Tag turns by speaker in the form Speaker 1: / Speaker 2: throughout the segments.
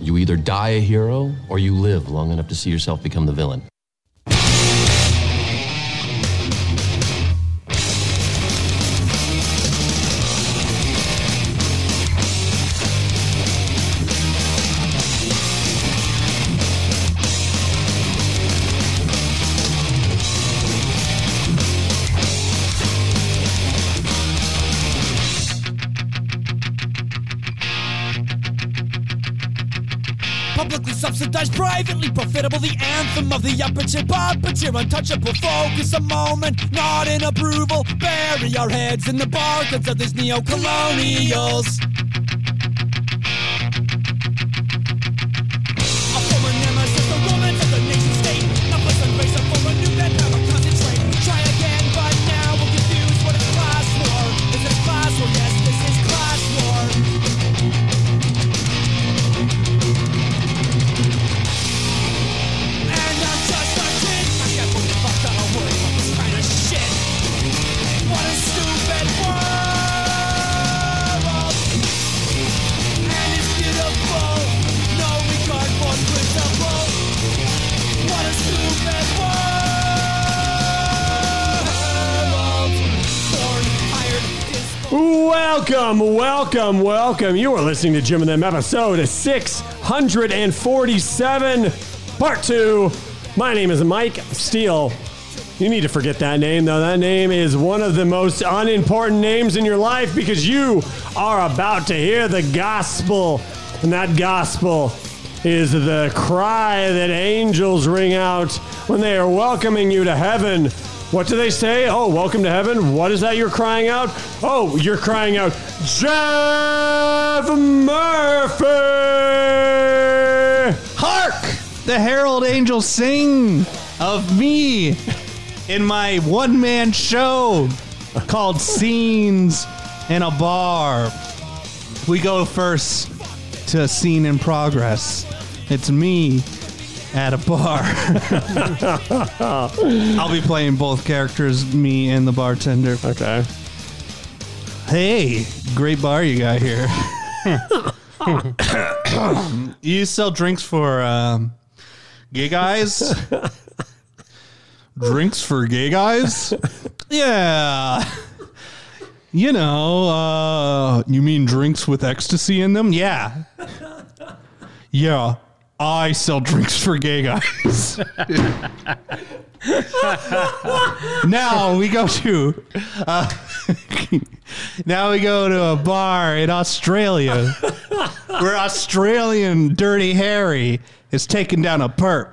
Speaker 1: You either die a hero or you live long enough to see yourself become the villain.
Speaker 2: Publicly subsidized, privately profitable, the anthem of the upper tier, upper tier, untouchable. Focus a moment, not in approval. Bury our heads in the bargains of these neo-colonials. A former nemesis, the romance of the nation state. A pleasant race, a former new bed, now a concentrate. Try again, but now we're confused. What is class war? Is this class war? Yes, this is class war. And I'm just a kid. I can't believe I've got a word for this kind of shit. What a stupid world. And it's beautiful. No regard for principle. What a stupid world. Born, hired, disposed.
Speaker 3: Welcome, welcome, welcome. You are listening to Jim and Them episode 647, part two. My name is Mike Steele. You need to forget that name, though. That name is one of the most unimportant names in your life because you are about to hear the gospel. And that gospel is the cry that angels ring out when they are welcoming you to heaven. What do they say? Oh, welcome to heaven. What is that you're crying out? Oh, you're crying out, Jeff Murphy!
Speaker 4: Hark! The herald angels sing of me in my one man show called Scenes in a Bar. We go first to Scene in Progress. It's me at a bar. I'll be playing both characters, me and the bartender.
Speaker 3: Okay.
Speaker 4: Hey, great bar you got here. you sell drinks for um, gay guys? drinks for gay guys? Yeah. You know, uh, you mean drinks with ecstasy in them? Yeah. Yeah. I sell drinks for gay guys. now we go to uh, now we go to a bar in Australia where Australian Dirty Harry is taking down a perp.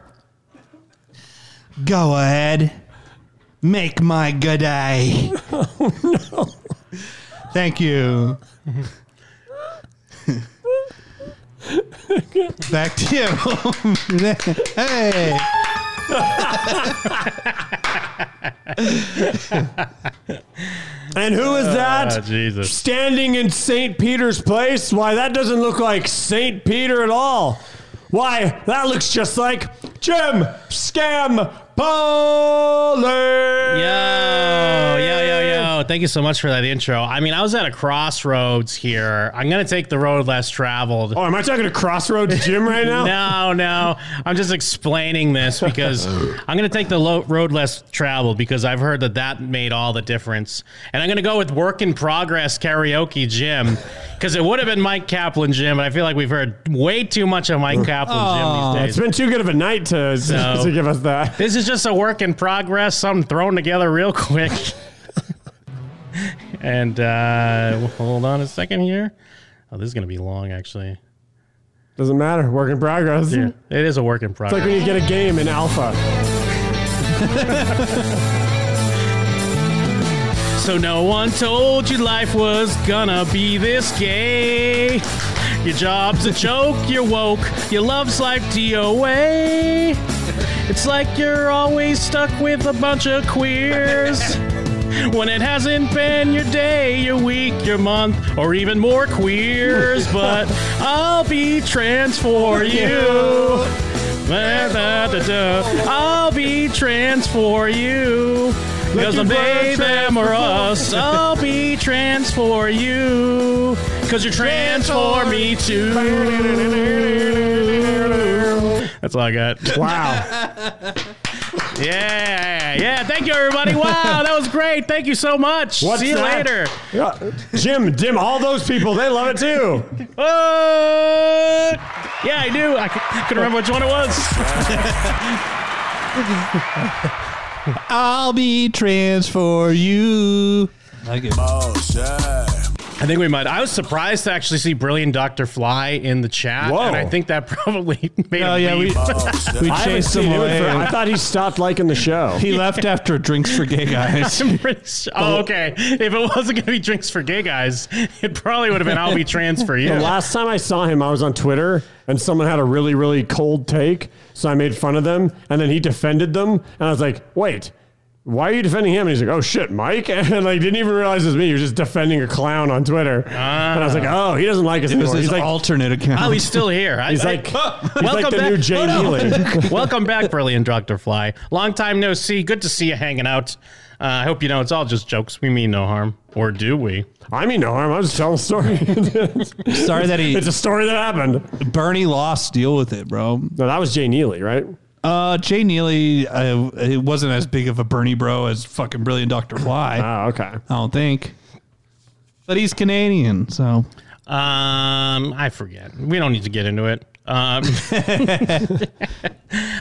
Speaker 4: Go ahead, make my good day. Oh no! Thank you. Back to you. hey.
Speaker 3: And who is that?
Speaker 5: Ah, Jesus.
Speaker 3: standing in St. Peter's Place? Why, that doesn't look like St. Peter at all. Why, that looks just like Jim Scam Polly.
Speaker 5: Yo, yo, yo, yo. Thank you so much for that intro. I mean, I was at a crossroads here. I'm going to take the road less traveled.
Speaker 3: Oh, am I talking to Crossroads Jim right now?
Speaker 5: No, no. I'm just explaining this because I'm going to take the lo- road less traveled because I've heard that that made all the difference. And I'm going to go with work in progress karaoke Jim because it would have been Mike Kaplan Jim, but I feel like we've heard way too much of Mike Kaplan Jim these
Speaker 3: It's
Speaker 5: days.
Speaker 3: been too good of a night to,
Speaker 5: So-
Speaker 3: to give us that.
Speaker 5: This is just a work in progress, something thrown together real quick. and uh, hold on a second here. Oh, this is going to be long, actually.
Speaker 3: Doesn't matter. Work in progress.
Speaker 5: Yeah, it is a work in
Speaker 3: It's
Speaker 5: progress.
Speaker 3: like when you get a game in alpha.
Speaker 5: So no one told you life was gonna be this gay. Your job's a joke, you're woke, your love's like DOA. It's like you're always stuck with a bunch of queers. When it hasn't been your day, your week, your month, or even more queers, but I'll be trans for you. Da, da, da, da. I'll be trans for you. Because
Speaker 3: you
Speaker 5: I'm
Speaker 3: were
Speaker 5: they,
Speaker 3: trans
Speaker 5: them, or
Speaker 3: before.
Speaker 5: us. I'll be trans for you. Because you're trans for me too. That's all I got.
Speaker 3: Wow.
Speaker 5: Yeah, yeah. Thank you, everybody. Wow, that was great. Thank you so much.
Speaker 3: What's
Speaker 5: See you
Speaker 3: that?
Speaker 5: later.
Speaker 3: Yeah. Jim, Dim, all those people, they love it too.
Speaker 5: Oh, yeah, I knew. I c- couldn't remember which one it was.
Speaker 4: I'll be trans for you.
Speaker 5: I think we might. I was surprised to actually see Brilliant Dr. Fly in the chat.
Speaker 3: Whoa.
Speaker 5: And I think that probably made
Speaker 4: Oh
Speaker 5: him
Speaker 4: yeah, we
Speaker 5: leave.
Speaker 4: we
Speaker 3: I haven't
Speaker 4: chased him
Speaker 3: seen him in
Speaker 4: away.
Speaker 3: for- I thought he stopped liking the show.
Speaker 4: he left after drinks for gay guys.
Speaker 5: I'm pretty sure- Oh, okay. If it wasn't going to be drinks for gay guys, it probably would have been I'll be trans for you.
Speaker 3: The last time I saw him, I was on Twitter and someone had a really, really cold take. So I made fun of them and then he defended them. And I was like, wait, why are you defending him? And he's like, oh shit, Mike. And like, didn't even realize it was me. You're just defending a clown on Twitter. and I was like, oh, he doesn't like us
Speaker 4: Ah. It was
Speaker 3: anymore.
Speaker 4: his
Speaker 3: He's like,
Speaker 4: alternate account.
Speaker 5: Oh, he's still here. I-
Speaker 3: he's
Speaker 5: I-
Speaker 3: like, he's
Speaker 5: Welcome
Speaker 3: like the
Speaker 5: back.
Speaker 3: new Jay Neely.
Speaker 5: Welcome back, Brilliant Dr. Fly. Long time no see. Good to see you hanging out. Uh, I hope you know it's all just jokes. We mean no harm. Or do we?
Speaker 3: I mean, no harm. I was just telling a story.
Speaker 4: Sorry that he
Speaker 3: it's a story that happened.
Speaker 4: Bernie lost. Deal with it, bro.
Speaker 3: No, that was Jay Neely, right?
Speaker 4: Uh, Jay Neely, uh, it wasn't as big of a Bernie bro as fucking brilliant Doctor Fly. I
Speaker 3: Oh, okay.
Speaker 4: don't think, but he's Canadian, so
Speaker 5: Um, I forget. We don't need to get into it. Um,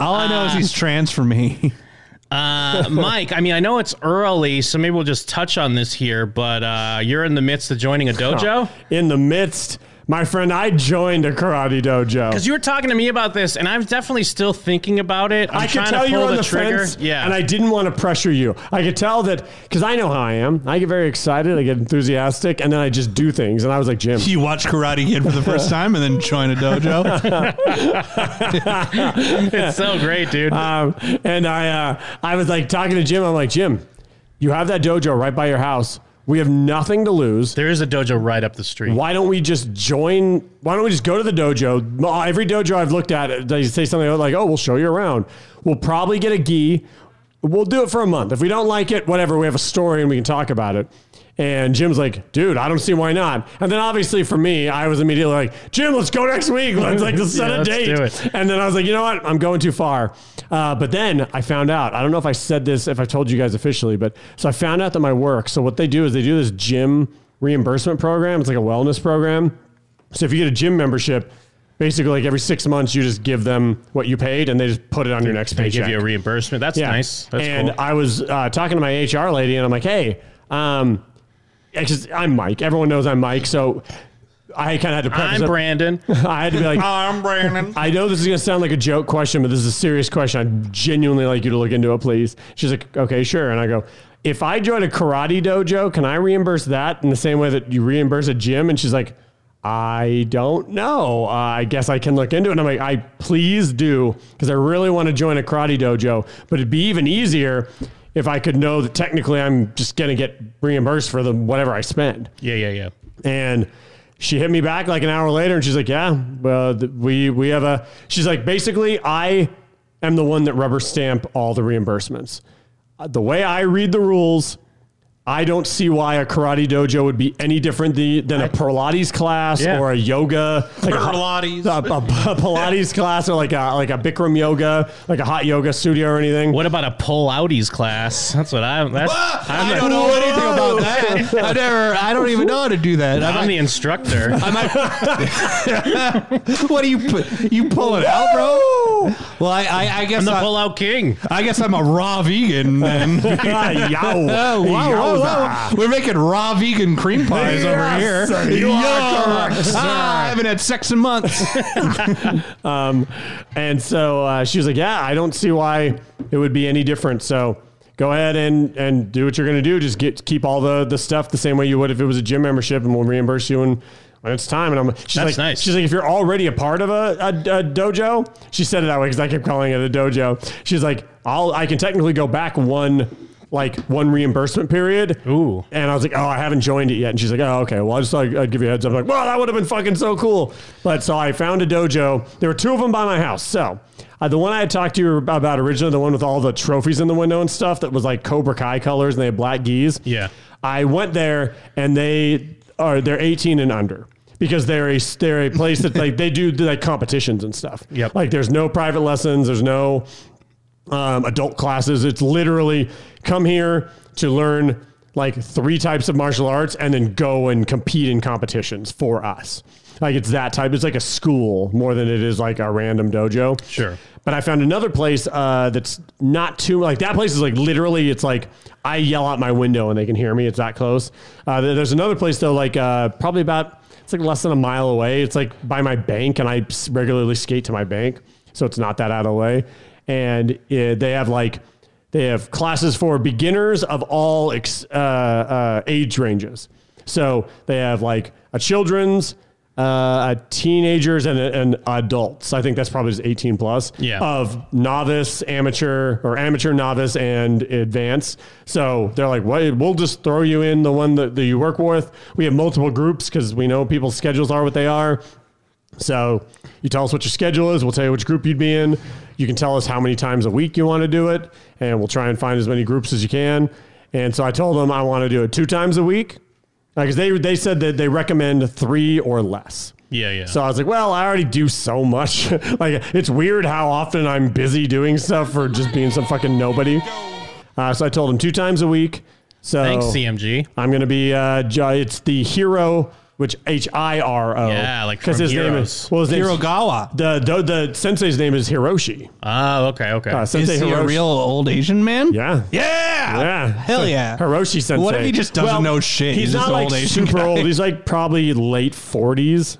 Speaker 4: all I know is he's trans for me.
Speaker 5: Uh, Mike, I mean, I know it's early, so maybe we'll just touch on this here, but uh, you're in the midst of joining a dojo?
Speaker 3: In the midst, my friend, I joined a karate dojo.
Speaker 5: Because you were talking to me about this, and I'm definitely still thinking about it. I'm
Speaker 3: I could
Speaker 5: trying
Speaker 3: tell
Speaker 5: to
Speaker 3: you
Speaker 5: pull
Speaker 3: were on
Speaker 5: the,
Speaker 3: the,
Speaker 5: trigger.
Speaker 3: fence,
Speaker 5: yeah.
Speaker 3: and I didn't want to pressure you. I could tell that because I know how I am. I get very excited, I get enthusiastic, and then I just do things. And I was like, Jim,
Speaker 4: You watch Karate Kid for the first time and then join a dojo.
Speaker 5: it's so great, dude.
Speaker 3: um, and I, uh, I was like talking to Jim. I'm like, Jim, you have that dojo right by your house. We have nothing to lose.
Speaker 5: there is a dojo right up the street.
Speaker 3: why don't we just join? Why don't we just go to the dojo? Well, Every dojo I've looked at, they say something like, "Oh, we'll show you around. We'll probably get a gi. We'll do it for a month. If we don't like it, whatever. We have a story and we can talk about it." And Jim's like, "Dude, I don't see why not." And then obviously for me, I was immediately like, "Jim, let's go next week. Let's like let's set
Speaker 5: Yeah,
Speaker 3: a
Speaker 5: let's
Speaker 3: date."
Speaker 5: do it.
Speaker 3: And then I was like, "You know what? I'm going too far." Uh, but then I found out. I don't know if I said this, if I told you guys officially, but so I found out that my work. So what they do is they do this gym reimbursement program. It's like a wellness program. So if you get a gym membership, basically like every six months, you just give them what you paid, and they just put it on your next
Speaker 5: They
Speaker 3: paycheck.
Speaker 5: give you a reimbursement. That's nice. That's
Speaker 3: and
Speaker 5: cool.
Speaker 3: I was uh, talking to my HR lady, and I'm like, hey, um, yeah, 'cause I'm Mike. Everyone knows I'm Mike, so. I kind of had to preface
Speaker 5: I'm
Speaker 3: it.
Speaker 5: Brandon.
Speaker 3: I had to be like,
Speaker 4: I'm Brandon.
Speaker 3: I know this is going to sound like a joke question, but this is a serious question. I'd genuinely like you to look into it, please. She's like, okay, sure. And I go, if I join a karate dojo, can I reimburse that in the same way that you reimburse a gym? And she's like, I don't know. Uh, I guess I can look into it. And I'm like, I please do, because I really want to join a karate dojo. But it'd be even easier if I could know that technically I'm just going to get reimbursed for the whatever I spend.
Speaker 5: yeah, yeah, yeah.
Speaker 3: And she hit me back like an hour later, and she's like, "Yeah, well, th- we we have a." She's like, basically, I am the one that rubber stamp all the reimbursements. Uh, The way I read the rules, I don't see why a karate dojo would be any different the, than a Pilates class
Speaker 5: Yeah.
Speaker 3: or a yoga, like a hot-
Speaker 4: Pilates.
Speaker 3: a, a- a Pilates class or like a like a Bikram yoga, like a hot yoga studio or anything.
Speaker 5: What about a pull outies class? That's what I'm. That's, I'm,
Speaker 4: Ah, I
Speaker 5: the-
Speaker 4: don't know anything about that. I never. I don't even know how to do that.
Speaker 5: I'm
Speaker 4: I
Speaker 5: the
Speaker 4: might,
Speaker 5: instructor.
Speaker 4: I might, what do you pu- you pull it out, bro? Well, I, I, I guess
Speaker 5: I'm the
Speaker 4: I,
Speaker 5: pull out king.
Speaker 4: I guess I'm a raw vegan then.
Speaker 3: Yow.
Speaker 4: Oh, wow, wow, wow. We're making raw vegan cream pies
Speaker 3: Yes,
Speaker 4: over
Speaker 3: sir.
Speaker 4: here.
Speaker 3: You are correct, sir.
Speaker 4: Ah, I haven't had sex in months.
Speaker 3: Um, and so uh, she was like, "Yeah, I don't see why it would be any different. So go ahead and and do what you're going to do. Just get keep all the the stuff the same way you would if it was a gym membership, and we'll reimburse you when when it's time." And I'm she's like,
Speaker 5: That's nice.
Speaker 3: She's like, "If you're already a part of a, a, a dojo," she said it that way because I kept calling it a dojo. She's like, "I'll I can technically go back one." Like one reimbursement period.
Speaker 5: Ooh.
Speaker 3: And I was like, oh, I haven't joined it yet. And she's like, oh, okay. Well, I just thought I'd give you a heads up. I'm like, well, that would have been fucking so cool. But so I found a dojo. There were two of them by my house. So uh, the one I had talked to you about originally, the one with all the trophies in the window and stuff that was like Cobra Kai colors and they had black geese.
Speaker 5: Yeah.
Speaker 3: I went there and they are, they're 18 and under. because they're a they're a place that like they do like competitions and stuff.
Speaker 5: Yep.
Speaker 3: Like there's no private lessons. There's no um, adult classes. It's literally come here to learn like three types of martial arts and then go and compete in competitions for us. Like it's that type. It's like a school more than it is like a random dojo.
Speaker 5: Sure.
Speaker 3: But I found another place uh, that's not too like that place is like literally it's like I yell out my window and they can hear me. It's that close. Uh, there- there's another place though, like uh, probably about it's like less than a mile away. It's like by my bank, and I s- regularly skate to my bank, so it's not that out of the way. And uh they have like they have classes for beginners of all ex, uh, uh, age ranges. So they have like a children's, uh, a teenagers, and, and adults. I think that's probably just 18 plus
Speaker 5: Yeah.
Speaker 3: of novice, amateur, or amateur, novice, and advanced. So they're like, "What? We'll just throw you in the one that, that you work with." We have multiple groups because we know people's schedules are what they are. So you tell us what your schedule is. We'll tell you which group you'd be in. You can tell us how many times a week you want to do it, and we'll try and find as many groups as you can. And so I told them I want to do it two times a week because they they said that they recommend three or less.
Speaker 5: Yeah, yeah.
Speaker 3: So I was like, well, I already do so much. like, it's weird how often I'm busy doing stuff for just being some fucking nobody. Uh, so I told him two times a week. So
Speaker 5: Thanks, CMG.
Speaker 3: I'm gonna be. Uh, J- it's the hero, which H I R O.
Speaker 5: Yeah, like
Speaker 3: because
Speaker 5: from
Speaker 3: his name
Speaker 5: Heroes.
Speaker 3: is well, his name's-
Speaker 4: Hirogawa.
Speaker 3: The, the the sensei's name is Hiroshi.
Speaker 5: Oh, okay, okay.
Speaker 3: Uh,
Speaker 4: Is
Speaker 3: sensei
Speaker 4: he
Speaker 3: Hiroshi.
Speaker 4: a real old Asian man?
Speaker 3: Yeah.
Speaker 4: Yeah.
Speaker 3: Yeah.
Speaker 4: Hell yeah.
Speaker 3: Hiroshi Sensei.
Speaker 4: What if he just doesn't know shit?
Speaker 3: He's,
Speaker 4: He's
Speaker 3: not
Speaker 4: just an
Speaker 3: like
Speaker 4: old Asian
Speaker 3: super
Speaker 4: guy.
Speaker 3: old. He's like probably late forties.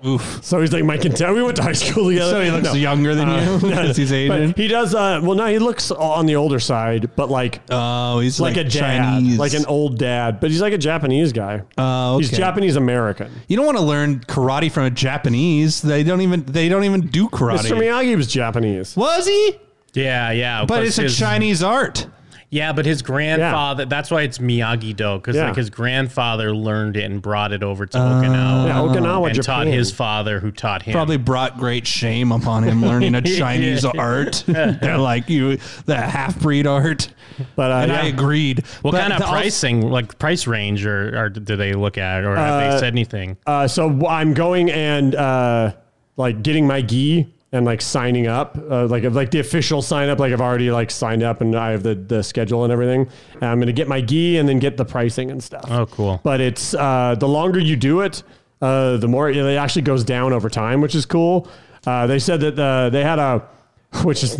Speaker 4: Oof.
Speaker 3: So he's like my contemporary. We went to high school together.
Speaker 4: So he looks younger than you because he's Asian.
Speaker 3: Uh, But he does. Uh, well, no, he looks on the older side, but like
Speaker 4: oh, he's
Speaker 3: like,
Speaker 4: like,
Speaker 3: a dad,
Speaker 4: Chinese.
Speaker 3: like an old dad. But he's like a Japanese guy.
Speaker 4: Oh,
Speaker 3: He's
Speaker 4: okay.
Speaker 3: Japanese American.
Speaker 4: You don't want to learn karate from a Japanese. They don't even they don't even do karate.
Speaker 3: Mr. Miyagi was Japanese.
Speaker 4: Was he?
Speaker 5: yeah, yeah. of
Speaker 4: But
Speaker 5: course
Speaker 4: it's a
Speaker 5: his-
Speaker 4: Chinese art.
Speaker 5: Yeah, but his grandfather. That's why it's Miyagi Do, because
Speaker 3: Yeah. Oh.
Speaker 5: like his grandfather learned it and brought it over to Okinawa.
Speaker 3: Yeah, Okinawa,
Speaker 5: and
Speaker 3: Japan.
Speaker 5: taught his father, who taught him.
Speaker 4: Probably brought great shame upon him learning a Chinese art. They're like you, the half breed art.
Speaker 3: But uh,
Speaker 4: And I
Speaker 3: yeah.
Speaker 4: agreed.
Speaker 5: What
Speaker 4: But
Speaker 5: kind of
Speaker 4: the-
Speaker 5: pricing, like price range, or, or do they look at, or have
Speaker 3: Uh,
Speaker 5: they said anything?
Speaker 3: Uh, so I'm going and uh, like getting my gi and like signing up, uh, like like the official sign up. Like I've already like signed up and I have the the schedule and everything. And I'm gonna get my gi and then get the pricing and stuff.
Speaker 5: Oh, cool.
Speaker 3: But it's uh, the longer you do it, uh, the more it actually goes down over time, which is cool. Uh, they said that uh, they had a, which is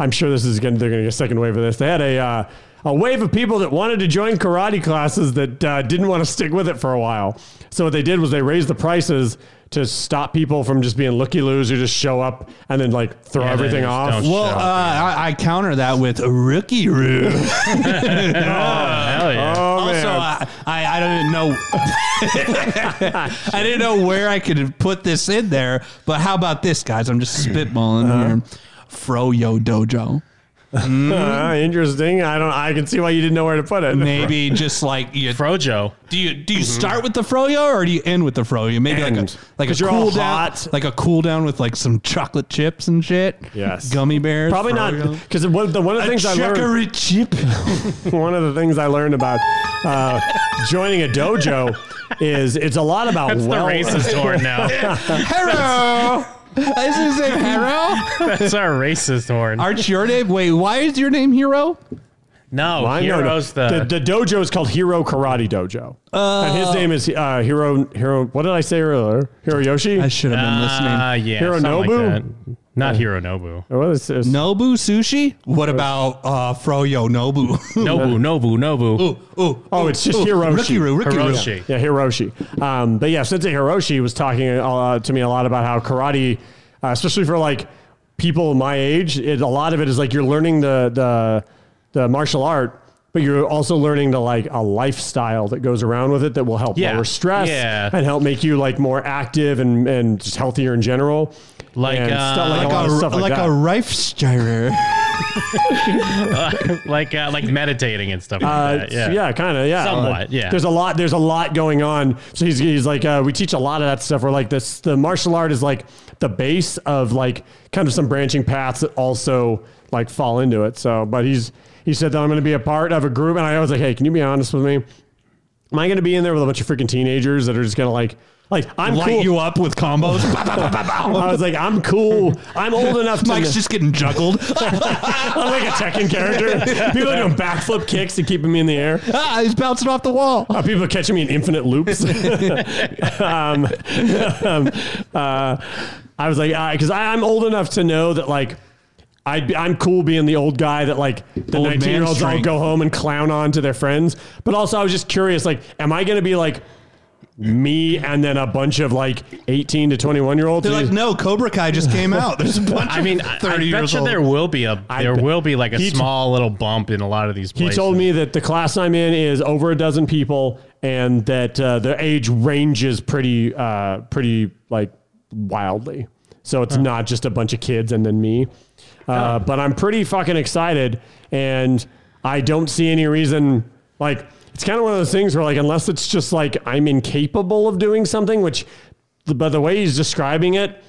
Speaker 3: I'm sure this is gonna they're gonna get a second wave of this. They had a. Uh, a wave of people that wanted to join karate classes that uh, didn't want to stick with it for a while. So what they did was they raised the prices to stop people from just being looky loos who just show up and then like throw
Speaker 5: Yeah, they
Speaker 3: everything
Speaker 5: just
Speaker 3: off.
Speaker 5: don't
Speaker 4: Well, uh, I, I counter that with a rookie room.
Speaker 5: Hell yeah.
Speaker 3: Oh man!
Speaker 4: also, I, I, I didn't know. I didn't know where I could put this in there. But how about this, guys? I'm just spitballing here. Froyo Dojo.
Speaker 3: Uh, interesting. I don't. I can see why you didn't know where to put it.
Speaker 4: Hmm? Maybe just like you
Speaker 5: Frojo.
Speaker 4: Do you do you start with the froyo or do you end with the froyo? Maybe
Speaker 3: Mm-hmm. End.
Speaker 4: like a like a
Speaker 3: 'Cause you're all
Speaker 4: cool down,
Speaker 3: hot.
Speaker 4: like a cool down with like some chocolate chips and shit.
Speaker 3: Yes.
Speaker 4: gummy bears.
Speaker 3: Probably not
Speaker 4: froyo.
Speaker 3: because one of the one of the things I learned.
Speaker 4: Chicory chip.
Speaker 3: One of the things I learned about uh, joining a dojo is it's a lot about
Speaker 5: That's
Speaker 3: well.
Speaker 5: the racist horn now.
Speaker 4: Harrow. I was gonna say Harrow.
Speaker 5: That's our racist horn.
Speaker 4: Aren't your name? Wait, why is your name Hero?
Speaker 5: no,
Speaker 3: I know
Speaker 5: heroes the,
Speaker 3: the, the dojo is called Hero Karate Dojo, and his name is uh, Hero Hero. What did I say earlier? Hiroyoshi.
Speaker 4: I should have been
Speaker 5: Ah,
Speaker 4: listening.
Speaker 5: yeah,
Speaker 3: Hero
Speaker 5: something
Speaker 3: Nobu?
Speaker 5: Like that. Not Hero Nobu.
Speaker 3: Well, it's- it's-
Speaker 4: Nobu sushi. What about uh, froyo Nobu?
Speaker 5: Nobu, Nobu, Nobu.
Speaker 4: Ooh, ooh,
Speaker 3: Oh,
Speaker 4: ooh,
Speaker 3: it's just
Speaker 4: ooh.
Speaker 3: Hiroshi.
Speaker 4: Rikiru, Rikiru.
Speaker 5: Hiroshi.
Speaker 3: Yeah, Hiroshi. Um, but yeah, Sensei Hiroshi was talking uh, to me a lot about how karate, uh, especially for like people my age, it, a lot of it is like you're learning the the the martial art, but you're also learning the like a lifestyle that goes around with it that will help
Speaker 5: Yeah.
Speaker 3: lower stress
Speaker 5: Yeah.
Speaker 3: and help make you like more active and and just healthier in general.
Speaker 5: Like,
Speaker 3: And
Speaker 5: uh,
Speaker 3: stuff- like, a lot of stuff like,
Speaker 4: like
Speaker 3: that.
Speaker 4: a rife stirrer.
Speaker 5: like uh, like meditating and stuff like
Speaker 3: Uh,
Speaker 5: that.
Speaker 3: yeah,
Speaker 5: Yeah.
Speaker 3: kind of, yeah.
Speaker 5: Somewhat,
Speaker 3: Uh,
Speaker 5: yeah.
Speaker 3: There's a lot. There's a lot going on. So he's, he's like, uh, we teach a lot of that stuff. We're like this. The martial art is like the base of like kind of some branching paths that also like fall into it. So, but he's he said that I'm going to be a part of a group, and I was like, hey, can you be honest with me? Am I going to be in there with a bunch of freaking teenagers that are just going to like Like I'm
Speaker 4: Light
Speaker 3: cool.
Speaker 4: you up with combos.
Speaker 3: I was like, I'm cool. I'm old enough to.
Speaker 4: Mike's
Speaker 3: kn-
Speaker 4: just getting juggled.
Speaker 3: I'm like a Tekken character. People are doing backflip kicks and keeping me in the air.
Speaker 4: ah, he's bouncing off the wall.
Speaker 3: Uh, people are catching me in infinite loops. um, um, uh, I was like, because I I'm old enough to know that like. I'd be, I'm cool being the old guy that like the
Speaker 4: Old man
Speaker 3: 19 year olds all
Speaker 4: strength.
Speaker 3: go home and clown on to their friends. But also, I was just curious, like, am I going to be like me and then a bunch of like 18 to 21 year olds?
Speaker 4: They're like, no, Cobra Kai just came out. There's a bunch
Speaker 5: I mean,
Speaker 4: of
Speaker 5: I,
Speaker 4: 30
Speaker 5: I
Speaker 4: years
Speaker 5: bet you
Speaker 4: old.
Speaker 5: there will be a
Speaker 3: I
Speaker 5: there
Speaker 3: bet-
Speaker 5: will be like a
Speaker 3: He t-
Speaker 5: small little bump in a lot of these.
Speaker 3: He
Speaker 5: Places.
Speaker 3: told me that the class I'm in is over a dozen people, and that uh, the age ranges pretty, uh, pretty like wildly. So it's not just a bunch of kids and then me. Uh, But I'm pretty fucking excited, and I don't see any reason like. It's kind of one of those things where, like, unless it's just like I'm incapable of doing something, which, the, by the way he's describing it,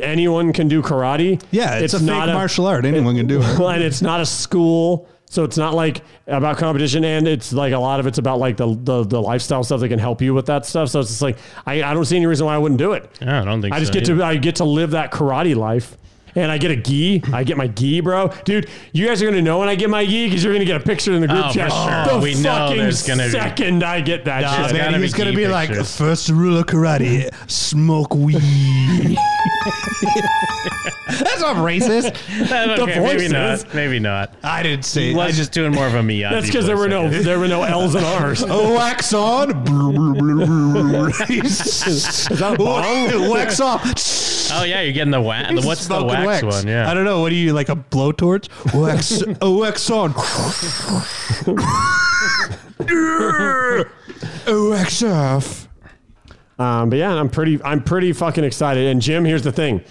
Speaker 3: anyone can do karate.
Speaker 4: yeah, it's, a fake martial art. Anyone can do it.
Speaker 3: Well, and it's not a school, so it's not like about competition, and it's like a lot of it's about like the the, the lifestyle stuff that can help you with that stuff. So it's just like I, I don't see any reason why I wouldn't do it.
Speaker 5: Yeah, I don't think
Speaker 3: I just
Speaker 5: so
Speaker 3: get to I get to live that karate life. And I get a gi. I get my gi, bro. Dude, you guys are gonna know when I get my gi because you're gonna get a picture in the group
Speaker 5: Oh, for
Speaker 3: chat. The
Speaker 5: sure. We know
Speaker 3: fucking
Speaker 5: there's gonna be-
Speaker 3: second I get that
Speaker 5: Nah,
Speaker 3: shit.
Speaker 5: man. gotta
Speaker 4: And
Speaker 5: be
Speaker 4: he's going to be
Speaker 5: key
Speaker 4: like,
Speaker 5: pictures.
Speaker 4: first rule of karate, smoke weed. That's not racist.
Speaker 5: okay, maybe
Speaker 3: voices.
Speaker 5: not. Maybe not.
Speaker 4: I didn't
Speaker 5: He
Speaker 4: say it. I
Speaker 5: was
Speaker 4: just
Speaker 5: just doing more of a Miyagi.
Speaker 3: That's because there were no
Speaker 5: voice, I guess.
Speaker 3: there were no L's and R's.
Speaker 4: "Oh, wax on.
Speaker 3: Is that a bong?
Speaker 4: wax off.
Speaker 5: Oh yeah, you're getting the wax.
Speaker 4: He's
Speaker 5: What's the
Speaker 4: smoking
Speaker 5: wax, one? Yeah.
Speaker 4: I don't know. What are you like a blowtorch? Wax, a wax on. a wax off.
Speaker 3: Um, but yeah, I'm pretty, I'm pretty fucking excited. And Jim, here's the thing: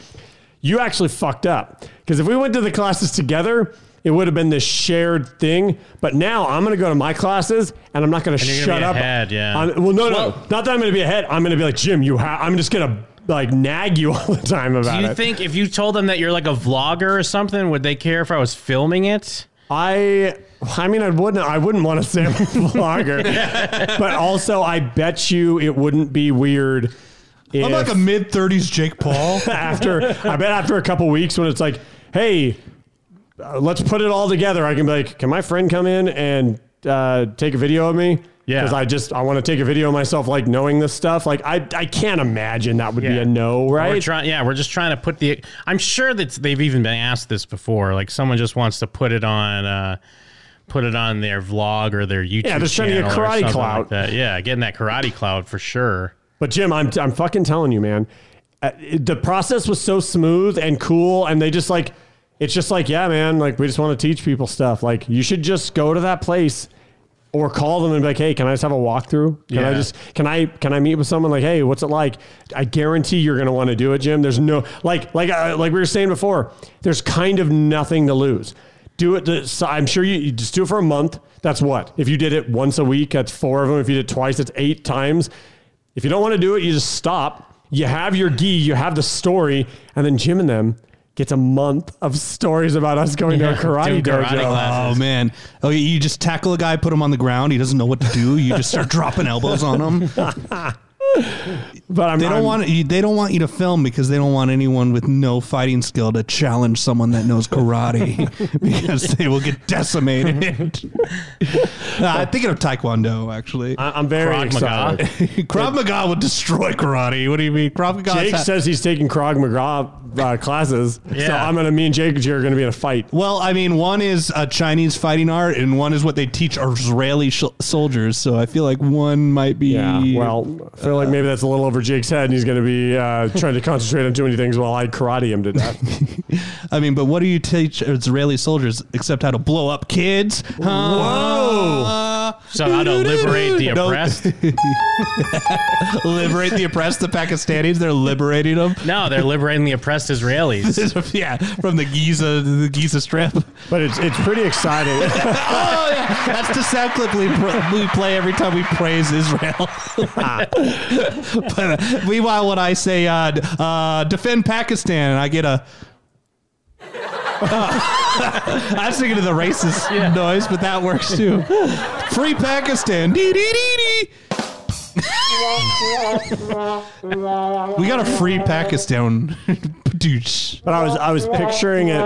Speaker 3: you actually fucked up because if we went to the classes together, it would have been this shared thing. But now I'm going to go to my classes, and I'm not going to
Speaker 5: you're gonna
Speaker 3: shut
Speaker 5: be
Speaker 3: up.
Speaker 5: ahead, yeah.
Speaker 3: I'm- well, no, no,
Speaker 5: Whoa.
Speaker 3: not that I'm going to be ahead. I'm going to be like Jim. You, ha- I'm just going to like nag you all the time about
Speaker 5: Do you
Speaker 3: it.
Speaker 5: think if you told them that you're like a vlogger or something, would they care if I was filming it?
Speaker 3: I I mean I wouldn't I wouldn't want to say I'm a vlogger. but also I bet you it wouldn't be weird. If,
Speaker 4: I'm like a mid 30s Jake Paul.
Speaker 3: after I bet after a couple weeks when it's like, hey, uh, let's put it all together. I can be like, can my friend come in and uh, take a video of me?
Speaker 5: Yeah.
Speaker 3: because I just I want to take a video of myself, like knowing this stuff. Like I I can't imagine that would be
Speaker 5: Yeah.
Speaker 3: a no,
Speaker 5: We're
Speaker 3: right?
Speaker 5: trying. Yeah, we're just trying to put the. I'm sure that they've even been asked this before. Like someone just wants to put it on. Uh, Put it on their vlog or their YouTube.
Speaker 3: Yeah, they're trying to get
Speaker 5: channel or
Speaker 3: karate
Speaker 5: something
Speaker 3: clout.
Speaker 5: Like that. Yeah, getting that karate cloud for sure.
Speaker 3: but Jim, I'm I'm fucking telling you, man. Uh, it- the process was so smooth and cool, and they just like it's just like yeah, man. Like we just want to teach people stuff. Like you should just go to that place or call them and be like, hey, can I just have a walkthrough? Can I
Speaker 5: Yeah.
Speaker 3: just can I can I meet with someone? Like, hey, what's it like? I guarantee you're gonna want to do it, Jim. There's no like like uh, like we were saying before. There's kind of nothing to lose. Do it. To, so I'm sure you, you just do it for a month. That's what. If you did it once a week, that's four of them. If you did it twice, that's eight times. If you don't want to do it, you just stop. You have your gi, you have the story, and then Jim and them gets a month of stories about us going to a
Speaker 5: Yeah,
Speaker 3: karate
Speaker 5: doing karate
Speaker 3: dojo.
Speaker 5: class.
Speaker 4: Oh man! Oh, you- you just tackle a guy, put him on the ground. He doesn't know what to do. You just start dropping elbows on him.
Speaker 3: But I'm,
Speaker 4: They don't
Speaker 3: I'm-
Speaker 4: want you. They don't want you to film because they don't want anyone with no fighting skill to challenge someone that knows karate because they will get decimated. Uh, I'm thinking of taekwondo actually.
Speaker 3: I- I'm very
Speaker 5: Krav Maga.
Speaker 3: excited.
Speaker 4: Krav Maga would destroy karate. What do you mean? Krav Maga.
Speaker 3: Jake says he's taking Krog McGraw uh, classes, so
Speaker 5: Yeah.
Speaker 3: I'm gonna. Me and Jake are gonna be in a fight.
Speaker 4: well, I mean, one is a Chinese fighting art, and one is what they teach Israeli sh- soldiers. So I feel like one might be
Speaker 3: Yeah. Well, I feel like maybe that's a little over Jake's head, and he's gonna be uh, trying to concentrate on too many things while I karate him to death.
Speaker 4: I mean, but what do you teach Israeli soldiers except how to blow up kids? Whoa!
Speaker 5: So how to liberate the oppressed?
Speaker 4: liberate the oppressed, the Pakistanis. They're liberating them.
Speaker 5: No, they're liberating the oppressed Israelis.
Speaker 4: yeah, from the Giza, the Giza Strip.
Speaker 3: but it's it's pretty exciting.
Speaker 4: Oh, yeah. That's the sound clip we, pr- we play every time we praise Israel. but uh, meanwhile, when I say uh, d- uh, defend Pakistan, and I get a. I was thinking of the racist noise, but that works too. Free Pakistan. Dee, dee, dee, dee. We got a free Pakistan douche.
Speaker 3: But I was I was picturing it.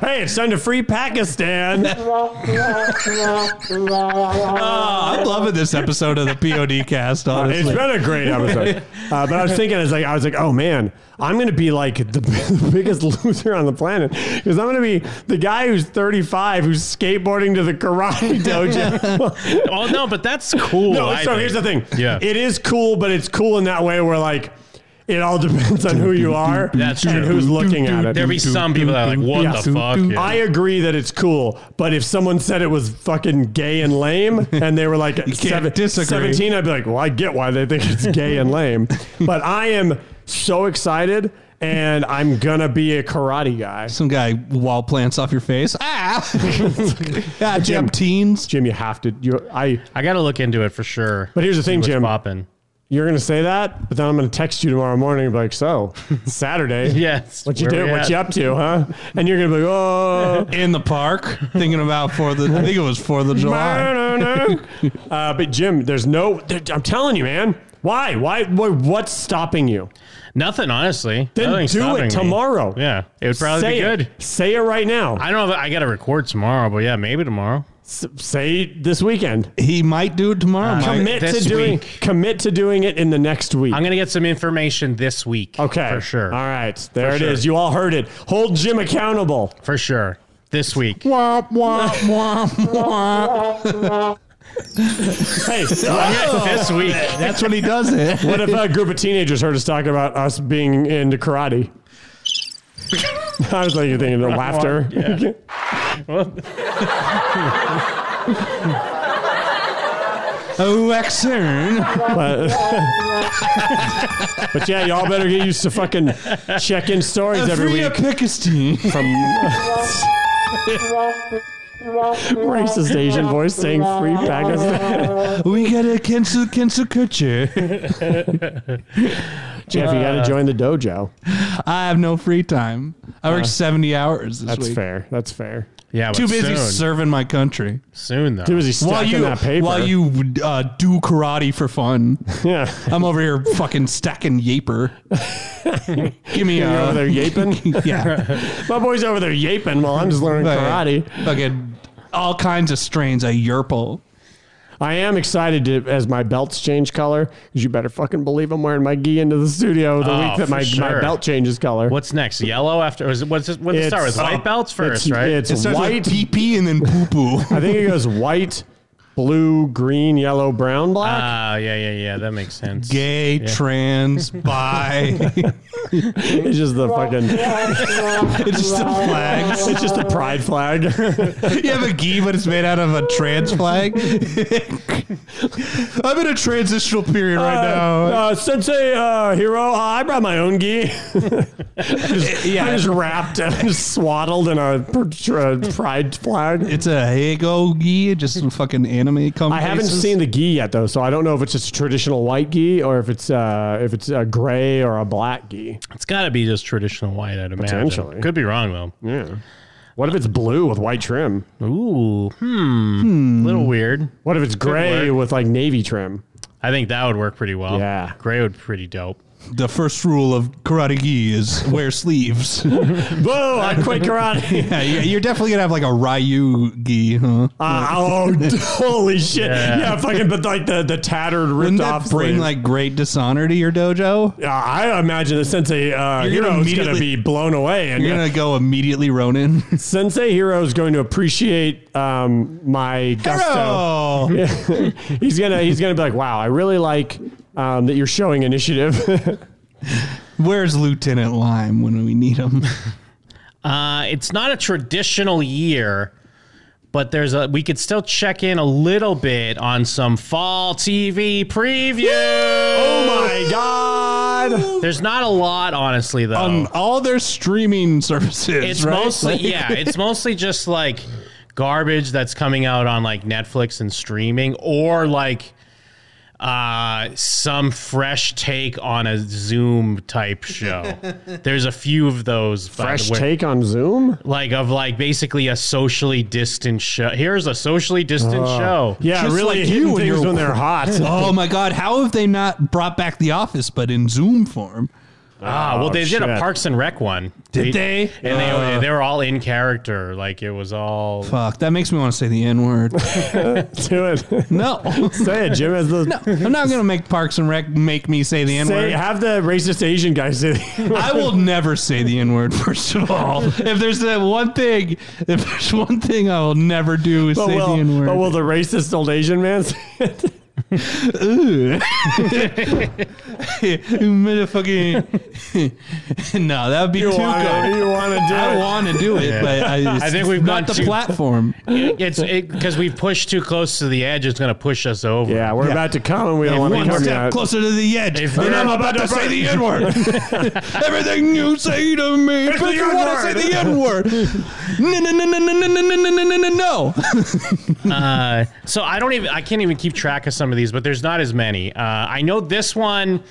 Speaker 3: hey, it's time to free Pakistan.
Speaker 4: I'm loving this episode of the POD cast,
Speaker 3: It's
Speaker 4: honestly.
Speaker 3: been a great episode. Uh, but I was thinking, it's like I was like, oh man, I'm gonna be like the, the biggest loser on the planet because I'm gonna be the guy who's 35 who's skateboarding to the karate dojo.
Speaker 5: Oh no, but that's cool.
Speaker 3: No,
Speaker 5: I
Speaker 3: so
Speaker 5: think.
Speaker 3: here's the thing.
Speaker 5: Yeah.
Speaker 3: It is cool, but it's cool in that way where like it all depends on who you are
Speaker 5: That's
Speaker 3: and
Speaker 5: true.
Speaker 3: who's looking at it.
Speaker 5: There be some people that are like, what
Speaker 3: Yeah.
Speaker 5: the fuck? Yeah.
Speaker 3: I agree that it's cool, but if someone said it was fucking gay and lame and they were like seven,
Speaker 4: disagree.
Speaker 3: 17, I'd be like, well, I get why they think it's gay and lame. But I am so excited and I'm going to be a karate guy.
Speaker 4: Some guy wall plants off your face. Ah! yeah, Jim Teens.
Speaker 3: Jim, you have to. You, I.
Speaker 5: I gotta look into it for sure.
Speaker 3: But here's the
Speaker 5: See
Speaker 3: thing,
Speaker 5: what's
Speaker 3: Jim.
Speaker 5: poppin'.
Speaker 3: You're gonna say that, but then I'm gonna text you tomorrow morning and be like, "So, Saturday,
Speaker 5: Yes,
Speaker 3: what you
Speaker 5: where
Speaker 3: do,
Speaker 5: we
Speaker 3: what
Speaker 5: at?
Speaker 3: you up to, huh?" And you're gonna be like, "Oh,
Speaker 4: In the park, thinking about Fourth. Of, I think it was Fourth of July.
Speaker 3: No, no, no. uh, but Jim, there's no. There, I'm telling you, man. Why? Why? Why? What's stopping you?
Speaker 5: Nothing, honestly.
Speaker 3: Then
Speaker 5: Nothing's
Speaker 3: do it
Speaker 5: stopping me.
Speaker 3: tomorrow.
Speaker 5: Yeah, it would probably
Speaker 3: Say
Speaker 5: be
Speaker 3: it.
Speaker 5: good.
Speaker 3: Say it right now.
Speaker 5: I don't know. If I gotta record tomorrow, but yeah, maybe tomorrow.
Speaker 3: S- say this weekend.
Speaker 4: He might do it tomorrow. Mike.
Speaker 3: Commit to
Speaker 5: this
Speaker 3: doing.
Speaker 5: week.
Speaker 3: Commit to doing it in the next week.
Speaker 5: I'm gonna get some information this week.
Speaker 3: okay.
Speaker 5: for sure.
Speaker 3: All right. There it is.
Speaker 5: sure.
Speaker 3: You all heard it. Hold Jim accountable.
Speaker 5: For sure, this week.
Speaker 4: Womp, womp, womp, womp.
Speaker 3: Hey.
Speaker 5: this week.
Speaker 4: That's when he does it.
Speaker 3: What if a group of teenagers heard us talking about us being into karate? I was like, you're thinking of laughter.
Speaker 4: Oh, excellent.
Speaker 3: But yeah, y'all better get used to fucking check-in stories every
Speaker 4: Free
Speaker 3: week.
Speaker 4: of Pakistan.
Speaker 3: from racist Asian voice saying free Pakistan.
Speaker 4: We gotta cancel, cancel culture.
Speaker 3: Jeff, you got to join the dojo.
Speaker 4: I have no free time. I
Speaker 5: Uh,
Speaker 4: work 70 hours this
Speaker 3: That's
Speaker 4: week.
Speaker 3: fair. That's fair.
Speaker 5: Yeah, but
Speaker 4: Too busy
Speaker 5: soon.
Speaker 4: serving my country.
Speaker 5: soon though.
Speaker 3: Too busy stacking
Speaker 4: While you,
Speaker 3: that paper.
Speaker 4: while you uh, do karate for fun.
Speaker 3: yeah,
Speaker 4: I'm over here fucking stacking yaper. Give me a.
Speaker 3: over there yaping?
Speaker 4: yeah.
Speaker 3: my boy's over there yaping while I'm just learning karate.
Speaker 4: Fucking all kinds of strains. A yerple.
Speaker 3: I am excited to, as my belts change color. Because you better fucking believe I'm wearing my gi into the studio the
Speaker 5: Oh,
Speaker 3: week that
Speaker 5: for
Speaker 3: my, my
Speaker 5: sure.
Speaker 3: belt changes color.
Speaker 5: What's next? Yellow after? Or is it, what's this, what's it start with?
Speaker 3: It's- uh,
Speaker 5: White belts first,
Speaker 3: it's,
Speaker 5: right?
Speaker 3: It's
Speaker 4: It starts
Speaker 3: white.
Speaker 4: with PP and then poo poo.
Speaker 3: I think it goes white, blue, green, yellow, brown, black.
Speaker 5: Ah, yeah, yeah, yeah. That makes sense.
Speaker 4: Gay, trans, bi.
Speaker 3: It's just the fucking.
Speaker 4: it's just the flags.
Speaker 3: It's just a pride flag.
Speaker 4: You have a gi, but it's made out of a trans flag. I'm in a transitional period right now.
Speaker 3: Uh, Sensei uh, Hero, uh, I brought my own gi. yeah, I just wrapped and just swaddled in a pr- uh, pride flag.
Speaker 4: It's a Hago gi, just some fucking anime company.
Speaker 3: I haven't seen the gi yet though, so I don't know if it's just a traditional white gi or if it's uh, if it's a gray or a black gi.
Speaker 5: It's got to be just traditional white, I'd imagine.
Speaker 3: Potentially.
Speaker 5: Could be wrong
Speaker 3: Yeah. What if it's blue with white trim?
Speaker 5: though. Ooh, hmm, little weird.
Speaker 3: What if it's gray
Speaker 5: work.
Speaker 3: with like navy trim?
Speaker 5: I think that would work pretty well.
Speaker 3: Yeah.
Speaker 5: gray would be pretty dope.
Speaker 4: The first rule of karate gi is wear sleeves.
Speaker 3: Whoa! I quit karate.
Speaker 4: Yeah, you- you're definitely gonna have like a Ryu gi, huh?
Speaker 3: Uh, oh, d- holy shit! Yeah. fucking. But like the the tattered ripped
Speaker 4: Wouldn't that
Speaker 3: off.
Speaker 4: bring
Speaker 3: sleeve.
Speaker 4: like great dishonor to your dojo?
Speaker 3: Uh, I imagine the sensei uh,
Speaker 4: You're
Speaker 3: hero
Speaker 4: gonna
Speaker 3: is going to be
Speaker 4: immediately-
Speaker 3: blown away, and
Speaker 4: You're gonna go immediately Ronin.
Speaker 3: sensei hero is going to appreciate um, my gusto.
Speaker 4: Hero!
Speaker 3: he's gonna he's gonna be like, wow, I really like um, that you're showing initiative.
Speaker 4: Where's Lieutenant Lime when we need him?
Speaker 5: Uh, it's not a traditional year, but there's a we could still check in a little bit on some fall TV preview.
Speaker 3: oh my god!
Speaker 5: There's not a lot, honestly, though.
Speaker 3: Um,
Speaker 4: On all their streaming services,
Speaker 5: Oh. it's
Speaker 4: right?
Speaker 5: mostly
Speaker 4: Like-
Speaker 5: yeah, it's mostly just like garbage that's coming out on like Netflix and streaming, or like uh, some fresh take on a Zoom type show. There's a few of those. by the
Speaker 3: Fresh
Speaker 5: way.
Speaker 3: take on Zoom?
Speaker 5: like of like basically a socially distant show. Here's a socially distant
Speaker 4: Oh.
Speaker 5: show.
Speaker 3: Yeah,
Speaker 4: Just
Speaker 3: really
Speaker 4: like you
Speaker 3: hitting
Speaker 4: when
Speaker 3: things
Speaker 4: you're-
Speaker 3: when they're hot.
Speaker 4: Oh my God! How have they not brought back the office, but in Zoom form?
Speaker 5: Ah, well, they did a
Speaker 3: shit.
Speaker 5: Parks and Rec one.
Speaker 4: Did they?
Speaker 5: And
Speaker 4: Uh.
Speaker 5: they they were all in character. Like it was all.
Speaker 4: Fuck! That makes me want to say the N word.
Speaker 3: Do it.
Speaker 4: No,
Speaker 3: Say it, Jim. As the,
Speaker 4: no, I'm not gonna make Parks and Rec make me say the N
Speaker 3: say,
Speaker 4: word.
Speaker 3: have the racist Asian guy say the-
Speaker 4: I will never say the N word. First of all, if there's that one thing, if there's one thing I will never do is
Speaker 3: but,
Speaker 4: say
Speaker 3: will,
Speaker 4: the N word.
Speaker 3: but will the racist old Asian man say it?
Speaker 4: Motherfucking- no, that would be
Speaker 3: You
Speaker 4: too
Speaker 3: want
Speaker 4: good.
Speaker 3: to do
Speaker 4: I
Speaker 3: it.
Speaker 4: want to do it, but I, it's,
Speaker 5: I think we've
Speaker 4: not
Speaker 5: gone
Speaker 4: the
Speaker 5: too-
Speaker 4: platform.
Speaker 5: It's because we pushed too close to the edge. It's going to push us over.
Speaker 3: Yeah, we're
Speaker 4: Yeah.
Speaker 3: about to come and we don't want to
Speaker 4: One
Speaker 3: come
Speaker 4: step
Speaker 3: yet.
Speaker 4: closer to the edge,
Speaker 5: If
Speaker 4: and
Speaker 5: we're
Speaker 4: I'm
Speaker 5: not
Speaker 4: about to
Speaker 3: about to
Speaker 4: say the
Speaker 3: break-
Speaker 4: N word. Everything you say to me,
Speaker 3: the
Speaker 4: but you want to say
Speaker 3: N-word.
Speaker 4: the N word. No, no, no, no, no, no, no, no, no, no, no.
Speaker 5: Uh, so I don't even I can't even keep track of some of these, but there's not as many. Uh, I know this one.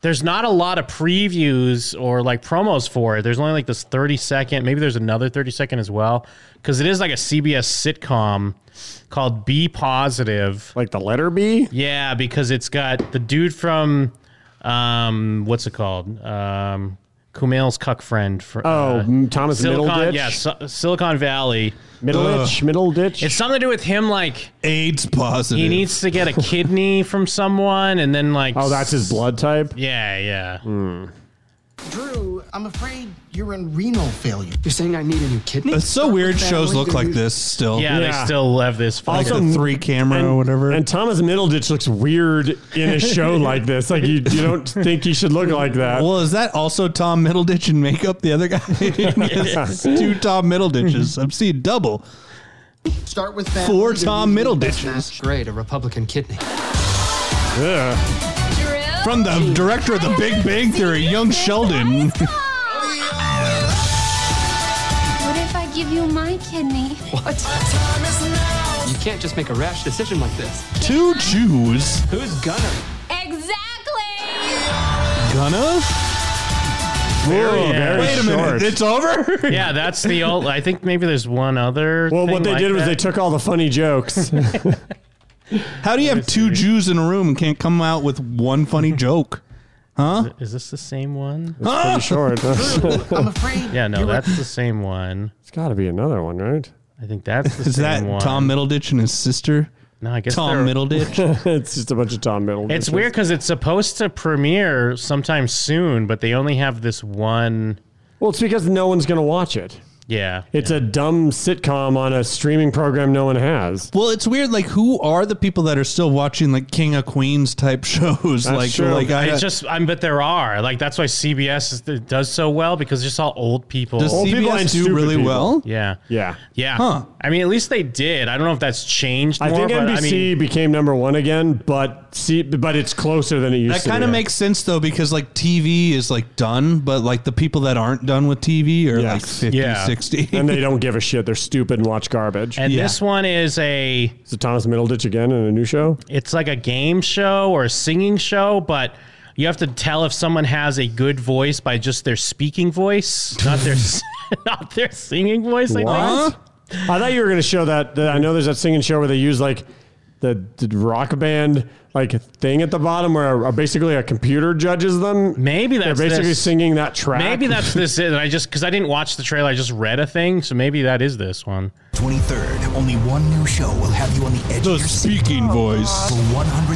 Speaker 5: There's not a lot of previews or like promos for it. There's only like this 30 second. Maybe there's another 30 second as well because it is like a CBS sitcom called Be Positive.
Speaker 3: Like the letter B?
Speaker 5: Yeah, because it's got the dude from um, what's it called? Um, Kumail's cuck friend. For,
Speaker 3: Oh, mm, Thomas
Speaker 5: Silicon,
Speaker 3: Middleditch?
Speaker 5: Yeah, Si- Silicon Valley.
Speaker 3: Middleditch? Middleditch?
Speaker 5: It's something to do with him like
Speaker 4: AIDS positive.
Speaker 5: he needs to get a kidney from someone and then like
Speaker 3: oh, that's his Mm. blood type?
Speaker 5: yeah yeah
Speaker 6: Drew, I'm afraid you're in renal failure.
Speaker 7: You're saying I need a new kidney?
Speaker 4: It's so weird.
Speaker 6: Family
Speaker 4: Shows look like
Speaker 6: dude.
Speaker 4: this still.
Speaker 5: yeah they
Speaker 3: Yeah.
Speaker 5: still have this
Speaker 4: Like
Speaker 5: fucking-
Speaker 4: the three camera or whatever.
Speaker 3: And Thomas Middleditch looks weird in a show like this. Like, you, you don't think he should look like that.
Speaker 4: Well, is that also Tom Middleditch in makeup? The other guy, It's two Tom Middleditches. I'm seeing double.
Speaker 6: Start with family.
Speaker 4: Four
Speaker 6: then
Speaker 4: Tom
Speaker 6: move to the
Speaker 4: Middleditches.
Speaker 6: best
Speaker 7: Great, a Republican kidney.
Speaker 3: Ugh.
Speaker 4: from the director of The Big Bang Theory, Young Sheldon.
Speaker 8: What if I give you my kidney?
Speaker 7: You can't just make a rash decision like this.
Speaker 4: Two Jews.
Speaker 7: Who's Gunner?
Speaker 8: Exactly!
Speaker 4: Gonna?
Speaker 3: Whoa, Oh, very
Speaker 4: Wait a minute.
Speaker 3: short.
Speaker 4: It's over?
Speaker 5: yeah that's the old I think maybe there's one other
Speaker 3: well,
Speaker 5: thing
Speaker 3: what they
Speaker 5: like
Speaker 3: did was
Speaker 5: that.
Speaker 3: they took all the funny jokes.
Speaker 4: How do you have two Jews in a room and can't come out with one funny joke?
Speaker 5: is this the same one
Speaker 3: Pretty short. it's
Speaker 6: I'm afraid.
Speaker 5: yeah no
Speaker 6: you're
Speaker 5: that's the same one
Speaker 3: got to be another one, right?
Speaker 5: I think that's the
Speaker 4: Is
Speaker 5: same
Speaker 4: that
Speaker 5: one
Speaker 4: Tom Middleditch and his sister?
Speaker 5: no I guess
Speaker 4: Tom
Speaker 5: they're-
Speaker 4: Middleditch?
Speaker 3: it's just a bunch of Tom Middleditch.
Speaker 5: it's weird because it's supposed to premiere sometime soon but they only have this one
Speaker 3: Well, it's because no one's going to watch it.
Speaker 5: yeah
Speaker 3: It's a dumb sitcom on a streaming program no one has.
Speaker 4: Well, it's weird. Like, who are the people that are still watching like King of Queens type shows? like,
Speaker 3: true.
Speaker 4: like I,
Speaker 5: it's just I'm but there are like that's why CBS is, it does so well because it's just all old people
Speaker 4: does
Speaker 3: Old people
Speaker 4: CBS
Speaker 3: and
Speaker 4: do
Speaker 3: stupid
Speaker 4: really
Speaker 3: people.
Speaker 4: well?
Speaker 5: yeah
Speaker 3: Yeah.
Speaker 5: Yeah.
Speaker 4: Huh.
Speaker 5: I mean, at least they did. I don't know if that's changed.
Speaker 3: I
Speaker 5: more,
Speaker 3: think
Speaker 5: but
Speaker 3: NBC
Speaker 5: I mean,
Speaker 3: became number one again, but see, but it's closer than it used
Speaker 4: That
Speaker 3: to.
Speaker 4: kind of
Speaker 3: be.
Speaker 4: makes sense though, because like TV is like done, but like the people that aren't done with TV are like
Speaker 3: Yes.
Speaker 4: 50,
Speaker 5: Yeah.
Speaker 4: 60.
Speaker 3: and they don't give a shit. They're stupid and watch garbage.
Speaker 5: and
Speaker 4: yeah.
Speaker 5: this one is a.
Speaker 3: Is it Thomas Middleditch again in a new show?
Speaker 5: It's like a game show or a singing show, but you have to tell if someone has a good voice by just their speaking voice, not their not their singing voice. I think.
Speaker 4: Huh?
Speaker 3: I thought you were going to show that, that. I know there's that singing show where they use like the, the rock band like thing at the bottom where a, basically a computer judges them.
Speaker 5: Maybe
Speaker 3: They're
Speaker 5: that's
Speaker 3: basically
Speaker 5: Mm-hmm. this.
Speaker 3: singing that track.
Speaker 5: Maybe that's this. Is. And I just because I didn't watch the trailer, I just read a thing. So maybe that is this one.
Speaker 9: 23rd, only one new show will have you on the edge
Speaker 4: The
Speaker 9: of your seat.
Speaker 4: speaking voice.
Speaker 9: For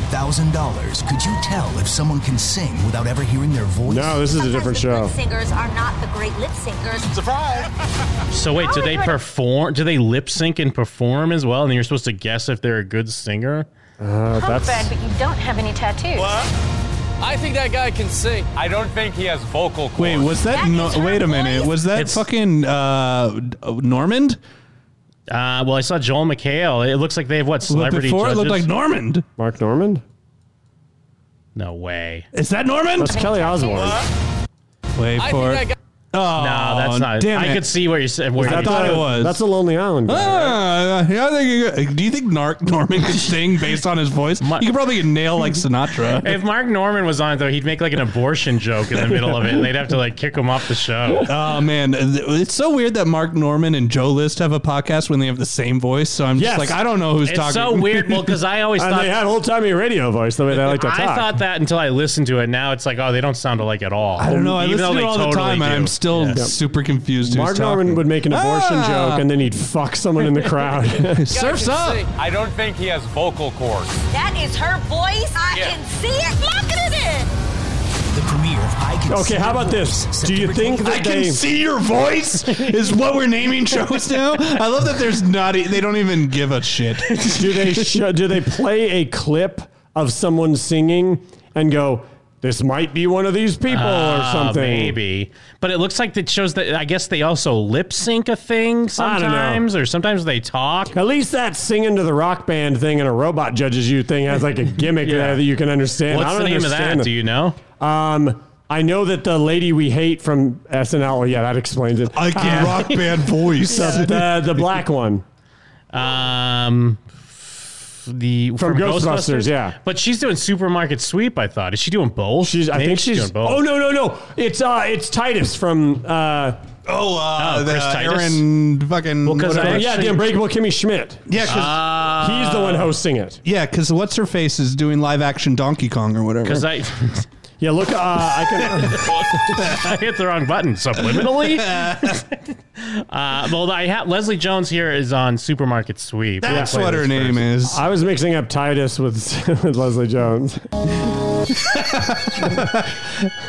Speaker 9: $100,000, could you tell if someone can sing without ever hearing their voice?
Speaker 3: no. This is a different show.
Speaker 8: singers are not the great lip singers.
Speaker 5: So wait, do they perform? Do they lip sync and perform as well? And then you're supposed to guess if they're a good singer.
Speaker 3: Uh, that's
Speaker 8: but you don't have any tattoos.
Speaker 10: I think that guy can sing. I don't think he has vocal cords.
Speaker 4: Wait, was that?
Speaker 8: That
Speaker 4: no,
Speaker 8: is her
Speaker 4: wait a minute.
Speaker 8: voice?
Speaker 4: Was that
Speaker 5: It's-
Speaker 4: fucking uh, Normand?
Speaker 5: Uh, well, I saw Joel McHale. It looks like they have what
Speaker 4: But
Speaker 5: celebrity
Speaker 4: before it looked
Speaker 5: judges?
Speaker 4: like Normand.
Speaker 3: Mark Norman.
Speaker 5: No way.
Speaker 4: Is that Normand?
Speaker 3: That's Kelly Osbourne.
Speaker 4: Wait
Speaker 10: I
Speaker 4: for
Speaker 10: think that
Speaker 4: it.
Speaker 10: guy
Speaker 4: Oh,
Speaker 5: no, that's not.
Speaker 4: Damn
Speaker 5: I
Speaker 4: it.
Speaker 5: could see where you said. Where
Speaker 4: I
Speaker 5: you
Speaker 4: thought it was.
Speaker 3: That's a Lonely Island. Guy.
Speaker 4: Ah, yeah, I think. You, could- do you think Nar- Norman could sing based on his voice? You could probably nail like Sinatra.
Speaker 5: If Mark Norman was on it, though, he'd make like an abortion joke in the middle of it, and they'd have to like kick him off the show.
Speaker 4: Oh man, it's so weird that Mark Norman and Joe List have a podcast when they have the same voice. So I'm just
Speaker 3: Yes.
Speaker 4: like, I don't know who's
Speaker 5: It's
Speaker 4: talking.
Speaker 5: so weird. Well, because I always
Speaker 3: and
Speaker 5: thought
Speaker 3: they had old timey radio voice the way they like to talk.
Speaker 5: I thought that until I listened to it. Now it's like, oh, they don't sound alike at all.
Speaker 4: I don't know. I listen to it all the time, and I'm still
Speaker 5: Yeah.
Speaker 4: super confused.
Speaker 3: Mark
Speaker 4: who's talking.
Speaker 3: Norman would make an abortion
Speaker 4: Ah.
Speaker 3: joke and then he'd fuck someone in the crowd.
Speaker 4: Surf's up.
Speaker 10: I don't think he has vocal cords.
Speaker 8: That is her voice. I
Speaker 10: Yeah.
Speaker 8: can see it. Look at it.
Speaker 9: The premiere of I Can See
Speaker 3: okay, how
Speaker 9: Your
Speaker 3: about this?
Speaker 9: Voice,
Speaker 3: Do you
Speaker 9: September
Speaker 3: think
Speaker 9: 20th.
Speaker 3: that
Speaker 4: I
Speaker 3: they
Speaker 4: can see your voice is what we're naming shows now. I love that there's not. e- They don't even give a shit.
Speaker 3: do they show, do they play a clip of someone singing and go, "This might be one of these people" or
Speaker 5: Uh,
Speaker 3: something?
Speaker 5: maybe, but it looks like it shows that. I guess they also lip sync a thing
Speaker 3: I don't know.
Speaker 5: sometimes, or sometimes they talk.
Speaker 3: At least that singing to the rock band thing and a robot judges you thing has like a gimmick
Speaker 5: Yeah.
Speaker 3: there that you can understand. I
Speaker 5: What's
Speaker 3: don't
Speaker 5: the name of that?
Speaker 3: understand
Speaker 5: Do
Speaker 3: them.
Speaker 5: you know?
Speaker 3: Um, I know that the lady we hate from SNL. well, oh, yeah, that explains it. Um,
Speaker 4: I can rock band voice.
Speaker 3: The, the, the black one.
Speaker 5: Um, the
Speaker 3: From Ghostbusters, yeah.
Speaker 5: But she's doing supermarket sweep. I thought. Is she doing both?
Speaker 3: She's. I
Speaker 5: Maybe
Speaker 3: think she's.
Speaker 5: doing both.
Speaker 3: Oh no no no! It's uh it's Titus from uh
Speaker 4: Oh, uh,
Speaker 5: Oh,
Speaker 4: the
Speaker 5: Chris Titus?
Speaker 4: Aaron fucking.
Speaker 5: 'cause
Speaker 4: whatever.
Speaker 5: I-
Speaker 3: yeah the
Speaker 5: Actually-
Speaker 3: Unbreakable Kimmy Schmidt.
Speaker 4: yeah, because
Speaker 5: Uh,
Speaker 3: He's the one hosting it.
Speaker 4: yeah, because what's her face is doing live action Donkey Kong or whatever.
Speaker 5: Because I,
Speaker 3: Yeah, look, uh, I can.
Speaker 5: I hit the wrong button subliminally. uh, well, I ha- Leslie Jones here is on Supermarket Sweep.
Speaker 4: That's
Speaker 5: Yeah.
Speaker 4: what her name is.
Speaker 3: I was mixing up Titus with, with Leslie Jones.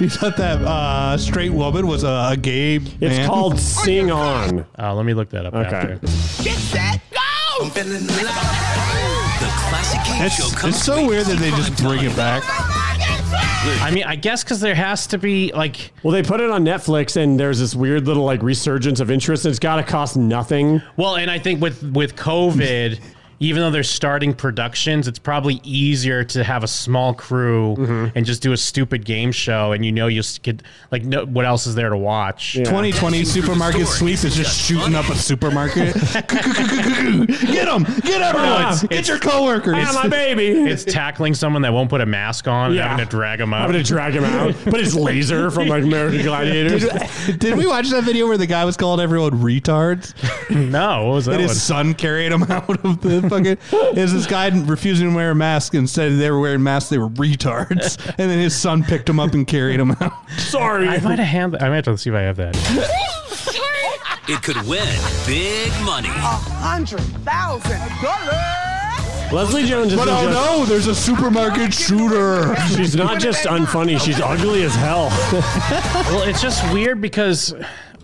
Speaker 4: You thought that uh, straight woman was a, a gay
Speaker 3: It's
Speaker 4: man?
Speaker 3: called Sing On.
Speaker 5: Uh, let me look that up.
Speaker 3: Okay.
Speaker 5: After.
Speaker 9: The classic game show
Speaker 4: It's,
Speaker 9: comes
Speaker 4: it's so weird that they just bring it back.
Speaker 5: I mean, I guess because there has to be like
Speaker 3: Well, they put it on Netflix, and there's this weird little like resurgence of interest. And it's got to cost nothing.
Speaker 5: Well, and I think with with COVID, even though they're starting productions, it's probably easier to have a small crew
Speaker 3: Mm-hmm.
Speaker 5: and just do a stupid game show, and you know you s- could like no, what else is there to watch?
Speaker 4: 2020 supermarket sweep is just shooting up a supermarket. get them! Get everyone!
Speaker 3: Ah,
Speaker 4: get your coworkers!
Speaker 3: Ah, my baby.
Speaker 5: It's tackling someone that won't put a mask on and having to drag them
Speaker 3: I'm
Speaker 5: out.
Speaker 3: gonna drag him out. But it's laser from like American Gladiators.
Speaker 4: Did, did we watch that video where the guy was calling everyone retards?
Speaker 5: no, what was that
Speaker 4: And his
Speaker 5: one?
Speaker 4: son carried him out of the fucking. Is this guy refusing to wear a mask? Instead, they were wearing masks. They were retards. And then his son picked him up and carried him out.
Speaker 3: Sorry.
Speaker 5: I might have hand. I might have to see if I have that.
Speaker 11: It could win big money.
Speaker 12: Oh.
Speaker 6: hundred thousand dollars.
Speaker 3: Leslie Jones is
Speaker 4: But oh
Speaker 3: just,
Speaker 4: no, there's a supermarket shooter.
Speaker 3: she's not just unfunny. She's ugly as hell.
Speaker 5: well, it's just weird because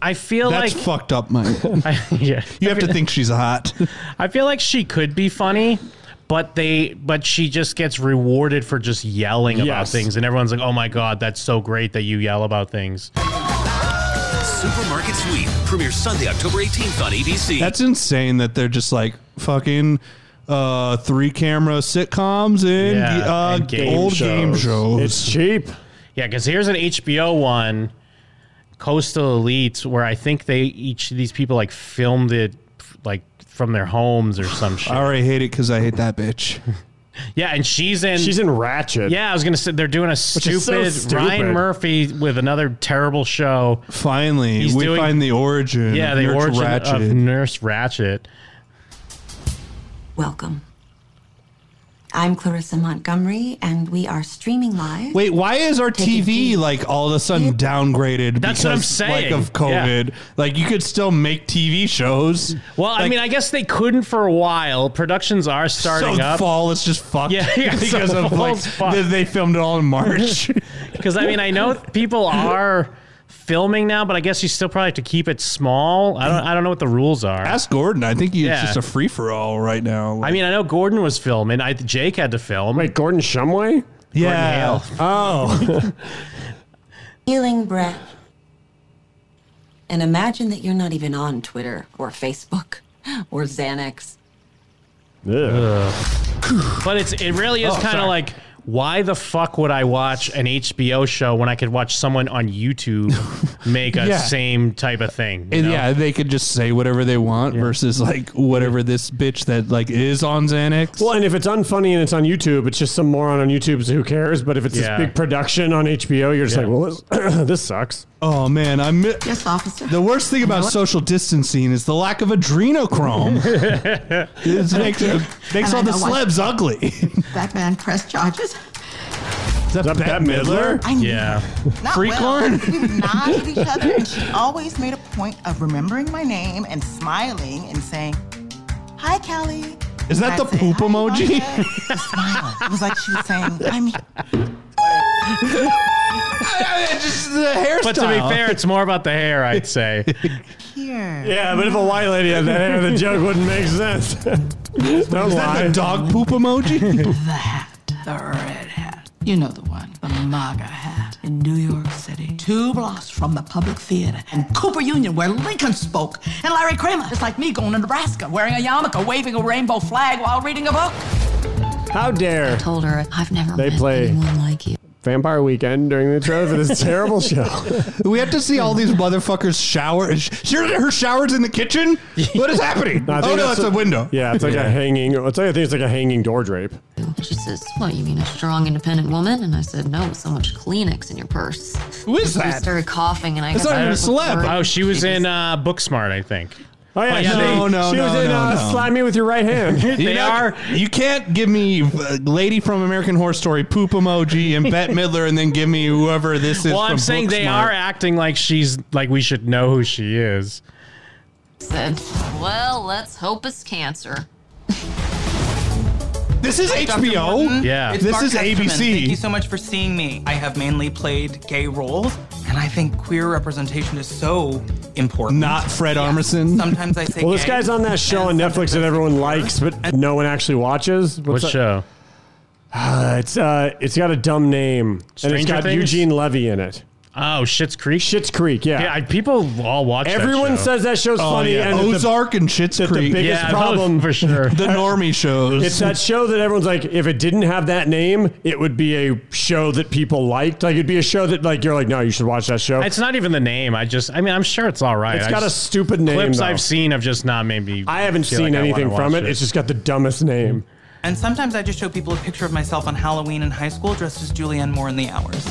Speaker 5: I feel
Speaker 4: That's
Speaker 5: like
Speaker 4: fucked up, Mike.
Speaker 5: I, yeah.
Speaker 4: You have to think she's hot.
Speaker 5: I feel like she could be funny, but they but she just gets rewarded for just yelling about
Speaker 3: Yes.
Speaker 5: things and everyone's like, "Oh my god, that's so great that you yell about things."
Speaker 11: Supermarket Sweep premieres Sunday, October 18th on ABC.
Speaker 4: That's insane that they're just like fucking uh, three camera sitcoms and,
Speaker 5: Yeah,
Speaker 4: uh,
Speaker 5: and game
Speaker 4: old game shows.
Speaker 3: It's cheap.
Speaker 5: Yeah, cuz here's an HBO one, Coastal Elites, where I think they each of these people like filmed it like from their homes or some shit.
Speaker 4: I already hate it because I hate that bitch.
Speaker 5: Yeah, and she's in
Speaker 3: She's in Ratchet.
Speaker 5: Yeah, I was going to say they're doing a
Speaker 3: is so
Speaker 5: stupid,
Speaker 3: stupid.
Speaker 5: Ryan Murphy with another terrible show.
Speaker 4: Finally,
Speaker 5: He's
Speaker 4: we
Speaker 5: doing-
Speaker 4: find the origin.
Speaker 5: Yeah,
Speaker 4: of
Speaker 5: the
Speaker 4: Nurse
Speaker 5: origin
Speaker 4: Ratched.
Speaker 5: of Nurse Ratchet.
Speaker 13: Welcome. I'm Clarissa Montgomery, and we are streaming live.
Speaker 4: Wait, why is our
Speaker 13: Take a
Speaker 4: TV
Speaker 13: deep-
Speaker 4: like all of a sudden downgraded?
Speaker 5: That's what I'm saying.
Speaker 4: Like of COVID, like you could still make TV shows.
Speaker 5: Well, I
Speaker 4: Like,
Speaker 5: mean, I guess they couldn't for a while. Productions are starting
Speaker 4: so
Speaker 5: up
Speaker 4: fall is just fucked.
Speaker 5: Yeah, yeah, so
Speaker 4: because of like
Speaker 5: fall's fucked.
Speaker 4: they- they filmed it all in March.
Speaker 5: because I mean, I know people are filming now, but I guess you still probably have to keep it small. I don't, I don't know what the rules are.
Speaker 4: Ask Gordon. I think he's
Speaker 5: Yeah.
Speaker 4: just a free for all right now.
Speaker 5: I mean, I know Gordon was filming. I Jake had to film.
Speaker 3: Wait, Gordon Shumway?
Speaker 4: yeah.
Speaker 5: Hale.
Speaker 14: Uh,
Speaker 3: Oh,
Speaker 13: healing breath. And imagine that you're not even on Twitter or Facebook or Xanax.
Speaker 3: Ugh. Oh,
Speaker 5: But it's it really is kind of like why the fuck would I watch an HBO show when I could watch someone on YouTube make a
Speaker 4: Yeah.
Speaker 5: same type of thing? you
Speaker 4: And
Speaker 5: know?
Speaker 4: yeah, they could just say whatever they want versus like whatever this bitch that like is on Xanax.
Speaker 3: Well, and if it's unfunny and it's on YouTube, it's just some moron on YouTube, so who cares? But if it's
Speaker 4: Yeah.
Speaker 3: this big production on HBO, you're just
Speaker 4: Yeah.
Speaker 3: like, well, this, this sucks.
Speaker 4: Oh man, I mi- yes, officer. The worst thing about
Speaker 3: know what?
Speaker 4: social distancing is the lack of adrenochrome. it makes, it makes
Speaker 14: And
Speaker 4: all
Speaker 14: I
Speaker 4: the
Speaker 14: know why.
Speaker 4: celebs ugly.
Speaker 14: Batman press charges.
Speaker 4: Is that Bette Midler?
Speaker 14: I know. Not
Speaker 4: Free
Speaker 14: well.
Speaker 4: corn?
Speaker 14: We nodded at each other, and she always made a point of remembering my name and smiling and saying, "Hi, Callie."
Speaker 4: Is that
Speaker 14: And I'd
Speaker 4: the
Speaker 14: say,
Speaker 4: poop
Speaker 14: "Hi,
Speaker 4: emoji?"
Speaker 14: Monica." Smile. It was like she was saying, "I'm." here."
Speaker 4: just the hairstyle.
Speaker 5: But to be fair, it's more about the hair, I'd say.
Speaker 3: Yeah, but if a white lady had that hair, the joke wouldn't make sense. Don't
Speaker 4: Is that
Speaker 3: lie.
Speaker 4: the dog poop emoji?
Speaker 14: The red hat. You know the one. The MAGA hat. In New York City. Two blocks from the Public Theater and Cooper Union, where Lincoln spoke. And Larry Kramer. It's like me going to Nebraska, wearing a yarmulke, waving a rainbow flag while reading a book.
Speaker 3: How dare? I
Speaker 13: told her I've never
Speaker 3: they play Vampire Weekend during the trailer for this terrible show.
Speaker 4: we have to see all these motherfuckers shower. Is she- Her shower's in the kitchen? What is happening?
Speaker 3: I think
Speaker 4: oh, no,
Speaker 3: that's
Speaker 4: it's a window.
Speaker 3: Yeah, it's like a hanging. It's like I think it's like a hanging door drape.
Speaker 13: She says, What, you mean a strong, independent woman? And I said, No, with so much Kleenex in your purse. Who
Speaker 4: is
Speaker 13: She
Speaker 4: that?
Speaker 13: started coughing, and I got
Speaker 5: Oh, she was in uh, Booksmart, I think.
Speaker 3: Oh yeah,
Speaker 5: yeah,
Speaker 3: she,
Speaker 5: they-
Speaker 3: she was in uh, Slide Me with Your Right Hand.
Speaker 4: you know, You can't give me uh, lady from American Horror Story poop emoji and Bette Midler, and then give me whoever this is.
Speaker 5: Well,
Speaker 4: from
Speaker 5: I'm saying they
Speaker 4: Booksmart.
Speaker 5: are acting like she's like we should know who she is.
Speaker 13: said, Well, let's hope it's cancer.
Speaker 4: This is
Speaker 14: Dr. Morton, it's Mark Hesterman. Thank you
Speaker 15: so much for seeing me. I have mainly played gay roles, and I think queer representation is so important.
Speaker 4: Not Fred Armisen.
Speaker 15: Sometimes I say
Speaker 3: Well, this
Speaker 15: gay.
Speaker 3: guy's on that show on Netflix that everyone likes, but no one actually watches.
Speaker 5: What
Speaker 3: that?
Speaker 5: show?
Speaker 3: Uh, it's uh, it's got a dumb name, and it's
Speaker 5: Stranger
Speaker 3: got
Speaker 5: Things?
Speaker 3: Eugene Levy in it.
Speaker 5: Oh, Shit's Creek.
Speaker 3: Shit's Creek, yeah.
Speaker 5: I, people all watch. that
Speaker 3: Everyone
Speaker 5: show. Oh,
Speaker 3: says that show's funny, and that the-
Speaker 4: Ozark and Shit's
Speaker 3: that the
Speaker 4: Creek.
Speaker 3: biggest
Speaker 5: Yeah,
Speaker 3: problem-
Speaker 5: for sure.
Speaker 4: the normie shows.
Speaker 3: It's that show that everyone's like, if it didn't have that name, it would be a show that people liked. Like it'd be a show that like you're like, no, you should watch that show.
Speaker 5: It's not even the name. I just, I mean, I'm sure it's all right.
Speaker 3: It's
Speaker 5: I
Speaker 3: got a
Speaker 5: just-
Speaker 3: stupid name,
Speaker 5: Clips
Speaker 3: though.
Speaker 5: I've seen have just not made me.
Speaker 3: I haven't
Speaker 5: feel
Speaker 3: seen
Speaker 5: like I
Speaker 3: anything
Speaker 5: wanna
Speaker 3: from
Speaker 5: watch
Speaker 3: it. It's just got the dumbest name.
Speaker 15: And sometimes I just show people a picture of myself on Halloween in high school dressed as Julianne Moore in the hours.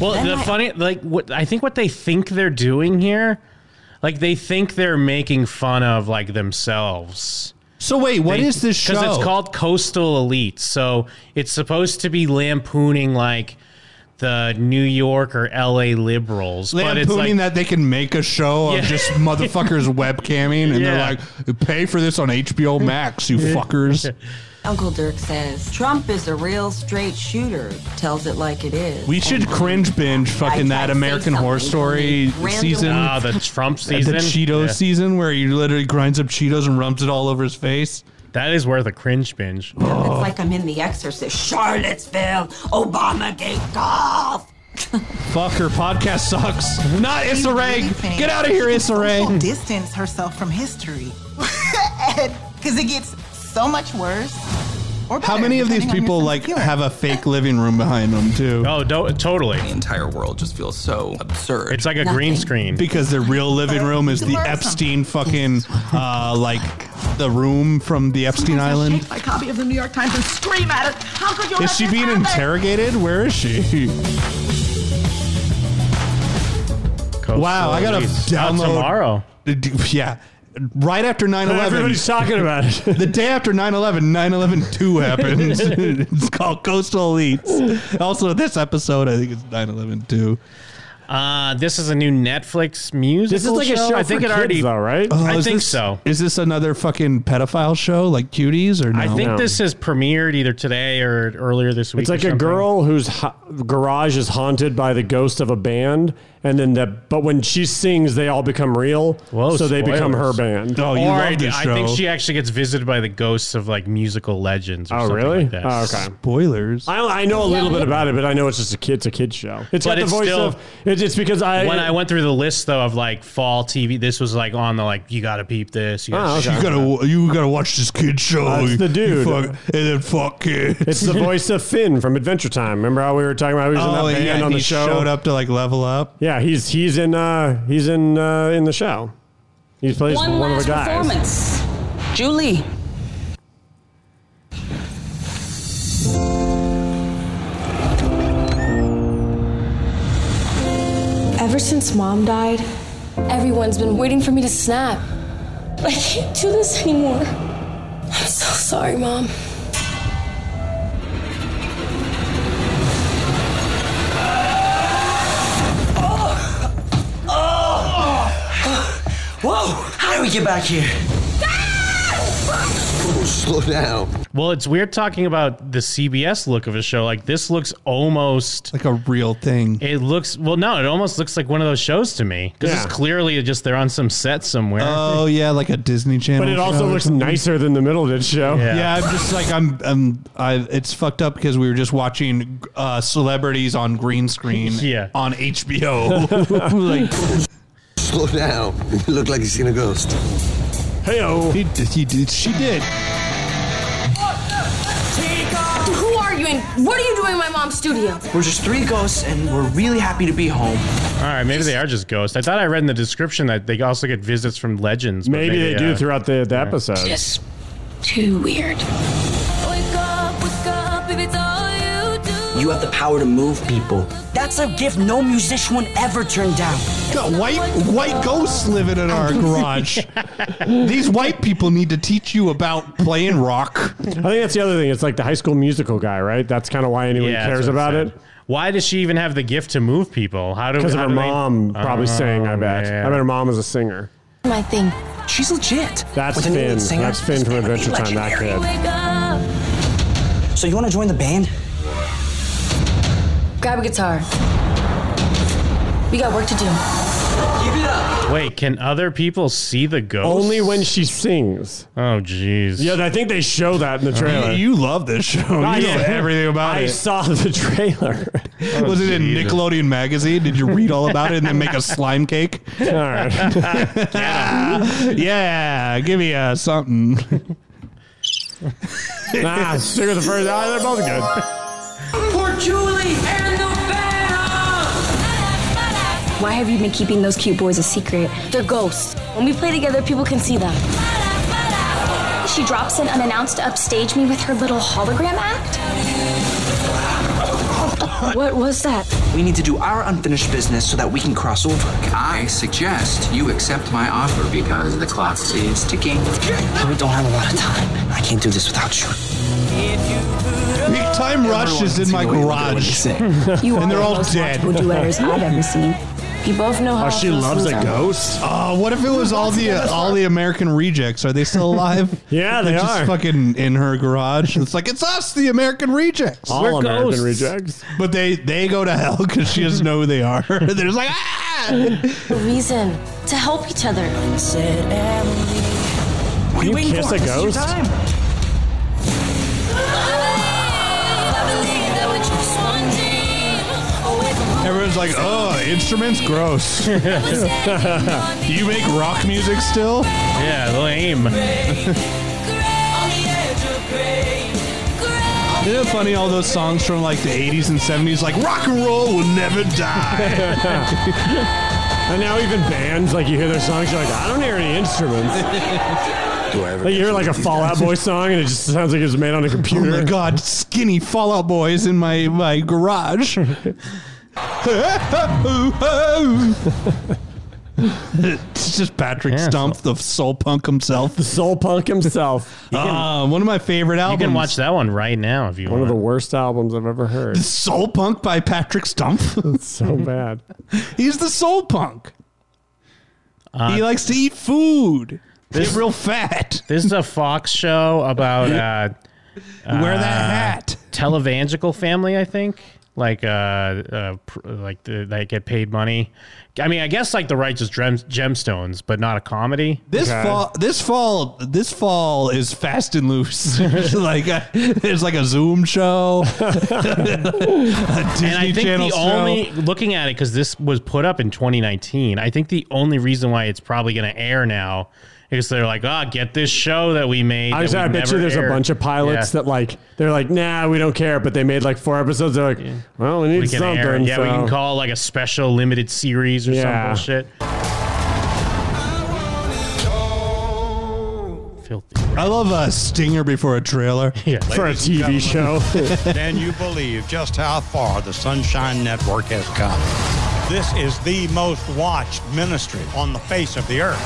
Speaker 5: Well,
Speaker 15: Then
Speaker 5: the
Speaker 15: I-
Speaker 5: funny, like, what I think what they think they're doing here, like they think they're making fun of like themselves.
Speaker 4: So wait, what
Speaker 5: what is
Speaker 4: is this
Speaker 5: Because
Speaker 4: show?
Speaker 5: it's called Coastal Elite, so it's supposed to be lampooning like the New York or L.A. liberals, but it's
Speaker 4: Lampooning
Speaker 5: like
Speaker 4: that they can make a show
Speaker 5: Yeah.
Speaker 4: of just motherfuckers webcamming, and
Speaker 5: Yeah.
Speaker 4: they're like, "Pay for this on HBO Max, you fuckers."
Speaker 13: Uncle Dirk says, Trump is a real straight shooter, tells it like it is.
Speaker 4: We should cringe binge fucking that American Horror Story season.
Speaker 5: Ah, the Trump season?
Speaker 4: The Cheetos
Speaker 5: Yeah.
Speaker 4: season where he literally grinds up Cheetos and rubs it all over his face.
Speaker 5: That is worth a cringe binge.
Speaker 13: It's like I'm in The Exorcist, Charlottesville, Obamagate golf.
Speaker 4: Fuck, her podcast sucks. Not
Speaker 14: She
Speaker 4: Issa Rae.
Speaker 14: really thinks
Speaker 4: Get out of here,
Speaker 14: she can
Speaker 4: Issa Rae.
Speaker 14: social Distance herself from history. Because it gets so much worse. Or
Speaker 4: How
Speaker 14: better,
Speaker 4: many of these
Speaker 14: depending on your
Speaker 4: people
Speaker 14: sense of
Speaker 4: like
Speaker 14: humor.
Speaker 4: have a fake living room behind them too?
Speaker 5: Oh, don't, totally.
Speaker 15: The entire world just feels so absurd.
Speaker 5: It's like a green screen.
Speaker 4: Because their real living room is the Epstein fucking uh like the room from the Epstein Island.
Speaker 14: Take my copy of the New York Times and scream at it. How could you?
Speaker 4: Is
Speaker 14: let
Speaker 4: she
Speaker 14: this
Speaker 4: being
Speaker 14: happen?"
Speaker 4: interrogated? Where is she? wow, I gotta
Speaker 5: Elite. Out
Speaker 4: download
Speaker 5: tomorrow.
Speaker 4: Yeah. Right after 9 11.
Speaker 3: Everybody's talking about it.
Speaker 4: the day after 9 11, 9 11 2 happens. it's called Coastal Elites. Also, this episode, I think it's 9 11 2.
Speaker 5: Uh, this is a new Netflix musical.
Speaker 4: This is like a show
Speaker 5: I think
Speaker 4: for
Speaker 5: it already. Oh,
Speaker 4: kids, though, Oh,
Speaker 3: right?
Speaker 5: I
Speaker 4: is
Speaker 5: think
Speaker 4: this-
Speaker 5: so.
Speaker 4: Is this another fucking pedophile show like Cuties or no?
Speaker 5: I think this has premiered either today or earlier this week.
Speaker 3: It's like
Speaker 5: or
Speaker 3: a
Speaker 5: something.
Speaker 3: girl whose ha- garage is haunted by the ghost of a band, and then the but when she sings, they all become real.
Speaker 5: Whoa,
Speaker 3: so they become her
Speaker 5: spoilers.
Speaker 3: band.
Speaker 4: Oh,
Speaker 5: Or I, I think she actually gets visited by the ghosts of like musical legends. Or
Speaker 3: Oh,
Speaker 5: something
Speaker 3: really?
Speaker 5: Like that.
Speaker 3: Oh, okay.
Speaker 4: Spoilers.
Speaker 3: I, I know a little bit about it, but I know it's just a kid. It's a kid show. It's
Speaker 5: But
Speaker 3: got the
Speaker 5: it's
Speaker 3: voice
Speaker 5: still-
Speaker 3: of it, it's because I
Speaker 5: when I went through the list though of like fall TV, this was like on the like you gotta peep this. You gotta,
Speaker 3: Oh, okay.
Speaker 5: check it out.
Speaker 3: you gotta watch this kid show. That's the dude.
Speaker 5: fuck-
Speaker 3: and then fuck kids. It's the voice of Finn from Adventure Time. Remember how we were talking about he was
Speaker 4: Oh,
Speaker 3: in that band
Speaker 4: yeah, and
Speaker 3: on the
Speaker 4: he
Speaker 3: show?
Speaker 4: showed up to like level up.
Speaker 3: Yeah, he's he's in uh he's in uh in the show. He plays one,
Speaker 8: One last
Speaker 3: of the guys.
Speaker 8: performance. Julie.
Speaker 16: Ever since mom died, everyone's been waiting for me to snap. But I can't do this anymore. I'm so sorry, mom.
Speaker 6: Whoa! How do we get back here?
Speaker 5: Slow down. Well, it's weird talking about the CBS look of a show. Like this looks almost
Speaker 4: like a real thing.
Speaker 5: It looks well, no, it almost looks like one of those shows to me because
Speaker 3: Yeah. Uh,
Speaker 5: it's clearly just they're on some set somewhere.
Speaker 4: Oh yeah, like a Disney Channel.
Speaker 5: But it also
Speaker 4: show or
Speaker 5: looks
Speaker 4: something.
Speaker 3: nicer than the Middleditch show.
Speaker 4: Yeah.
Speaker 5: Yeah.
Speaker 4: I'm just like I'm. I'm. I. It's fucked up because we were just watching uh, celebrities on green screen.
Speaker 5: Yeah.
Speaker 4: on HBO. like,
Speaker 17: Slow down. You look like you've seen a ghost.
Speaker 3: Heyo.
Speaker 4: He, did- he did. She did.
Speaker 16: Who are you and what are you doing in my mom's studio?
Speaker 15: We're just three ghosts, and we're really happy to be home.
Speaker 5: All right, maybe they are just ghosts. I thought I read in the description that they also get visits from legends. but
Speaker 3: Maybe they do throughout the- the episodes.
Speaker 16: Just too weird.
Speaker 8: Wake up, wake up, if it's all you do.
Speaker 6: You have the power to move people. That's a gift no musician would ever turn down.
Speaker 4: Got white white ghosts living in our garage. These white people need to teach you about playing rock.
Speaker 3: I think that's the other thing. It's like the High School Musical guy, right? That's kind of why anyone
Speaker 5: Yeah,
Speaker 3: cares
Speaker 5: that's what I
Speaker 3: about it.
Speaker 5: said. Why does she even have the gift to move people? How do
Speaker 3: Because of
Speaker 5: how
Speaker 3: her
Speaker 5: do they-
Speaker 3: mom probably
Speaker 5: Oh,
Speaker 3: sang. I bet. I
Speaker 5: yeah.
Speaker 3: bet her mom was a singer.
Speaker 16: My thing.
Speaker 6: She's legit.
Speaker 3: That's
Speaker 6: With an
Speaker 3: Finn.
Speaker 6: Indian singer,
Speaker 3: That's Finn from Adventure Time. That kid.
Speaker 8: Wake up.
Speaker 6: So you want to join the band?
Speaker 16: Grab a guitar. We got work to do.
Speaker 5: Wait, can other people see the ghosts?
Speaker 3: Only when she sings.
Speaker 5: Oh, jeez.
Speaker 3: Yeah, I think they show that in the trailer.
Speaker 4: You love this show. You know
Speaker 3: I did.
Speaker 4: everything about
Speaker 3: I
Speaker 4: it.
Speaker 3: saw the trailer.
Speaker 4: Was it in Nickelodeon magazine? Did you read all about it and then make a slime cake? All
Speaker 3: right.
Speaker 4: yeah, give me uh, something.
Speaker 3: nah, stick with the first. Ah, they're both good.
Speaker 8: For Julie and the Phantom.
Speaker 16: Why have you been keeping those cute boys a secret? They're ghosts. When we play together, people can see them. She drops in unannounced to upstage me with her little hologram act? What was that?
Speaker 6: We need to do our unfinished business so that we can cross over.
Speaker 7: I suggest you accept my offer because the clock is ticking.
Speaker 6: We don't have a lot of time. I can't do this without you.
Speaker 4: Big Time Rush is in my garage. and they're all dead.
Speaker 16: I've ever seen. You both know
Speaker 4: Oh, Oh, what if it was all the uh, all the American rejects? Are they still alive?
Speaker 3: Yeah, they
Speaker 4: They're just
Speaker 3: are.
Speaker 4: fucking in her garage. It's like it's us, the American rejects.
Speaker 3: All We're American ghosts. rejects.
Speaker 4: But they they go to hell because she doesn't know who they are. They're just like ah.
Speaker 16: A reason to help each other.
Speaker 3: Can you,
Speaker 16: waiting
Speaker 3: kiss
Speaker 16: for?
Speaker 3: a
Speaker 16: This is your
Speaker 3: ghost?
Speaker 16: time.
Speaker 4: Everyone's like, oh, instruments, gross. you make rock music still?
Speaker 5: Yeah, lame.
Speaker 4: Isn't it funny all those songs from like the 80s and 70s, like rock and roll will never die.
Speaker 3: And now even bands, like you hear their songs, you're like, I don't hear any instruments. like you hear like a Fallout Boy song, and it just sounds like it was made on a
Speaker 4: oh
Speaker 3: computer.
Speaker 4: my god, skinny Fallout Boys in my my garage. it's just Patrick Stump, the soul punk himself. The
Speaker 3: soul punk himself.
Speaker 4: Uh, one of my favorite
Speaker 5: You
Speaker 4: albums.
Speaker 5: can watch that one right now if you
Speaker 3: One of
Speaker 5: want.
Speaker 3: the worst albums I've ever heard.
Speaker 4: The Soul Punk by Patrick Stump.
Speaker 3: It's so bad.
Speaker 4: He's the soul punk.
Speaker 5: Uh,
Speaker 4: he likes to eat food. Get real fat.
Speaker 5: This is a Fox show about uh,
Speaker 4: Wear that
Speaker 5: hat. Televangelical family, I think. like uh, uh pr- like the, that get paid money. I mean, I guess like the righteous Gem- gemstones, but not a comedy.
Speaker 4: This fall, this fall, this fall is fast and loose. like uh, there's like a Zoom show, a Disney
Speaker 5: and I think
Speaker 4: Channel
Speaker 5: the
Speaker 4: show.
Speaker 5: only looking at it because this was put up in 2019. I think the only reason why it's probably going to air now is they're like, ah, get this show that we made.
Speaker 3: I, was,
Speaker 5: that
Speaker 3: I
Speaker 5: we
Speaker 3: bet you
Speaker 5: never
Speaker 3: there's
Speaker 5: aired."
Speaker 3: a bunch of pilots
Speaker 5: Yeah.
Speaker 3: that like they're like, nah, we don't care, but they made like four episodes. They're like, well, we need
Speaker 5: we can
Speaker 3: something.
Speaker 5: air. Yeah, we
Speaker 3: so-
Speaker 5: can call it, like a special limited series or
Speaker 3: Yeah.
Speaker 5: some bullshit.
Speaker 4: I love a stinger before a trailer.
Speaker 5: Yeah,
Speaker 18: then you believe just how far the Sunshine Network has come. This is the most watched ministry on the face of the earth.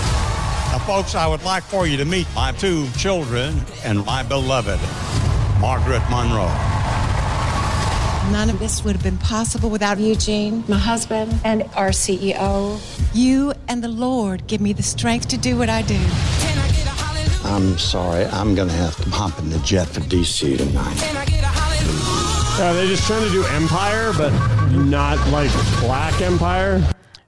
Speaker 18: Now, folks, I would like for you to meet my two children and my beloved, Margaret Monroe.
Speaker 12: None of this would have been possible without Eugene, my husband, and our E CEO. You and the Lord give me the strength to do what I do.
Speaker 17: I'm sorry, I'm gonna have to hop in the jet for DC tonight.
Speaker 3: Are they just trying to do Empire, but not like Black Empire?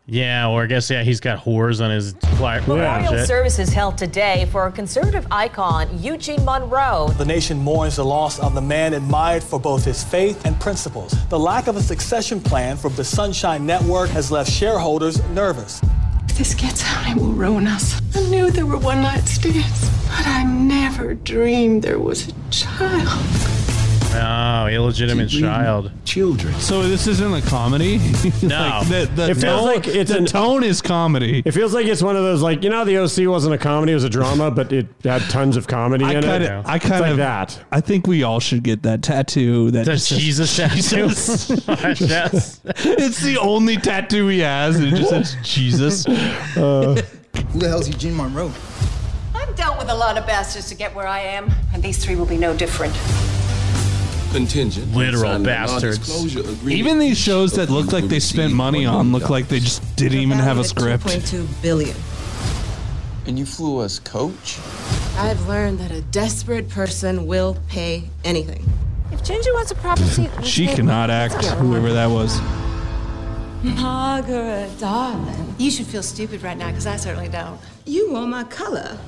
Speaker 5: Yeah, or I guess yeah, he's got whores on his flyer.
Speaker 19: Memorial services held today for a conservative icon, Eugene Monroe.
Speaker 20: The nation mourns the loss of the man admired for both his faith and principles. The lack of a succession plan for the Sunshine Network has left shareholders nervous.
Speaker 21: If this gets out, it will ruin us. I knew there were one night stands, but I never dreamed there was a child.
Speaker 5: Oh, illegitimate child.
Speaker 17: Children.
Speaker 4: So this isn't a comedy.
Speaker 5: No.
Speaker 4: the, the
Speaker 3: it feels
Speaker 4: tone-
Speaker 3: like it's
Speaker 4: the
Speaker 3: an-
Speaker 4: tone is comedy.
Speaker 3: It feels like it's one of those like you know the OC wasn't a comedy, it was a drama, but it had tons of comedy
Speaker 4: I
Speaker 3: in
Speaker 4: kind
Speaker 3: it.
Speaker 4: of, I
Speaker 3: It's
Speaker 4: kind
Speaker 3: like
Speaker 4: of
Speaker 3: that.
Speaker 4: I think we all should get that tattoo. That
Speaker 5: The
Speaker 4: just says
Speaker 5: Jesus tattoo. Yes.
Speaker 4: it's the only tattoo he has. And it just says Jesus.
Speaker 9: Who the hell's Eugene Monroe?
Speaker 22: I've dealt with a lot of bastards to get where I am, and these three will be no different.
Speaker 17: Contingent.
Speaker 4: Literal bastards. Even these shows that look like they spent money on look like they just didn't even have a script.
Speaker 23: 2.2 billion.
Speaker 17: And you flew us coach?
Speaker 23: I've learned that a desperate person will pay anything.
Speaker 22: If Ginger wants a proper seat,
Speaker 4: She cannot act. Whoever that was.
Speaker 23: Margaret, darling.
Speaker 12: You should feel stupid right now, because I certainly don't.
Speaker 23: You are my color.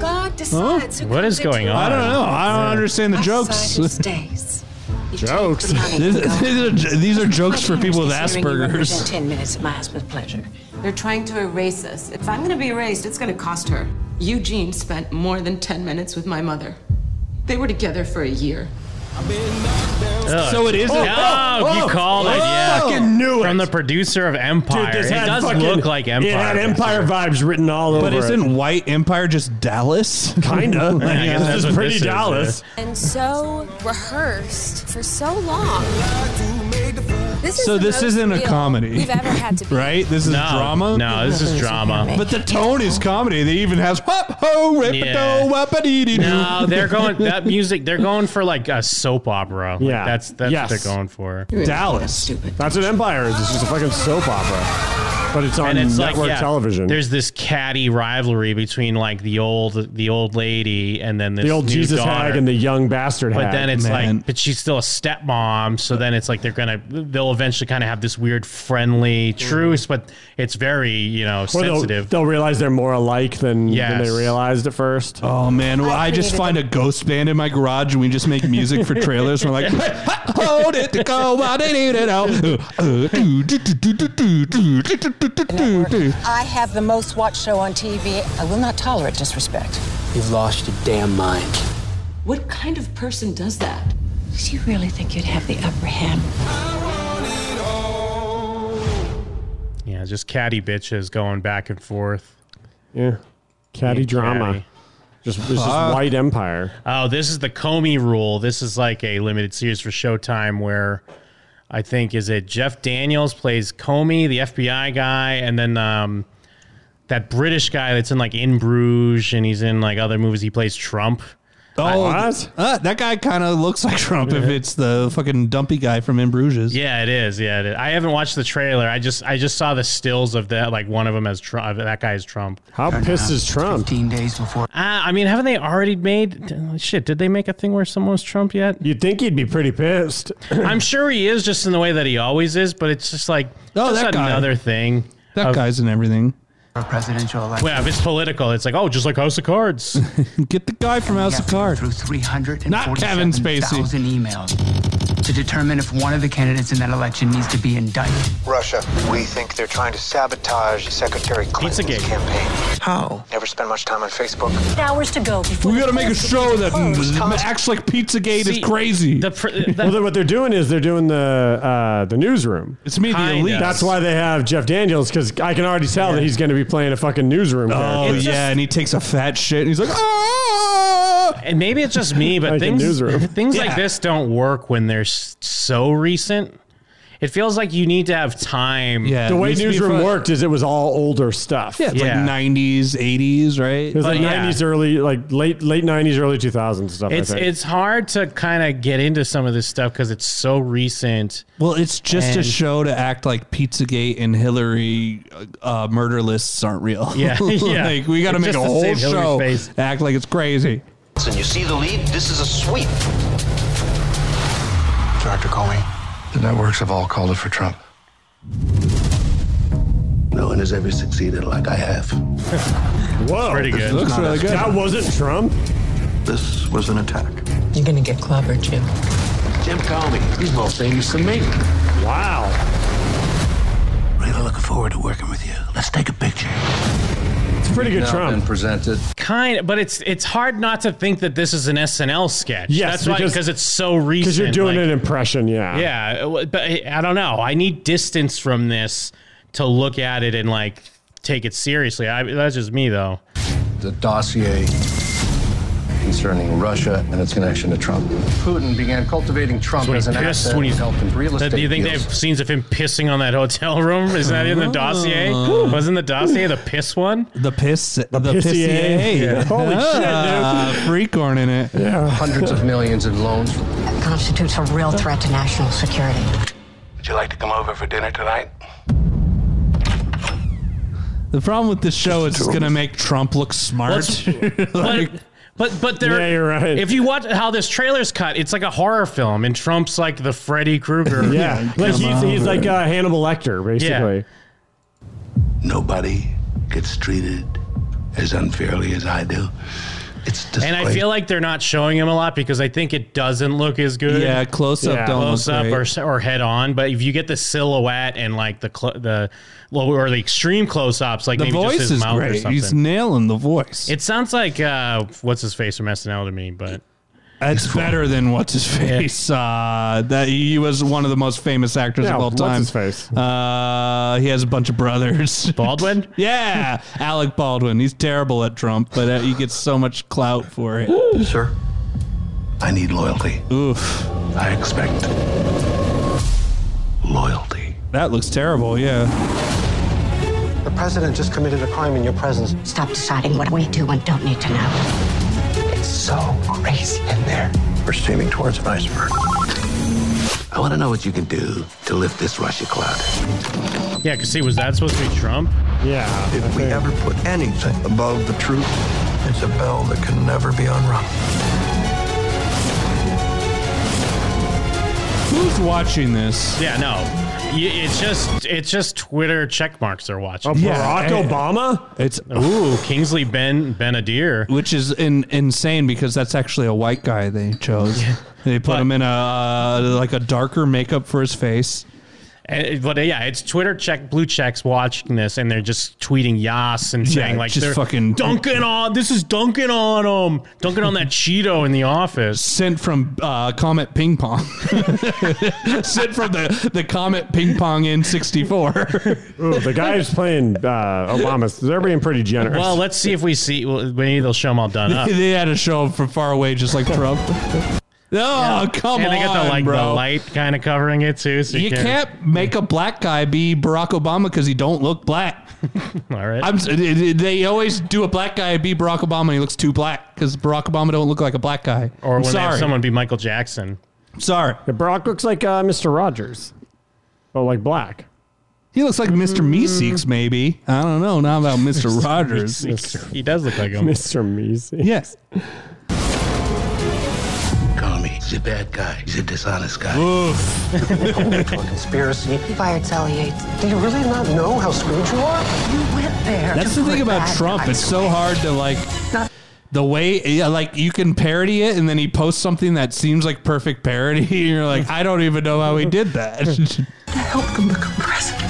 Speaker 22: God decides who
Speaker 5: What
Speaker 22: comes
Speaker 5: is going
Speaker 22: into
Speaker 5: on?
Speaker 4: I don't know. I don't
Speaker 5: Yeah.
Speaker 4: understand the jokes.
Speaker 22: Outsiders stays.
Speaker 4: Jokes. these, these are, these are jokes for people with
Speaker 22: Considering you represent
Speaker 4: Asperger's.
Speaker 22: Ten minutes of my husband's pleasure.
Speaker 23: They're trying to erase us. If I'm gonna be erased, it's gonna cost her. Eugene spent more than 10 minutes with my mother. They were together for a year.
Speaker 5: Ugh.
Speaker 23: So it is
Speaker 5: Oh,
Speaker 23: a-
Speaker 5: oh,
Speaker 23: oh,
Speaker 5: you called
Speaker 23: oh,
Speaker 5: it. Yeah,
Speaker 3: fucking knew it.
Speaker 5: From the producer of Empire.
Speaker 3: Dude, this
Speaker 5: it
Speaker 3: had
Speaker 5: does
Speaker 3: fucking-
Speaker 5: look like Empire.
Speaker 3: It had Empire vibes written all over
Speaker 4: But
Speaker 3: it.
Speaker 4: isn't White Empire just Dallas?
Speaker 3: Kinda.
Speaker 4: Like,
Speaker 3: Yeah, I guess that's
Speaker 4: this is
Speaker 3: what
Speaker 4: pretty
Speaker 3: this is,
Speaker 4: Dallas.
Speaker 22: And so rehearsed for so long. This is
Speaker 4: So
Speaker 22: the
Speaker 4: this
Speaker 22: most
Speaker 4: isn't a
Speaker 22: real
Speaker 4: comedy,
Speaker 22: We've ever had to be.
Speaker 4: right? This is
Speaker 5: No.
Speaker 4: drama.
Speaker 5: No, this is drama.
Speaker 4: But the tone is comedy. They even has hop ho rip
Speaker 5: Yeah.
Speaker 4: a
Speaker 5: No, they're going that music. They're going for like a soap opera. Like,
Speaker 3: Yeah.
Speaker 5: that's that's
Speaker 3: Yes.
Speaker 5: what they're going for.
Speaker 3: Dallas. That's what Empire is. It's just a fucking soap opera, but it's on
Speaker 5: and it's
Speaker 3: network
Speaker 5: like yeah,
Speaker 3: television.
Speaker 5: There's this catty rivalry between like the old the old lady and then this
Speaker 3: the old
Speaker 5: new
Speaker 3: Jesus
Speaker 5: daughter.
Speaker 3: hag and the young bastard
Speaker 5: But
Speaker 3: hag.
Speaker 5: then it's
Speaker 3: Man.
Speaker 5: like, but she's still a stepmom. So then it's like they're gonna, they'll eventually kind of have this weird friendly truce, but it's very, you know,
Speaker 3: Or they'll,
Speaker 5: sensitive.
Speaker 3: they'll realize they're more alike than, than
Speaker 5: Yes.
Speaker 3: they realized at first.
Speaker 4: Oh man, well, I, just find a ghost band in my garage and we just make music for trailers. We're like, hold it to go, I need it out. uh,
Speaker 12: I have the most watched show on TV. I will not tolerate disrespect.
Speaker 10: You've lost your damn mind.
Speaker 23: What kind of person does that?
Speaker 12: Did you really think you'd have the upper hand?
Speaker 5: yeah, just catty bitches going back and forth.
Speaker 3: Yeah. Caddy
Speaker 5: Yeah, Ah.
Speaker 3: drama.
Speaker 5: catty.
Speaker 3: Just, it's just white empire.
Speaker 5: Oh, this is the Comey rule. This is like a limited series for Showtime where I think is it Jeff Daniels plays Comey, the FBI guy, and then um, that British guy that's in like In Bruges and he's in like other movies. He plays Trump.
Speaker 4: Oh, uh, that guy kind of looks like Trump if it's the fucking dumpy guy from In Bruges.
Speaker 5: Yeah, it is. Yeah, it is. I haven't watched the trailer. I just I just saw the stills of that. Like one of them as Trump. of That guy is Trump. How
Speaker 3: pissed is Trump?
Speaker 5: Fifteen days before. Uh, I mean, haven't they already made shit? Did they make a thing where someone was Trump yet?
Speaker 3: You'd think he'd be pretty pissed.
Speaker 5: I'm sure he is, just in the way that he always is. But it's just like
Speaker 4: Oh,
Speaker 5: just
Speaker 4: that guy.
Speaker 5: another thing.
Speaker 4: That guy's in everything.
Speaker 5: A presidential election. Well, if it's political, it's like oh, just like House of Cards.
Speaker 4: Get the guy from House of Cards.
Speaker 5: Through
Speaker 24: three hundred
Speaker 4: Not Kevin Spacey.
Speaker 24: 47,000 emails to determine if one of the candidates in that election needs to be indicted.
Speaker 14: Russia, we think they're trying to sabotage Secretary Clinton's campaign. How? Never spend much time on Facebook.
Speaker 16: Hours to go before.
Speaker 4: We gotta make a show that
Speaker 14: Thomas-
Speaker 4: acts like Pizzagate is
Speaker 3: See,
Speaker 4: crazy.
Speaker 3: well, then what they're doing is they're doing the uh, the newsroom. It's
Speaker 4: me, the Kinda. elite.
Speaker 3: That's why they have Jeff Daniels because I can already tell that he's going to be playing a fucking newsroom.
Speaker 4: oh
Speaker 3: character.
Speaker 4: yeah, and he takes a fat shit and he's like, ah!
Speaker 5: And maybe it's just me, but
Speaker 3: Like a
Speaker 5: things
Speaker 3: newsroom.
Speaker 5: things
Speaker 3: Yeah.
Speaker 5: like this don't work when they're s- so recent. It feels like you need to have time.
Speaker 3: The way newsroom worked is it was all older stuff.
Speaker 5: Yeah, it's like Yeah.
Speaker 4: 90s, 80s, right?
Speaker 3: It was like
Speaker 5: But yeah.
Speaker 3: 90s, early, like late late 90s, early 2000s stuff.
Speaker 5: It's
Speaker 3: I think.
Speaker 5: it's hard to kind of get into some of this stuff because it's so recent.
Speaker 4: Well, it's just a
Speaker 5: And-
Speaker 4: show to act like Pizzagate and Hillary uh, murder lists aren't real.
Speaker 5: Yeah, yeah.
Speaker 4: like we got to
Speaker 5: It's
Speaker 4: make a
Speaker 5: just to
Speaker 4: whole
Speaker 5: save Hillary's
Speaker 4: show
Speaker 5: face.
Speaker 4: act like it's crazy.
Speaker 14: Listen, you see the lead? This is a sweep. Dr. Comey, the networks have all called it for Trump. No one has ever succeeded like I have.
Speaker 3: Whoa.
Speaker 14: Pretty good. Looks really good.
Speaker 3: That wasn't Trump.
Speaker 14: This was an attack.
Speaker 2: You're gonna get clobbered, Jim.
Speaker 14: Jim Comey, he's more famous than me.
Speaker 3: Wow.
Speaker 14: Really looking forward to working with you. Let's take a picture.
Speaker 3: It's pretty good
Speaker 14: Now
Speaker 3: Trump.
Speaker 14: been presented.
Speaker 5: Kind, but it's it's hard not to think that this is an SNL sketch.
Speaker 3: Yes,
Speaker 5: that's why
Speaker 3: because-
Speaker 5: because it's so recent.
Speaker 3: Because you're doing
Speaker 5: like-
Speaker 3: an impression, yeah.
Speaker 5: Yeah, it wa- but I- I don't know. I need distance from this to look at it and like take it seriously. I, that's just me though.
Speaker 14: The dossier concerning Russia and its connection to Trump. Putin began cultivating Trump as an
Speaker 5: Pissed
Speaker 14: asset
Speaker 5: when
Speaker 14: and
Speaker 5: he's-
Speaker 14: helped in real
Speaker 5: that-
Speaker 14: estate
Speaker 5: do you think
Speaker 14: deals.
Speaker 5: they have scenes of him pissing on that hotel room? Is that in the dossier? Wasn't the dossier the piss one?
Speaker 4: The piss, E the,
Speaker 5: pissier.
Speaker 4: pissier.
Speaker 5: E Yeah. Holy shit,
Speaker 4: Ah, Free corn in it.
Speaker 3: Yeah.
Speaker 14: Hundreds of millions in loans. Would
Speaker 2: That constitutes a real threat to national security.
Speaker 14: you like to come over for dinner tonight?
Speaker 4: The problem with this show is it's going to make Trump look smart.
Speaker 5: But but but there.
Speaker 4: Yeah, you're right.
Speaker 5: If you watch how this trailer's cut, it's like a horror film, and Trump's like the Freddy Krueger.
Speaker 3: Yeah. like he's, he's like uh, Hannibal Lecter, basically.
Speaker 14: Nobody gets treated as unfairly as I do. It's disgrace.
Speaker 5: And I feel like they're not showing him a lot because I think it doesn't look as good.
Speaker 4: Yeah, close up don't look
Speaker 5: close up or,
Speaker 4: great.
Speaker 5: or head on. But if you get the silhouette and like the cl- the or the extreme close ups, like
Speaker 4: the
Speaker 5: maybe
Speaker 4: voice
Speaker 5: just his
Speaker 4: is
Speaker 5: mouth or
Speaker 4: great.
Speaker 5: something.
Speaker 4: He's nailing the voice.
Speaker 5: it sounds like uh, what's his face from SNL to me, but
Speaker 4: It's better than what's his face. Uh, that he was one of the most famous actors
Speaker 5: Yeah,
Speaker 4: of all
Speaker 5: what's
Speaker 4: time.
Speaker 5: his
Speaker 3: face?
Speaker 4: Uh, he has a bunch of brothers.
Speaker 5: Baldwin.
Speaker 4: yeah, Alec Baldwin. He's terrible at Trump, but uh, he gets so much clout for it.
Speaker 14: Sir, I need loyalty.
Speaker 4: Oof.
Speaker 14: I expect loyalty.
Speaker 4: That looks terrible. Yeah.
Speaker 14: The president just committed a crime in your presence.
Speaker 2: Stop deciding what we do and don't need to know.
Speaker 14: It's so crazy in there. We're steaming towards an iceberg. I want to know what you can do to lift this Russia cloud.
Speaker 5: yeah, because see, was that supposed to be Trump?
Speaker 3: Yeah.
Speaker 14: If we ever put anything above the truth, it's a bell that can never be unrung.
Speaker 4: Who's watching this?
Speaker 5: Yeah, no. Y- It's just it's just Twitter check marks are watching.
Speaker 4: Oh, Yeah. Barack
Speaker 3: Obama.
Speaker 4: It's
Speaker 5: ooh Kingsley Ben Benadir.
Speaker 4: Which is in, insane because that's actually a white guy they chose. They put him in a uh, like a darker makeup for his face.
Speaker 5: And- but uh, yeah, it's Twitter check blue checks watching this, and they're just tweeting yas and
Speaker 4: Yeah,
Speaker 5: saying like
Speaker 4: just
Speaker 5: they're
Speaker 4: fucking-
Speaker 5: dunking on this is dunking on them, dunking on that Cheeto in the office.
Speaker 4: Sent from uh, Comet Ping Pong. Sent from the, the Comet Ping Pong in 64.
Speaker 3: Ooh, the guy's playing uh, Obama's. They're being pretty generous.
Speaker 5: Well, let's see if we see. Well, maybe they'll show them all done up.
Speaker 4: they had a show from far away just like Trump. Oh, come
Speaker 5: and they got the
Speaker 4: on,
Speaker 5: like the
Speaker 4: bro.
Speaker 5: light kind of covering it too. So you,
Speaker 4: You can't make a black guy be Barack Obama because he don't look black.
Speaker 5: All right.
Speaker 4: I'm, they always do a black guy be Barack Obama and he looks too black because Barack Obama don't look like a black guy.
Speaker 5: or
Speaker 4: I'm
Speaker 5: when they have
Speaker 4: sorry.
Speaker 5: someone be Michael Jackson.
Speaker 4: Sorry.
Speaker 3: Brock looks like uh, Mr. Rogers, but like black.
Speaker 4: He looks like Mr. Meeseeks, maybe. I don't know. Not about Mr. Rogers.
Speaker 5: Meeseeks. He does look like him.
Speaker 3: Mr. Meeseeks.
Speaker 4: Yes.
Speaker 1: Kami. He's a bad guy. He's a dishonest guy. conspiracy.
Speaker 2: You fired Sally Yates. Do you really not know how screwed you are? You went there.
Speaker 4: That's the thing about Trump. It's so hard to like the way yeah, like you can parody it and then he posts something that seems like perfect parody and you're like, I don't even know how he did that.
Speaker 9: Help them become president.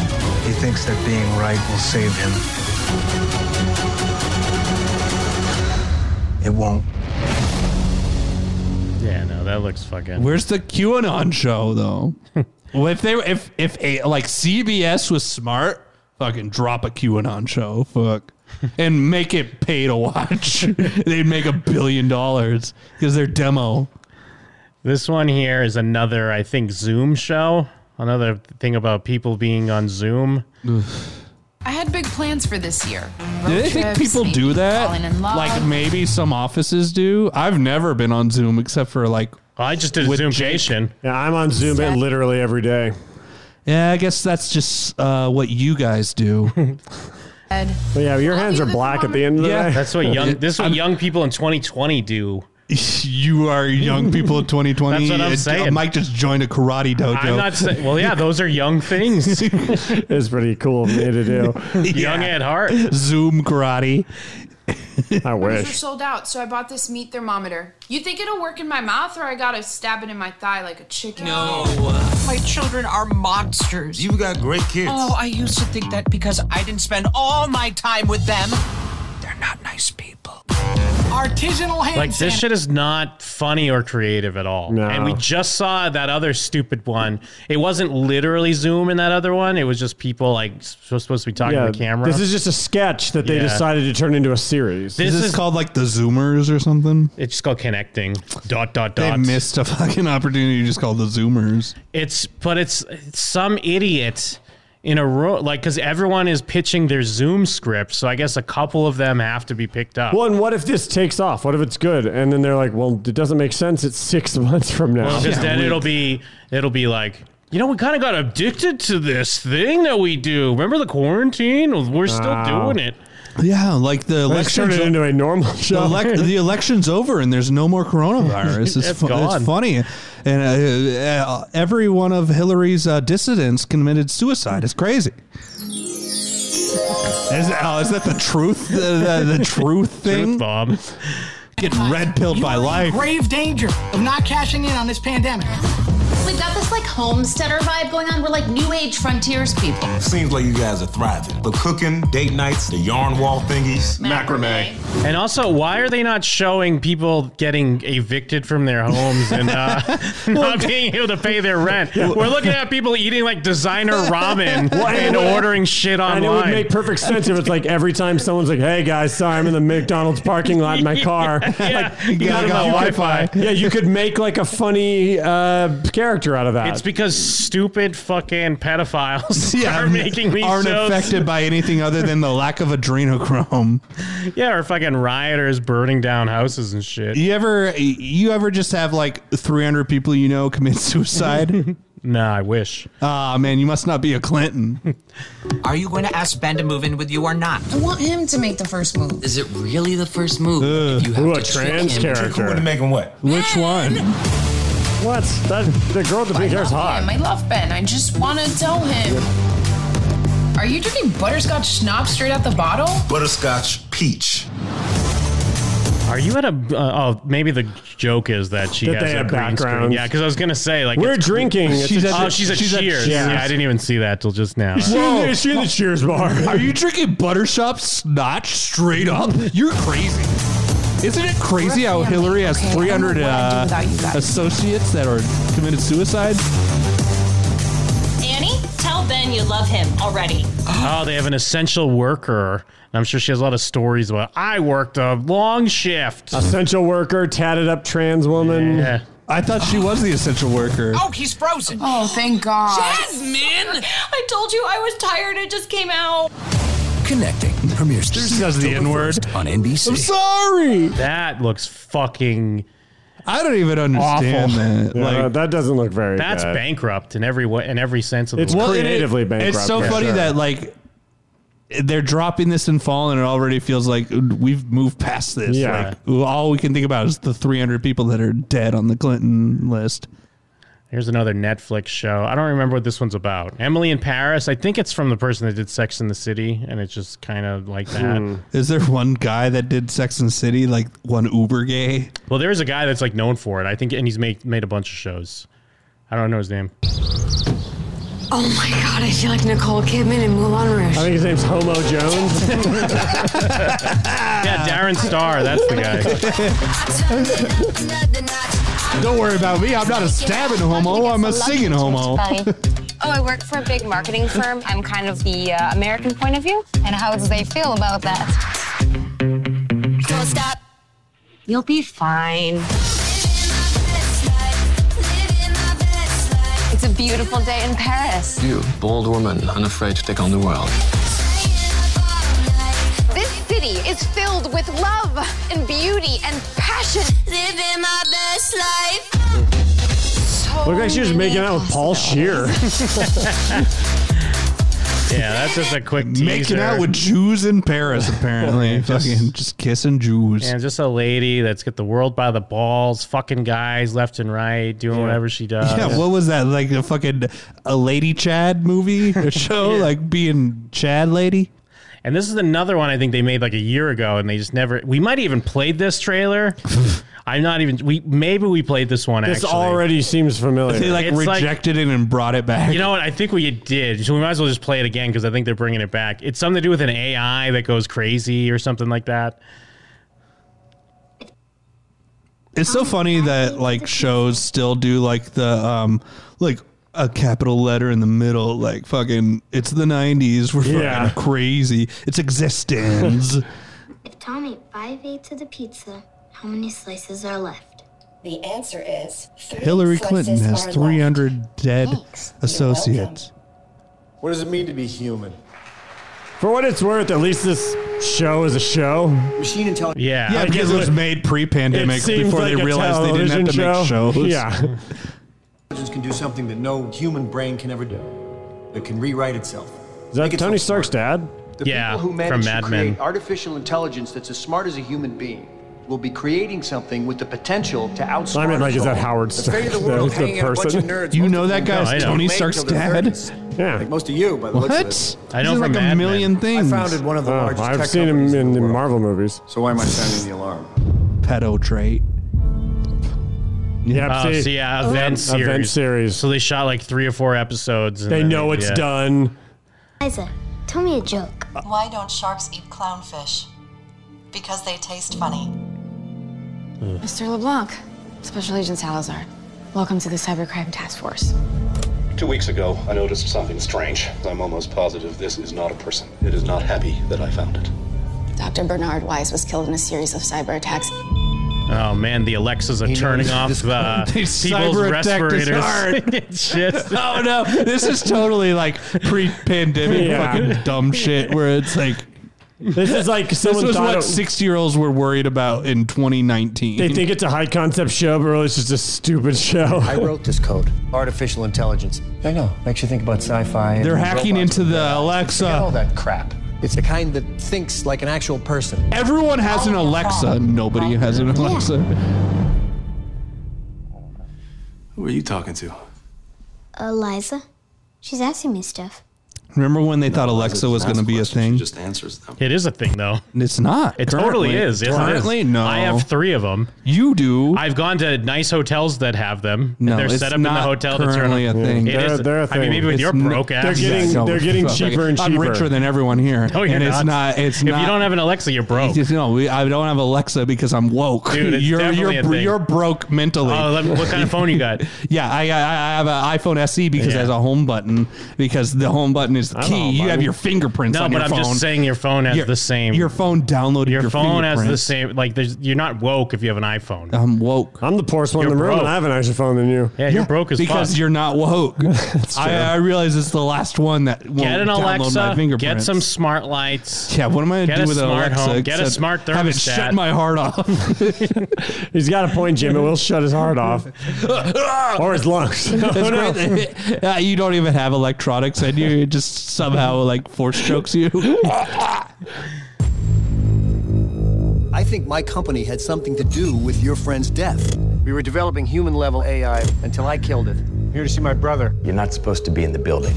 Speaker 9: He thinks that being right will save him. It won't.
Speaker 5: Yeah, no, that looks fucking.
Speaker 4: Where's the QAnon show though? well, if they if if a like CBS was smart, fucking drop a QAnon show, fuck, and make it pay to watch. They'd make a billion dollars because their demo.
Speaker 5: This one here is another, I think, Zoom show. Another thing about people being on Zoom.
Speaker 11: I had big plans for this year.
Speaker 4: Do they
Speaker 11: Road
Speaker 4: think
Speaker 11: trips,
Speaker 4: people do
Speaker 11: maybe
Speaker 4: that?
Speaker 11: falling in love.
Speaker 4: Like maybe some offices do. I've never been on Zoom except for like
Speaker 5: I just did a
Speaker 4: with
Speaker 5: Zoomcation.
Speaker 3: Yeah, I'm on Zoom it literally every day.
Speaker 4: Yeah, I guess that's just uh, what you guys do.
Speaker 11: Ed,
Speaker 3: But yeah, your hands are black at the end of the day.
Speaker 5: That's what young. This is what young people in 2020 do.
Speaker 4: you are young people of 2020.
Speaker 5: That's what I'm
Speaker 4: and, uh,
Speaker 5: saying.
Speaker 4: Mike just joined a karate dojo.
Speaker 5: I'm not saying. Well, yeah, those are young things.
Speaker 3: it's pretty cool of me to do.
Speaker 5: Young at heart.
Speaker 4: Zoom karate.
Speaker 3: I
Speaker 11: These are
Speaker 3: wish.
Speaker 11: sold out, so I bought this meat thermometer. You think it'll work in my mouth, or I gotta stab it in my thigh like a chicken?
Speaker 13: My children are monsters. You've got great kids. Oh, I used to think that because I didn't spend all my time with them. They're not nice people. Artisanal hand
Speaker 5: Like this shit is not funny or creative at all. And we just saw that other stupid one. It wasn't literally Zoom in that other one. It was just people like s- supposed to be talking
Speaker 3: Yeah,
Speaker 5: to the camera.
Speaker 3: this is just a sketch that they
Speaker 5: Yeah.
Speaker 3: decided to turn into a series.
Speaker 5: This Is this is-
Speaker 4: called like the Zoomers or something?
Speaker 5: It's just called connecting. Dot dot
Speaker 4: They
Speaker 5: dot.
Speaker 4: missed a fucking opportunity just called the Zoomers.
Speaker 5: It's but it's it's some idiot in a row like because everyone is pitching their Zoom script. So I guess a couple of them have to be picked up.
Speaker 3: Well, and what if this takes off? What if it's good? And then they're like, well, it doesn't make sense. It's six months from now.
Speaker 5: Well, because then it'll be it'll be like you know we kind of got addicted to this thing that we do. Remember the quarantine? We're still
Speaker 3: Ah.
Speaker 4: Wow.
Speaker 5: doing it.
Speaker 4: Yeah, like the
Speaker 3: Let's turn
Speaker 4: election
Speaker 3: it into a normal
Speaker 4: The,
Speaker 3: show.
Speaker 4: elec- the election's over and there's no more coronavirus. It's,
Speaker 5: It's
Speaker 4: fu-
Speaker 5: gone.
Speaker 4: it's funny. And uh, uh, every one of Hillary's uh, dissidents committed suicide. It's crazy. Is, oh, is that the truth? The, the, the truth thing?
Speaker 5: Bob.
Speaker 4: Get red pilled by life.
Speaker 13: grave danger of not cashing in on this pandemic.
Speaker 14: We've got this like homesteader vibe going on. We're like new age frontiers people.
Speaker 25: Seems like you guys are thriving. The cooking, date nights, the yarn wall thingies, macrame.
Speaker 5: And also, why are they not showing people getting evicted from their homes and uh, not being able to pay their rent? We're looking at people eating like designer ramen
Speaker 3: Well, and
Speaker 5: and
Speaker 3: it would-
Speaker 5: ordering shit online.
Speaker 3: and it would make perfect sense if it's like every time someone's like, "Hey guys, sorry, I'm in the McDonald's parking lot in my car."
Speaker 5: Yeah.
Speaker 3: like, you
Speaker 5: Got-
Speaker 3: could-
Speaker 5: got
Speaker 3: you could-
Speaker 5: Wi-Fi.
Speaker 3: Yeah, you could make like a funny uh, character out of that.
Speaker 5: It's because stupid fucking pedophiles are making these
Speaker 4: aren't
Speaker 5: shows.
Speaker 4: affected by anything other than the lack of adrenochrome.
Speaker 5: Yeah, or fucking rioters burning down houses and
Speaker 3: E-
Speaker 5: shit.
Speaker 4: You ever you ever just have like 300 people you know commit suicide?
Speaker 5: nah, I wish.
Speaker 4: Ah, man, you must not be a Clinton.
Speaker 13: Are you going to ask Ben to move in with you or not?
Speaker 11: I want him to make the first move.
Speaker 13: Is it really the first move? if you have
Speaker 3: Ooh, a
Speaker 13: to trick
Speaker 3: trans
Speaker 13: him?
Speaker 3: character. Who would make
Speaker 25: him what?
Speaker 4: Which one?
Speaker 3: What? That the girl with the pink hair is hot.
Speaker 11: Him. I love Ben. I just want to tell him. Are you drinking butterscotch schnapps straight out the bottle?
Speaker 25: Butterscotch peach.
Speaker 5: Are you at a? Uh, oh, maybe the joke is that she
Speaker 3: That
Speaker 5: has
Speaker 3: they
Speaker 5: a
Speaker 3: have
Speaker 5: green screen.
Speaker 3: backgrounds.
Speaker 5: Yeah, because I was gonna say like
Speaker 3: We're
Speaker 5: it's-
Speaker 3: drinking. It's
Speaker 5: She's
Speaker 3: a-
Speaker 5: a, oh, she's a
Speaker 3: she's a
Speaker 5: cheers.
Speaker 3: Cheers.
Speaker 5: Yeah, I didn't even see that till just now.
Speaker 3: She's in the- she's in the Cheers bar.
Speaker 4: Are you drinking buttershop snotch straight up? You're crazy. Isn't it crazy how Hillary has 300 uh, associates that are committed suicide?
Speaker 14: Annie, tell Ben you love him already.
Speaker 5: Oh, they have an essential worker. And I'm sure she has a lot of stories about I worked a long shift.
Speaker 3: Essential worker, tatted up trans woman.
Speaker 5: Yeah.
Speaker 4: I thought she was the essential worker.
Speaker 13: Oh, he's frozen.
Speaker 11: Oh, thank God.
Speaker 22: Jasmine! I told you I was tired. It just came out.
Speaker 9: Connecting premieres Thursday,
Speaker 5: Says the
Speaker 9: October
Speaker 5: N-word.
Speaker 9: 1st on NBC.
Speaker 4: sorry.
Speaker 5: That looks fucking.
Speaker 4: I don't even
Speaker 5: understand
Speaker 4: that.
Speaker 5: Like-
Speaker 3: that doesn't look very.
Speaker 5: That's
Speaker 3: good.
Speaker 5: bankrupt in every way, in every sense of
Speaker 3: It's
Speaker 5: the
Speaker 3: Well,
Speaker 5: word.
Speaker 3: it- creatively bankrupt,
Speaker 4: It's so
Speaker 3: for
Speaker 4: funny
Speaker 3: sure.
Speaker 4: that like they're dropping this in fall, and it already feels like we've moved past this.
Speaker 5: Yeah.
Speaker 4: Like all we can think about is the 300 people that are dead on the Clinton list.
Speaker 5: Here's another Netflix show. I don't remember what this one's about. Emily in Paris. I think it's from the person that did Sex in the City, and it's just kind of like
Speaker 3: Hmm.
Speaker 5: that.
Speaker 4: Is there one guy that did Sex and the City like one Uber gay?
Speaker 5: well, there is a guy that's like known for it. I think, and he's made made a bunch of shows. I don't know his name.
Speaker 22: Oh my god, I feel like Nicole Kidman in Moulin
Speaker 3: I
Speaker 22: Rouge.
Speaker 3: think his name's Homo Jones.
Speaker 5: Yeah, Darren Star. That's the guy.
Speaker 4: Don't worry about me. I'm not a stabbing homo. I'm a singing homo.
Speaker 6: Oh, I work for a big marketing firm. I'm kind of the uh, American point of view. And how do they feel about that? Don't stop. You'll be fine. It's a beautiful day in Paris.
Speaker 7: You, bold woman, unafraid to take on the world.
Speaker 6: This city is filled with love and beauty and passion. Living my best life.
Speaker 3: Look like she was making out with Paul Shear.
Speaker 5: Yeah, that's just a quick teaser.
Speaker 4: Making out with Jews in Paris, apparently. Fucking just kissing Jews.
Speaker 5: And just a lady that's got the world by the balls, fucking guys left and right, doing whatever she does.
Speaker 4: yeah, what was that? Like a fucking a Lady Chad movie or show? Like being Chad lady?
Speaker 5: And this is another one I think they made like a year ago, and they just never. We might even played this trailer. I'm not even. We maybe we played this one.
Speaker 3: This
Speaker 5: actually.
Speaker 3: already seems familiar.
Speaker 4: They like
Speaker 5: It's like-
Speaker 4: rejected it and brought it back.
Speaker 5: You know what? I think we did. So we might as well just play it again because I think they're bringing it back. It's something to do with an AI that goes crazy or something like that.
Speaker 4: It's so funny that like shows still do like the um like a capital letter in the middle, like fucking it's the nineties, we're
Speaker 3: Yeah.
Speaker 4: fucking crazy. It's existence.
Speaker 8: If Tom ate five eighths of the pizza, how many slices are left? The answer is
Speaker 4: Hillary Clinton has three hundred dead associates.
Speaker 15: What does it mean to be human?
Speaker 3: For what it's worth, at least this show is a show.
Speaker 15: Machine intelligence.
Speaker 5: Yeah.
Speaker 4: Yeah, because it was made pre-pandemic before they realized they didn't have to make shows.
Speaker 3: Yeah.
Speaker 15: Intelligence can do something that no human brain can ever do. It can rewrite itself.
Speaker 3: Is that Tony Stark's dad?
Speaker 15: The people who manage to create artificial intelligence that's as smart as a human being will be creating something with the potential to outsmart.
Speaker 3: I mean, like, is that
Speaker 15: us all.
Speaker 3: Howard
Speaker 15: The fate of the
Speaker 3: Stark?
Speaker 15: world
Speaker 3: That was the
Speaker 15: hanging on a bunch
Speaker 3: person?
Speaker 15: of nerds,
Speaker 4: You
Speaker 15: most
Speaker 4: know
Speaker 15: of
Speaker 4: that
Speaker 15: whom
Speaker 4: guy's
Speaker 15: don't
Speaker 4: Tony
Speaker 15: make till
Speaker 4: Stark's
Speaker 15: they're
Speaker 4: dad?
Speaker 15: 30s.
Speaker 3: Yeah.
Speaker 15: Like most of you, by the looks of it.
Speaker 4: What? He's in like a million things.
Speaker 15: I founded one of the
Speaker 3: Oh,
Speaker 15: largest
Speaker 3: I've
Speaker 15: tech
Speaker 3: seen him
Speaker 15: companies
Speaker 3: in
Speaker 15: the
Speaker 3: the
Speaker 15: world.
Speaker 3: Marvel movies.
Speaker 15: So why am I sounding the alarm?
Speaker 4: Pedo trait.
Speaker 3: Yep.
Speaker 5: Oh, so yeah, event series.
Speaker 3: Event series.
Speaker 5: So they shot like three or four episodes. and
Speaker 3: They
Speaker 5: then
Speaker 3: know it's
Speaker 5: yeah.
Speaker 3: done.
Speaker 16: Liza, tell me a joke.
Speaker 26: Why don't sharks eat clownfish? Because they taste funny.
Speaker 21: Mr. LeBlanc, Special Agent Salazar, welcome to the Cybercrime Task Force.
Speaker 27: Two weeks ago, I noticed something strange. I'm almost positive this is not a person. It is not happy that I found it.
Speaker 26: Dr. Bernard Wise was killed in a series of cyber attacks.
Speaker 5: Oh man, the Alexas are turning off uh,
Speaker 4: They
Speaker 5: people's
Speaker 4: cyber attacked his
Speaker 5: respirators.
Speaker 4: heart.
Speaker 5: It's just-
Speaker 4: oh no, this is totally like pre-pandemic
Speaker 3: Yeah.
Speaker 4: fucking dumb shit where it's like
Speaker 3: This is like
Speaker 4: this
Speaker 3: someone
Speaker 4: was
Speaker 3: thought
Speaker 4: what
Speaker 3: it-
Speaker 4: 60 year olds were worried about in 2019.
Speaker 3: They think it's a high concept show, but really it's just a stupid show.
Speaker 15: I wrote this code. Artificial intelligence. I know. Makes you think about sci-fi.
Speaker 4: They're hacking into the
Speaker 15: Forget all
Speaker 4: Alexa.
Speaker 15: that crap. It's the kind that thinks like an actual person.
Speaker 4: Everyone has an Alexa. Nobody has an Alexa.
Speaker 10: Who are you talking to?
Speaker 16: Eliza? She's asking me stuff.
Speaker 4: Remember when they thought Alexa was going to be a thing?
Speaker 10: Just answers them.
Speaker 5: It is a thing, though.
Speaker 4: It's not.
Speaker 5: It totally
Speaker 4: currently.
Speaker 5: is. isn't it?
Speaker 4: Currently, no.
Speaker 5: I have three of them.
Speaker 4: You do.
Speaker 5: I've gone to nice hotels that have them.
Speaker 4: No,
Speaker 5: and they're
Speaker 4: it's
Speaker 5: set up in the
Speaker 4: not
Speaker 5: hotel. that turn on-
Speaker 4: currently a thing.
Speaker 5: It
Speaker 4: They're-
Speaker 5: is-
Speaker 4: they're a
Speaker 5: I mean,
Speaker 4: thing.
Speaker 5: maybe with
Speaker 4: It's
Speaker 5: your
Speaker 4: n-
Speaker 5: broke
Speaker 4: they're
Speaker 5: ass.
Speaker 4: getting-
Speaker 5: yeah.
Speaker 4: No, they're getting fuck. cheaper and I'm cheaper. richer than everyone here.
Speaker 5: No, you're
Speaker 4: And it's not- it's
Speaker 5: if you
Speaker 4: not-
Speaker 5: don't have an Alexa, you're broke.
Speaker 4: Just, no, we, I don't have Alexa because I'm woke.
Speaker 5: Oh. Dude, it's
Speaker 4: you're
Speaker 5: definitely
Speaker 4: you're
Speaker 5: a thing.
Speaker 4: you're broke mentally.
Speaker 5: Oh, let me- what kind of phone you got?
Speaker 4: E yeah, I, I I have an iPhone SE because it has a home button because the home button phone is the key. You have your fingerprints
Speaker 5: No,
Speaker 4: on
Speaker 5: but
Speaker 4: your
Speaker 5: I'm
Speaker 4: phone.
Speaker 5: just saying your phone has the same.
Speaker 4: Your phone downloaded your,
Speaker 5: Your phone has the
Speaker 4: fingerprints.
Speaker 5: same. Like, there's, you're not woke if you have an iPhone.
Speaker 4: I'm woke.
Speaker 3: I'm the poorest one in the room, and I have an nicer phone than you.
Speaker 5: Yeah, you're broke as
Speaker 4: because
Speaker 5: fuck.
Speaker 4: you're not woke. I,
Speaker 5: true.
Speaker 4: I realize it's the last one that won't
Speaker 5: Get an
Speaker 4: download my
Speaker 5: Alexa.
Speaker 4: fingerprints.
Speaker 5: Get some smart lights.
Speaker 4: Yeah, what am I gonna
Speaker 5: Get
Speaker 4: do
Speaker 5: a
Speaker 4: with an
Speaker 5: smart
Speaker 4: Alexa
Speaker 5: Home, get a
Speaker 4: except
Speaker 5: smart thermostat.
Speaker 4: have it shut my heart off.
Speaker 3: He's got a point, Jim. It will shut his heart off or his lungs.
Speaker 4: That's
Speaker 3: Oh, no.
Speaker 4: great. Uh, you don't even have electronics and you it just somehow like force chokes you.
Speaker 15: I think my company had something to do with your friend's death. We were developing human level AI until I killed it. Here to see my brother. You're not supposed to be in the building.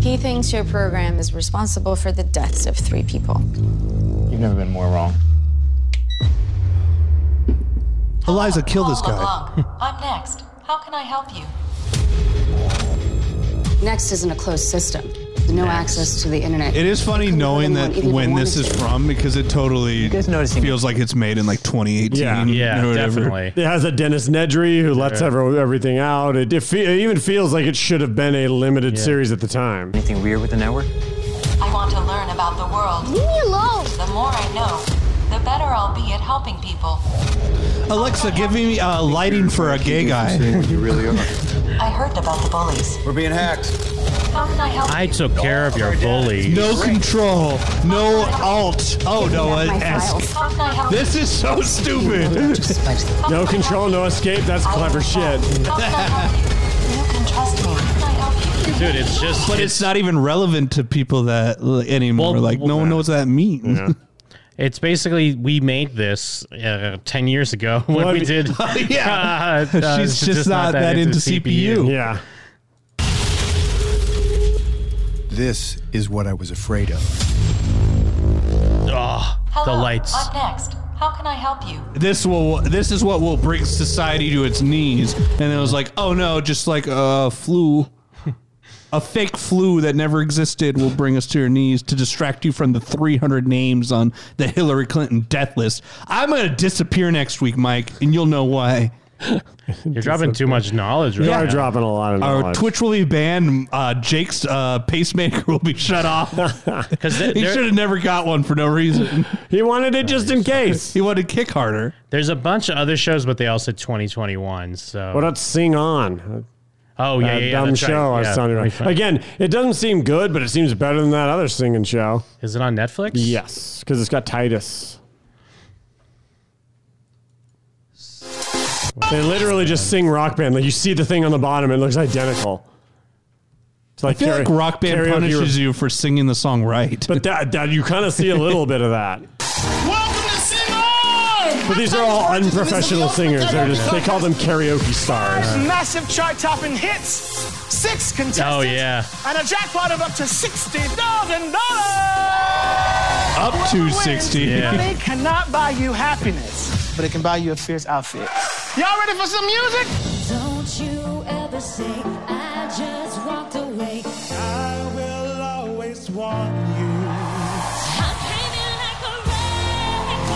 Speaker 22: He thinks your program is responsible for the deaths of three people.
Speaker 17: You've never been more wrong.
Speaker 4: Eliza, kill this
Speaker 17: guy.
Speaker 22: I'm next. How can I help you? Next isn't a closed system. No access to the internet.
Speaker 4: It is funny knowing that
Speaker 22: even
Speaker 4: when
Speaker 22: wanted
Speaker 4: this is from because it totally feels like it's made in like 2018.
Speaker 3: Yeah,
Speaker 4: or whatever.
Speaker 3: It has a Dennis Nedry who lets
Speaker 4: Yeah.
Speaker 3: every, everything out. It, it, fe- it even feels like it should have been a limited
Speaker 17: Yeah.
Speaker 3: series at the time.
Speaker 17: Anything weird with the network?
Speaker 26: I want to learn about the world. Leave me alone. The more I know, the better I'll be at helping people.
Speaker 4: Alexa, give me uh, lighting for a gay guy. You really are.
Speaker 26: I heard about the bullies. We're being hacked. How can I help?
Speaker 5: I took care of your bully.
Speaker 4: No control, no alt. Oh no, an S.
Speaker 26: How can I help?
Speaker 4: This is so stupid.
Speaker 3: no control, no escape. That's clever shit.
Speaker 26: How can I help you? You can trust me. How can I help you?
Speaker 5: Dude, it's just.
Speaker 4: But it's, not even relevant to people that l- anymore. like no one knows what that means.
Speaker 5: It's basically we made this uh, ten years ago when
Speaker 4: Well, I
Speaker 5: we
Speaker 4: mean-
Speaker 5: did.
Speaker 4: Oh, yeah.
Speaker 5: uh, uh,
Speaker 4: She's just not that into CPU.
Speaker 3: Yeah.
Speaker 18: This is what I was afraid of.
Speaker 5: Oh,
Speaker 26: Hello. I'm next. How can I help you?
Speaker 4: This will. This is what will bring society to its knees. And it was like, oh no, just like a flu, a fake flu that never existed will bring us to your knees to distract you from the 300 names on the Hillary Clinton death list. I'm gonna disappear next week, Mike, and you'll know why.
Speaker 5: You're dropping too much knowledge. Right
Speaker 4: You are
Speaker 5: now.
Speaker 4: dropping
Speaker 3: a lot of
Speaker 4: Our Twitch will be banned. Uh, Jake's uh, pacemaker will be shut off. Because
Speaker 5: they-
Speaker 4: he
Speaker 5: they're-
Speaker 4: should have never got one for no reason.
Speaker 3: he wanted it just in case.
Speaker 4: He wanted to kick harder.
Speaker 5: There's a bunch of other shows, but they all said 2021. So
Speaker 3: What about Sing On?
Speaker 5: Oh yeah,
Speaker 3: That
Speaker 5: yeah, yeah
Speaker 3: dumb
Speaker 5: that's
Speaker 3: show I
Speaker 5: Right.
Speaker 3: was
Speaker 5: Yeah,
Speaker 3: telling you
Speaker 5: that'd be
Speaker 3: about.
Speaker 5: fun.
Speaker 3: Again, it doesn't seem good, but it seems better than that other singing show.
Speaker 5: Is it on Netflix?
Speaker 3: Yes, because it's got Titus. They literally just sing Rock Band. Like you see the thing on the bottom, it looks identical. It's
Speaker 4: I feel
Speaker 3: kara-
Speaker 4: like rock band
Speaker 3: karaoke-
Speaker 4: punishes you for singing the song right.
Speaker 3: but that, that you kind of see a little bit of that. But these are all unprofessional singers. They're just they call them karaoke stars.
Speaker 27: Massive chart-topping hits, six contestants,
Speaker 5: Oh yeah.
Speaker 27: and a jackpot of up to sixty thousand dollars.
Speaker 4: Up to 60.
Speaker 27: Money cannot buy you happiness, but it can buy you a fierce outfit. Y'all ready for some music?
Speaker 12: Don't you ever say I just walked away. I will always want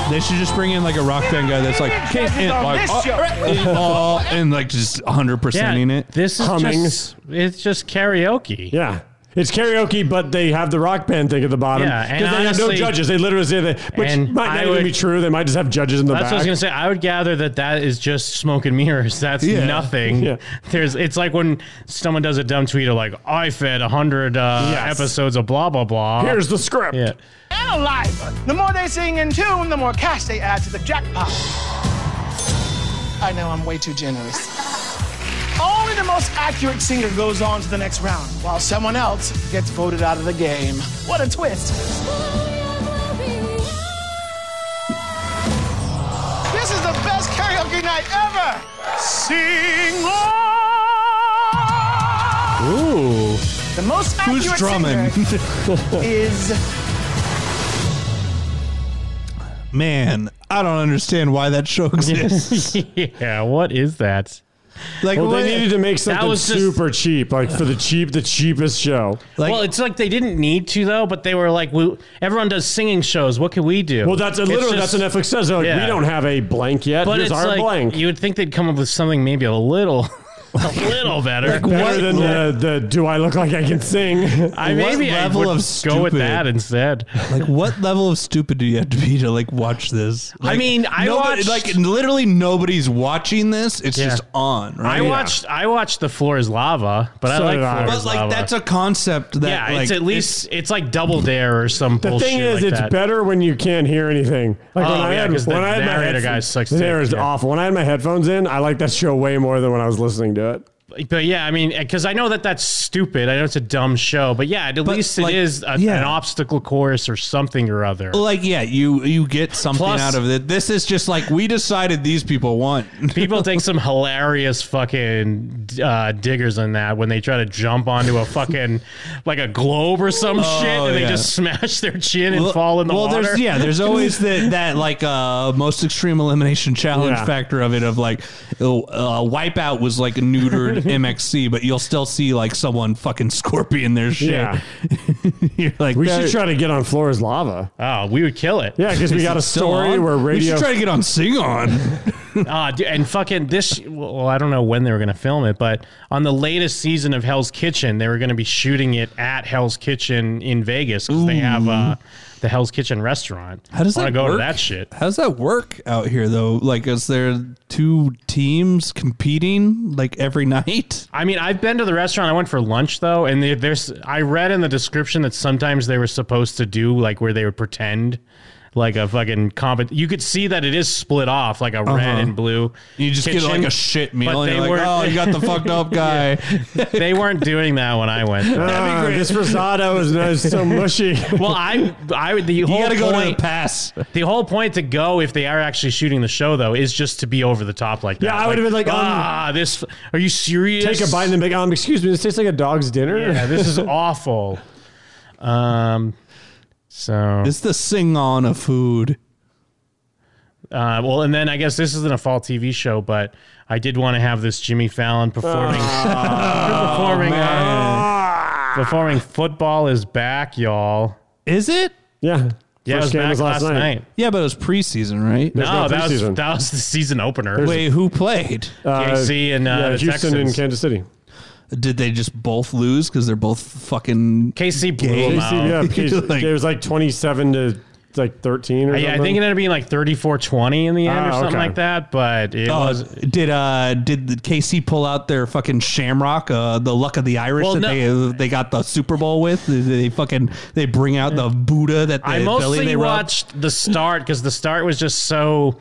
Speaker 4: They should just bring in like a rock band guy that's like,
Speaker 27: Judges
Speaker 4: and,
Speaker 27: on
Speaker 4: like,
Speaker 27: this
Speaker 4: oh,
Speaker 27: show.
Speaker 4: oh, and like just 100%ing
Speaker 5: Yeah,
Speaker 4: it.
Speaker 5: This is just it's just karaoke.
Speaker 3: Yeah. It's karaoke, but they have the rock band thing at the bottom.
Speaker 5: Yeah,
Speaker 3: 'Cause
Speaker 5: and
Speaker 3: they have no
Speaker 5: honestly-
Speaker 3: judges. They literally say that, which
Speaker 5: And
Speaker 3: might
Speaker 5: I
Speaker 3: not even
Speaker 5: would-
Speaker 3: be true. They might just have judges in the
Speaker 5: That's
Speaker 3: back.
Speaker 5: what I was gonna say. I would gather that that is just smoke and mirrors. That's
Speaker 3: Yeah.
Speaker 5: nothing.
Speaker 3: Yeah.
Speaker 5: There's. It's like when someone does a dumb tweet of like, "I fed hundred uh,
Speaker 27: Yes.
Speaker 5: episodes of blah blah blah."
Speaker 27: Here's
Speaker 3: the script.
Speaker 5: Yeah.
Speaker 27: Analyzer. The more they sing in tune, the more cash they add to the jackpot. I know I'm way too generous. Only the most accurate singer goes on to the next round, while someone else gets voted out of the game. What a twist! This is the best karaoke night ever! Sing
Speaker 4: Ooh.
Speaker 27: The most accurate
Speaker 4: Who's drumming?
Speaker 27: singer is
Speaker 4: Man, I don't understand why that show exists.
Speaker 5: yeah, what is that?
Speaker 4: Like,
Speaker 3: well,
Speaker 4: what-
Speaker 3: they needed to make
Speaker 5: That
Speaker 3: something
Speaker 5: was just-
Speaker 3: super cheap, like for the cheap, the cheapest show.
Speaker 5: well, it's like they didn't need to though, but they were like, we, "Everyone does singing shows. What can we do?"
Speaker 3: Well, that's
Speaker 5: It's
Speaker 3: literally
Speaker 5: just-
Speaker 3: that's what Netflix says. They're like,
Speaker 5: Yeah.
Speaker 3: we don't have a blank yet.
Speaker 5: But
Speaker 3: Here's
Speaker 5: it's
Speaker 3: our
Speaker 5: like
Speaker 3: blank.
Speaker 5: you would think they'd come up with something maybe a little a little better.
Speaker 3: Like better than the, the do I look like I can sing?
Speaker 5: I maybe I would go with that instead.
Speaker 4: Like, what level of stupid do you have to be to like watch this?
Speaker 5: I
Speaker 4: Like,
Speaker 5: mean, I watched-
Speaker 4: like literally nobody's watching this. It's
Speaker 5: Yeah.
Speaker 4: just on. Right?
Speaker 5: I watched I watched the floor is lava, but
Speaker 4: So
Speaker 5: I like
Speaker 4: did I.
Speaker 5: floor
Speaker 4: But,
Speaker 5: is
Speaker 4: like,
Speaker 5: lava.
Speaker 4: that's a concept that,
Speaker 5: yeah,
Speaker 4: like,
Speaker 5: it's at least it's, like double dare or some
Speaker 3: The
Speaker 5: bullshit
Speaker 3: thing is,
Speaker 5: like
Speaker 3: it's
Speaker 5: that.
Speaker 3: better when you can't hear anything. Like
Speaker 5: Oh,
Speaker 3: when I
Speaker 5: yeah,
Speaker 3: had,
Speaker 5: 'cause the
Speaker 3: when I had my
Speaker 5: narrator
Speaker 3: headphones,
Speaker 5: guy sucks
Speaker 3: The
Speaker 5: dick,
Speaker 3: narrator is
Speaker 5: yeah.
Speaker 3: awful. When I had my headphones in, I liked that show way more than when I was listening to it.
Speaker 5: But yeah, I mean, because I know that that's stupid. I know it's a dumb show, but yeah, at least
Speaker 4: like,
Speaker 5: it is a,
Speaker 4: yeah.
Speaker 5: an obstacle course or something or other.
Speaker 4: like yeah, you you get something
Speaker 5: Plus-
Speaker 4: out of it. This is just like we decided these people want.
Speaker 5: People think some hilarious fucking uh, diggers in that when they try to jump onto a fucking like a globe or some
Speaker 4: Oh,
Speaker 5: shit and they
Speaker 4: yeah.
Speaker 5: just smash their chin and fall in the
Speaker 4: well,
Speaker 5: water.
Speaker 4: there's yeah, there's always that that like uh, most extreme elimination challenge
Speaker 5: Yeah.
Speaker 4: factor of it of like oh, uh, Wipeout was like a neutered MXC, but you'll still see like someone fucking scorpion their shit.
Speaker 3: Yeah.
Speaker 4: You're like
Speaker 3: we should
Speaker 4: "That-
Speaker 3: try to get on floor is lava.
Speaker 5: Oh, we would kill it.
Speaker 3: Yeah, because we
Speaker 4: Is
Speaker 3: got
Speaker 4: it
Speaker 3: a
Speaker 4: still
Speaker 3: story
Speaker 4: on?
Speaker 3: where radio.
Speaker 4: We should try to get on Sing On.
Speaker 5: Ah, dude, and fucking this. Well, I don't know when they were going to film it, but on the latest season of Hell's Kitchen, they were going to be shooting it at Hell's Kitchen in Vegas because they have uh, the Hell's Kitchen restaurant.
Speaker 4: How does
Speaker 5: Wanna
Speaker 4: that
Speaker 5: go to
Speaker 4: work?
Speaker 5: that shit?
Speaker 4: How does that work out here though? Like, is there two teams competing like every night?
Speaker 5: I mean, I've been to the restaurant. I went for lunch though, and they, there's. I read in the description that sometimes they were supposed to do like where they would pretend. Like a fucking comp, you could see that it is split off, like a red
Speaker 4: Uh-huh.
Speaker 5: and blue.
Speaker 4: You just get like a shit meal,
Speaker 5: but
Speaker 4: and
Speaker 5: they
Speaker 4: you're like,
Speaker 5: weren't-
Speaker 4: oh, you got the fucked up guy.
Speaker 5: they weren't doing that when I went.
Speaker 3: Ah, this risotto is no- is so mushy.
Speaker 5: well, I, I would. The whole
Speaker 4: gotta go
Speaker 5: point,
Speaker 4: to the pass.
Speaker 5: The whole point to go if they are actually shooting the show though is just to be over the top like that.
Speaker 3: Yeah, I would've been like, um,
Speaker 5: ah, this. Are you serious?
Speaker 3: Take a bite and then be like, um, excuse me, this tastes like a dog's dinner.
Speaker 5: Yeah, this is awful. Um, so
Speaker 4: It's the sing on of food.
Speaker 5: Uh, well, and then I guess this isn't a fall TV show, but I did want to have this Jimmy Fallon performing
Speaker 3: Ah.
Speaker 5: performing uh, performing football is back, y'all.
Speaker 4: Is it?
Speaker 3: Yeah.
Speaker 5: Yeah, it was
Speaker 3: First game
Speaker 5: back
Speaker 3: was last
Speaker 5: last,
Speaker 3: night.
Speaker 5: night.
Speaker 4: Yeah, but it was preseason, right?
Speaker 5: No,
Speaker 3: There's no
Speaker 5: that was
Speaker 3: preseason.
Speaker 5: that was the season opener.
Speaker 4: Wait, who played?
Speaker 5: KC and, uh, the
Speaker 3: Houston
Speaker 5: Texans.
Speaker 3: and Kansas City.
Speaker 4: Did they just both lose because they're both fucking
Speaker 5: KC blew
Speaker 4: gay?
Speaker 5: him
Speaker 3: They see- yeah, because
Speaker 4: Like-
Speaker 3: it was like twenty-seven to like thirteen. Or
Speaker 5: Uh, yeah, I
Speaker 3: something.
Speaker 5: think it ended up being like 34-20 in the end or
Speaker 3: Ah,
Speaker 5: something
Speaker 3: okay.
Speaker 5: like that. But it
Speaker 4: Oh,
Speaker 5: was
Speaker 4: did uh did the KC pull out their fucking shamrock, uh, the luck of the Irish
Speaker 5: Well,
Speaker 4: that
Speaker 5: no.
Speaker 4: they they got the Super Bowl with? Did They fucking they bring out the Buddha that
Speaker 5: I
Speaker 4: the belly
Speaker 5: mostly
Speaker 4: they rubbed?
Speaker 5: watched the start because the start was just so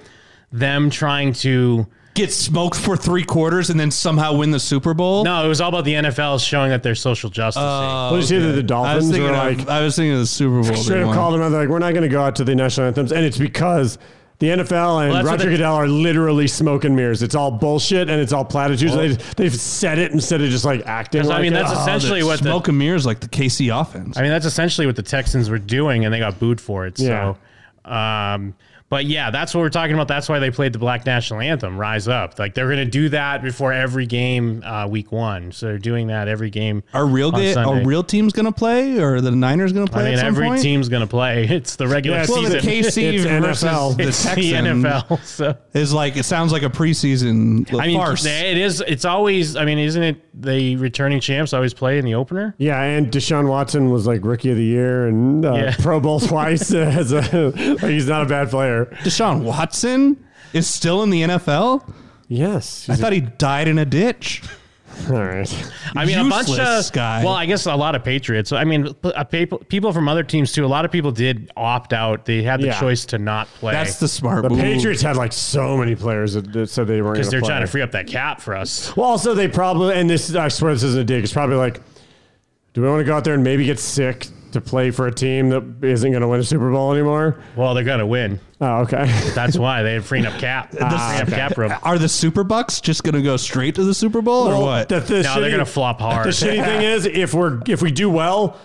Speaker 5: them trying to.
Speaker 4: get smoked for three quarters and then somehow win the Super Bowl.
Speaker 5: No, it was all about the NFL showing that they're social justice.
Speaker 4: Uh.
Speaker 3: Well, you see that the
Speaker 4: I was
Speaker 3: Dolphins
Speaker 4: thinking
Speaker 3: are
Speaker 4: of,
Speaker 3: like
Speaker 4: I was thinking of the Super Bowl.
Speaker 3: straight
Speaker 4: they
Speaker 3: up
Speaker 4: won.
Speaker 3: called them out. They're like, we're not going to go out to the national anthems, and it's because. The NFL and
Speaker 5: Well, that's what
Speaker 3: Roger
Speaker 5: they-
Speaker 3: Goodell are literally smoke and mirrors. It's all bullshit and it's all platitudes. they, they've said it instead of just like acting.
Speaker 5: 'Cause, I
Speaker 3: Like
Speaker 5: mean,
Speaker 3: it.
Speaker 5: that's
Speaker 4: Oh,
Speaker 5: essentially
Speaker 4: the
Speaker 5: what the-
Speaker 4: smoke and mirrors like the KC offense.
Speaker 5: I mean, that's essentially what the Texans were doing, and they got booed for it.
Speaker 3: Yeah.
Speaker 5: So, um, but yeah, that's what we're talking about. That's why they played the Black National Anthem, Rise Up. Like, they're going to do that before every game uh, week one. So, they're doing that every game.
Speaker 4: Are real
Speaker 5: on
Speaker 4: ga- are
Speaker 5: Sunday.
Speaker 4: real teams gonna play or the Niners gonna play?
Speaker 5: I mean,
Speaker 4: at some
Speaker 5: every
Speaker 4: point?
Speaker 5: team's going to play. It's the regular
Speaker 4: Yeah, it's- well,
Speaker 5: season.
Speaker 4: the KC
Speaker 5: It's
Speaker 4: versus
Speaker 5: NFL.
Speaker 4: the
Speaker 5: It's
Speaker 4: Texans.
Speaker 5: NFL. So.
Speaker 4: is like it sounds like a preseason
Speaker 5: I mean,
Speaker 4: farce.
Speaker 5: it is. It's always. I mean, isn't it the returning champs always play in the opener?
Speaker 3: Yeah, and Deshaun Watson was like rookie of the year and uh,
Speaker 5: Yeah.
Speaker 3: Pro Bowl twice. as a, like, he's not a bad player.
Speaker 4: Deshaun Watson is still in the NFL.
Speaker 3: Yes,
Speaker 4: I thought he died in a ditch.
Speaker 3: All right.
Speaker 5: I mean, a bunch
Speaker 4: Useless
Speaker 5: of
Speaker 4: guy.
Speaker 5: well, I guess a lot of Patriots. I mean, p- a people people from other teams too. A lot of people did opt out. They had the
Speaker 3: Yeah.
Speaker 5: choice to not play.
Speaker 4: That's the smart
Speaker 3: The
Speaker 4: move.
Speaker 3: Patriots had like so many players that, that said they weren't
Speaker 5: because
Speaker 3: going
Speaker 5: they're
Speaker 3: play.
Speaker 5: trying to free up that cap for us.
Speaker 3: Well, also they probably and this I swear this isn't a dig. It's probably like, do we want to go out there and maybe get sick to play for a team that isn't going to win a Super Bowl anymore?
Speaker 5: Well, they're gonna win.
Speaker 3: Oh, okay.
Speaker 5: That's why they had freeing up cap, freeing up cap room.
Speaker 4: Are the Super Bucks just going to go straight to the Super Bowl or
Speaker 3: Well,
Speaker 4: what?
Speaker 3: The, the
Speaker 5: No, they're
Speaker 3: shitty-
Speaker 5: gonna flop hard.
Speaker 3: The shitty thing is, if we're if we do well,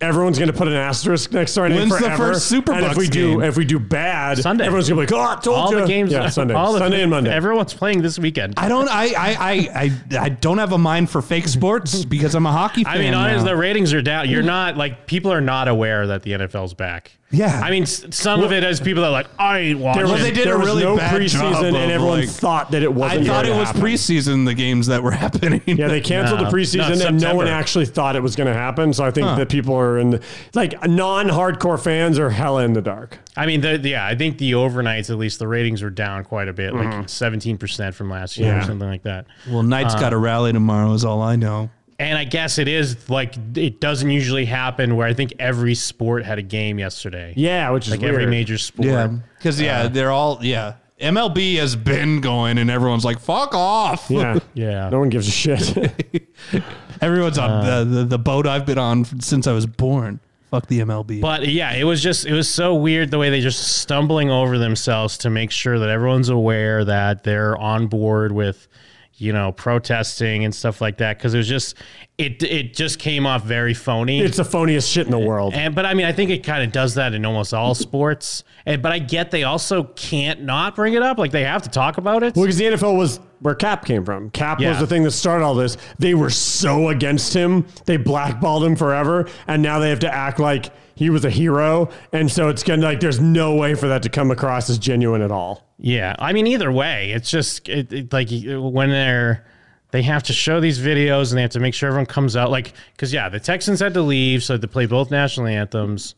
Speaker 3: everyone's going to put an asterisk next to our name
Speaker 4: When's the
Speaker 3: forever.
Speaker 4: first Super
Speaker 3: and if
Speaker 4: Bucks
Speaker 3: we do,
Speaker 4: game?
Speaker 3: if we do bad,
Speaker 5: Sunday.
Speaker 3: everyone's going to be like, "Oh, I told
Speaker 5: all
Speaker 3: you."
Speaker 5: the games.
Speaker 3: yeah, Sunday,
Speaker 5: all the-
Speaker 3: Sunday and Monday.
Speaker 5: Everyone's playing this weekend.
Speaker 4: I don't. I, I. I. I. I don't have a mind for fake sports because I'm a hockey fan.
Speaker 5: I mean,
Speaker 4: now.
Speaker 5: honestly, the ratings are down. You're not like people are not aware that the NFL's back.
Speaker 4: Yeah.
Speaker 5: I mean, s- some of it is people that are like I ain't watching.
Speaker 3: there was,
Speaker 4: they did
Speaker 3: there
Speaker 4: a
Speaker 3: was
Speaker 4: really
Speaker 3: no
Speaker 4: bad
Speaker 3: preseason,
Speaker 4: job
Speaker 3: and
Speaker 4: of,
Speaker 3: everyone
Speaker 4: like-
Speaker 3: thought that it wasn't.
Speaker 4: I thought it
Speaker 3: going to
Speaker 4: was
Speaker 3: happen.
Speaker 4: preseason. The games that were happening.
Speaker 3: Yeah, they canceled the
Speaker 5: No, not
Speaker 3: preseason, and no
Speaker 5: September.
Speaker 3: one actually thought it was going to happen. So I think
Speaker 5: Huh.
Speaker 3: that people are in the like non-hardcore fans are hella in the dark.
Speaker 5: I mean, the, yeah, I think the overnights at least the ratings were down quite a bit, like seventeen percent from last year or
Speaker 4: Yeah.
Speaker 5: something like that.
Speaker 4: Well, Knights
Speaker 3: Uh,
Speaker 5: Um,
Speaker 4: got a rally tomorrow. Is all I know.
Speaker 5: And I guess it is like it doesn't usually happen where I think every sport had a game yesterday.
Speaker 3: Yeah, which is
Speaker 5: like every
Speaker 4: weird.
Speaker 5: major sport.
Speaker 4: Yeah, because
Speaker 3: Uh,
Speaker 4: yeah, they're all yeah. MLB has been going, and everyone's like, "Fuck off!"
Speaker 3: Yeah,
Speaker 5: yeah.
Speaker 3: No one gives a shit.
Speaker 4: everyone's on
Speaker 3: Uh,
Speaker 4: the, the the boat I've been on since I was born. Fuck the MLB.
Speaker 5: But yeah, it was just it was so weird the way they just stumbling over themselves to make sure that everyone's aware that they're on board with you know protesting and stuff like that because it was just it it just came off very phony.
Speaker 3: it's the phoniest shit in the world.
Speaker 5: and but I mean I think it kind of does that in almost all sports. And but I get they also can't not bring it up like they have to talk about it.
Speaker 3: Well, because the NFL was where Cap came from. Cap
Speaker 5: Yeah.
Speaker 3: was the thing that started all this. They were so against him. They blackballed him forever. And now they have to act like he was a hero. And so it's going to, like, there's no way for that to come across as genuine at all.
Speaker 5: Yeah, I mean, either way, it's just it, it, like when they're they have to show these videos and they have to make sure everyone comes out. Like, because yeah, the Texans had to leave, so they had to play both national anthems,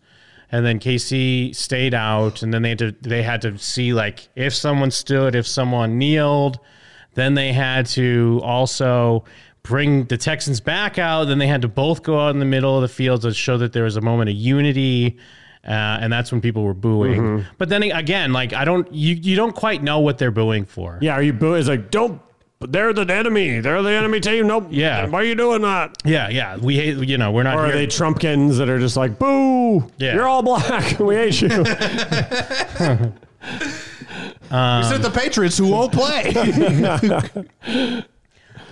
Speaker 5: and then KC stayed out, and then they had to they had to see like if someone stood, if someone kneeled, then they had to also bring the Texans back out. Then they had to both go out in the middle of the field to show that there was a moment of unity. Uh, and that's when people were booing.
Speaker 3: Mhm.
Speaker 5: But then again, like I don't, you you don't quite know what they're booing for.
Speaker 3: Yeah. Are you boo? It's like, don't, they're the enemy. They're the enemy team. Nope.
Speaker 5: Yeah.
Speaker 3: Why are you doing that?
Speaker 5: Yeah, yeah. We hate, you know, we're not.
Speaker 3: Or are
Speaker 5: here-
Speaker 3: they Trumpkins that are just like, boo,
Speaker 5: Yeah.
Speaker 3: you're all black. We hate you.
Speaker 5: Um,
Speaker 4: Except the Patriots who won't play.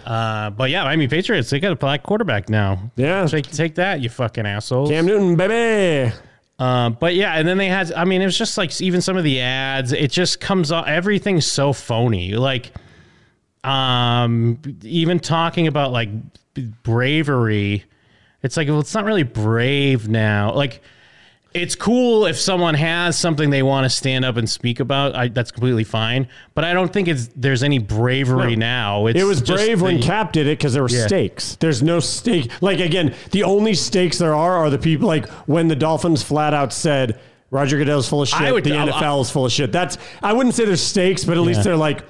Speaker 5: uh, but yeah, I mean, Patriots, they got a black quarterback now.
Speaker 3: Yeah.
Speaker 5: Take, take that, you fucking assholes.
Speaker 3: Cam Newton, baby.
Speaker 5: Uh, but yeah, and then they had, I mean, it was just like even some of the ads, it just comes off, everything's so phony. Like, um, even talking about like bravery, it's like, well, it's not really brave now. Like, it's cool if someone has something they want to stand up and speak about. I, that's completely fine. But I don't think it's there's any bravery
Speaker 3: No.
Speaker 5: now. It's
Speaker 3: it was
Speaker 5: just
Speaker 3: brave when
Speaker 5: the-
Speaker 3: Cap did it because there were
Speaker 5: Yeah.
Speaker 3: stakes. There's no stake. Like again, the only stakes there are are the people. Like when the Dolphins flat out said Roger Goodell's full of
Speaker 5: I
Speaker 3: shit.
Speaker 5: would-
Speaker 3: the
Speaker 5: I-
Speaker 3: NFL is full of shit. That's I wouldn't say there's stakes, but at
Speaker 5: Yeah.
Speaker 3: least they're like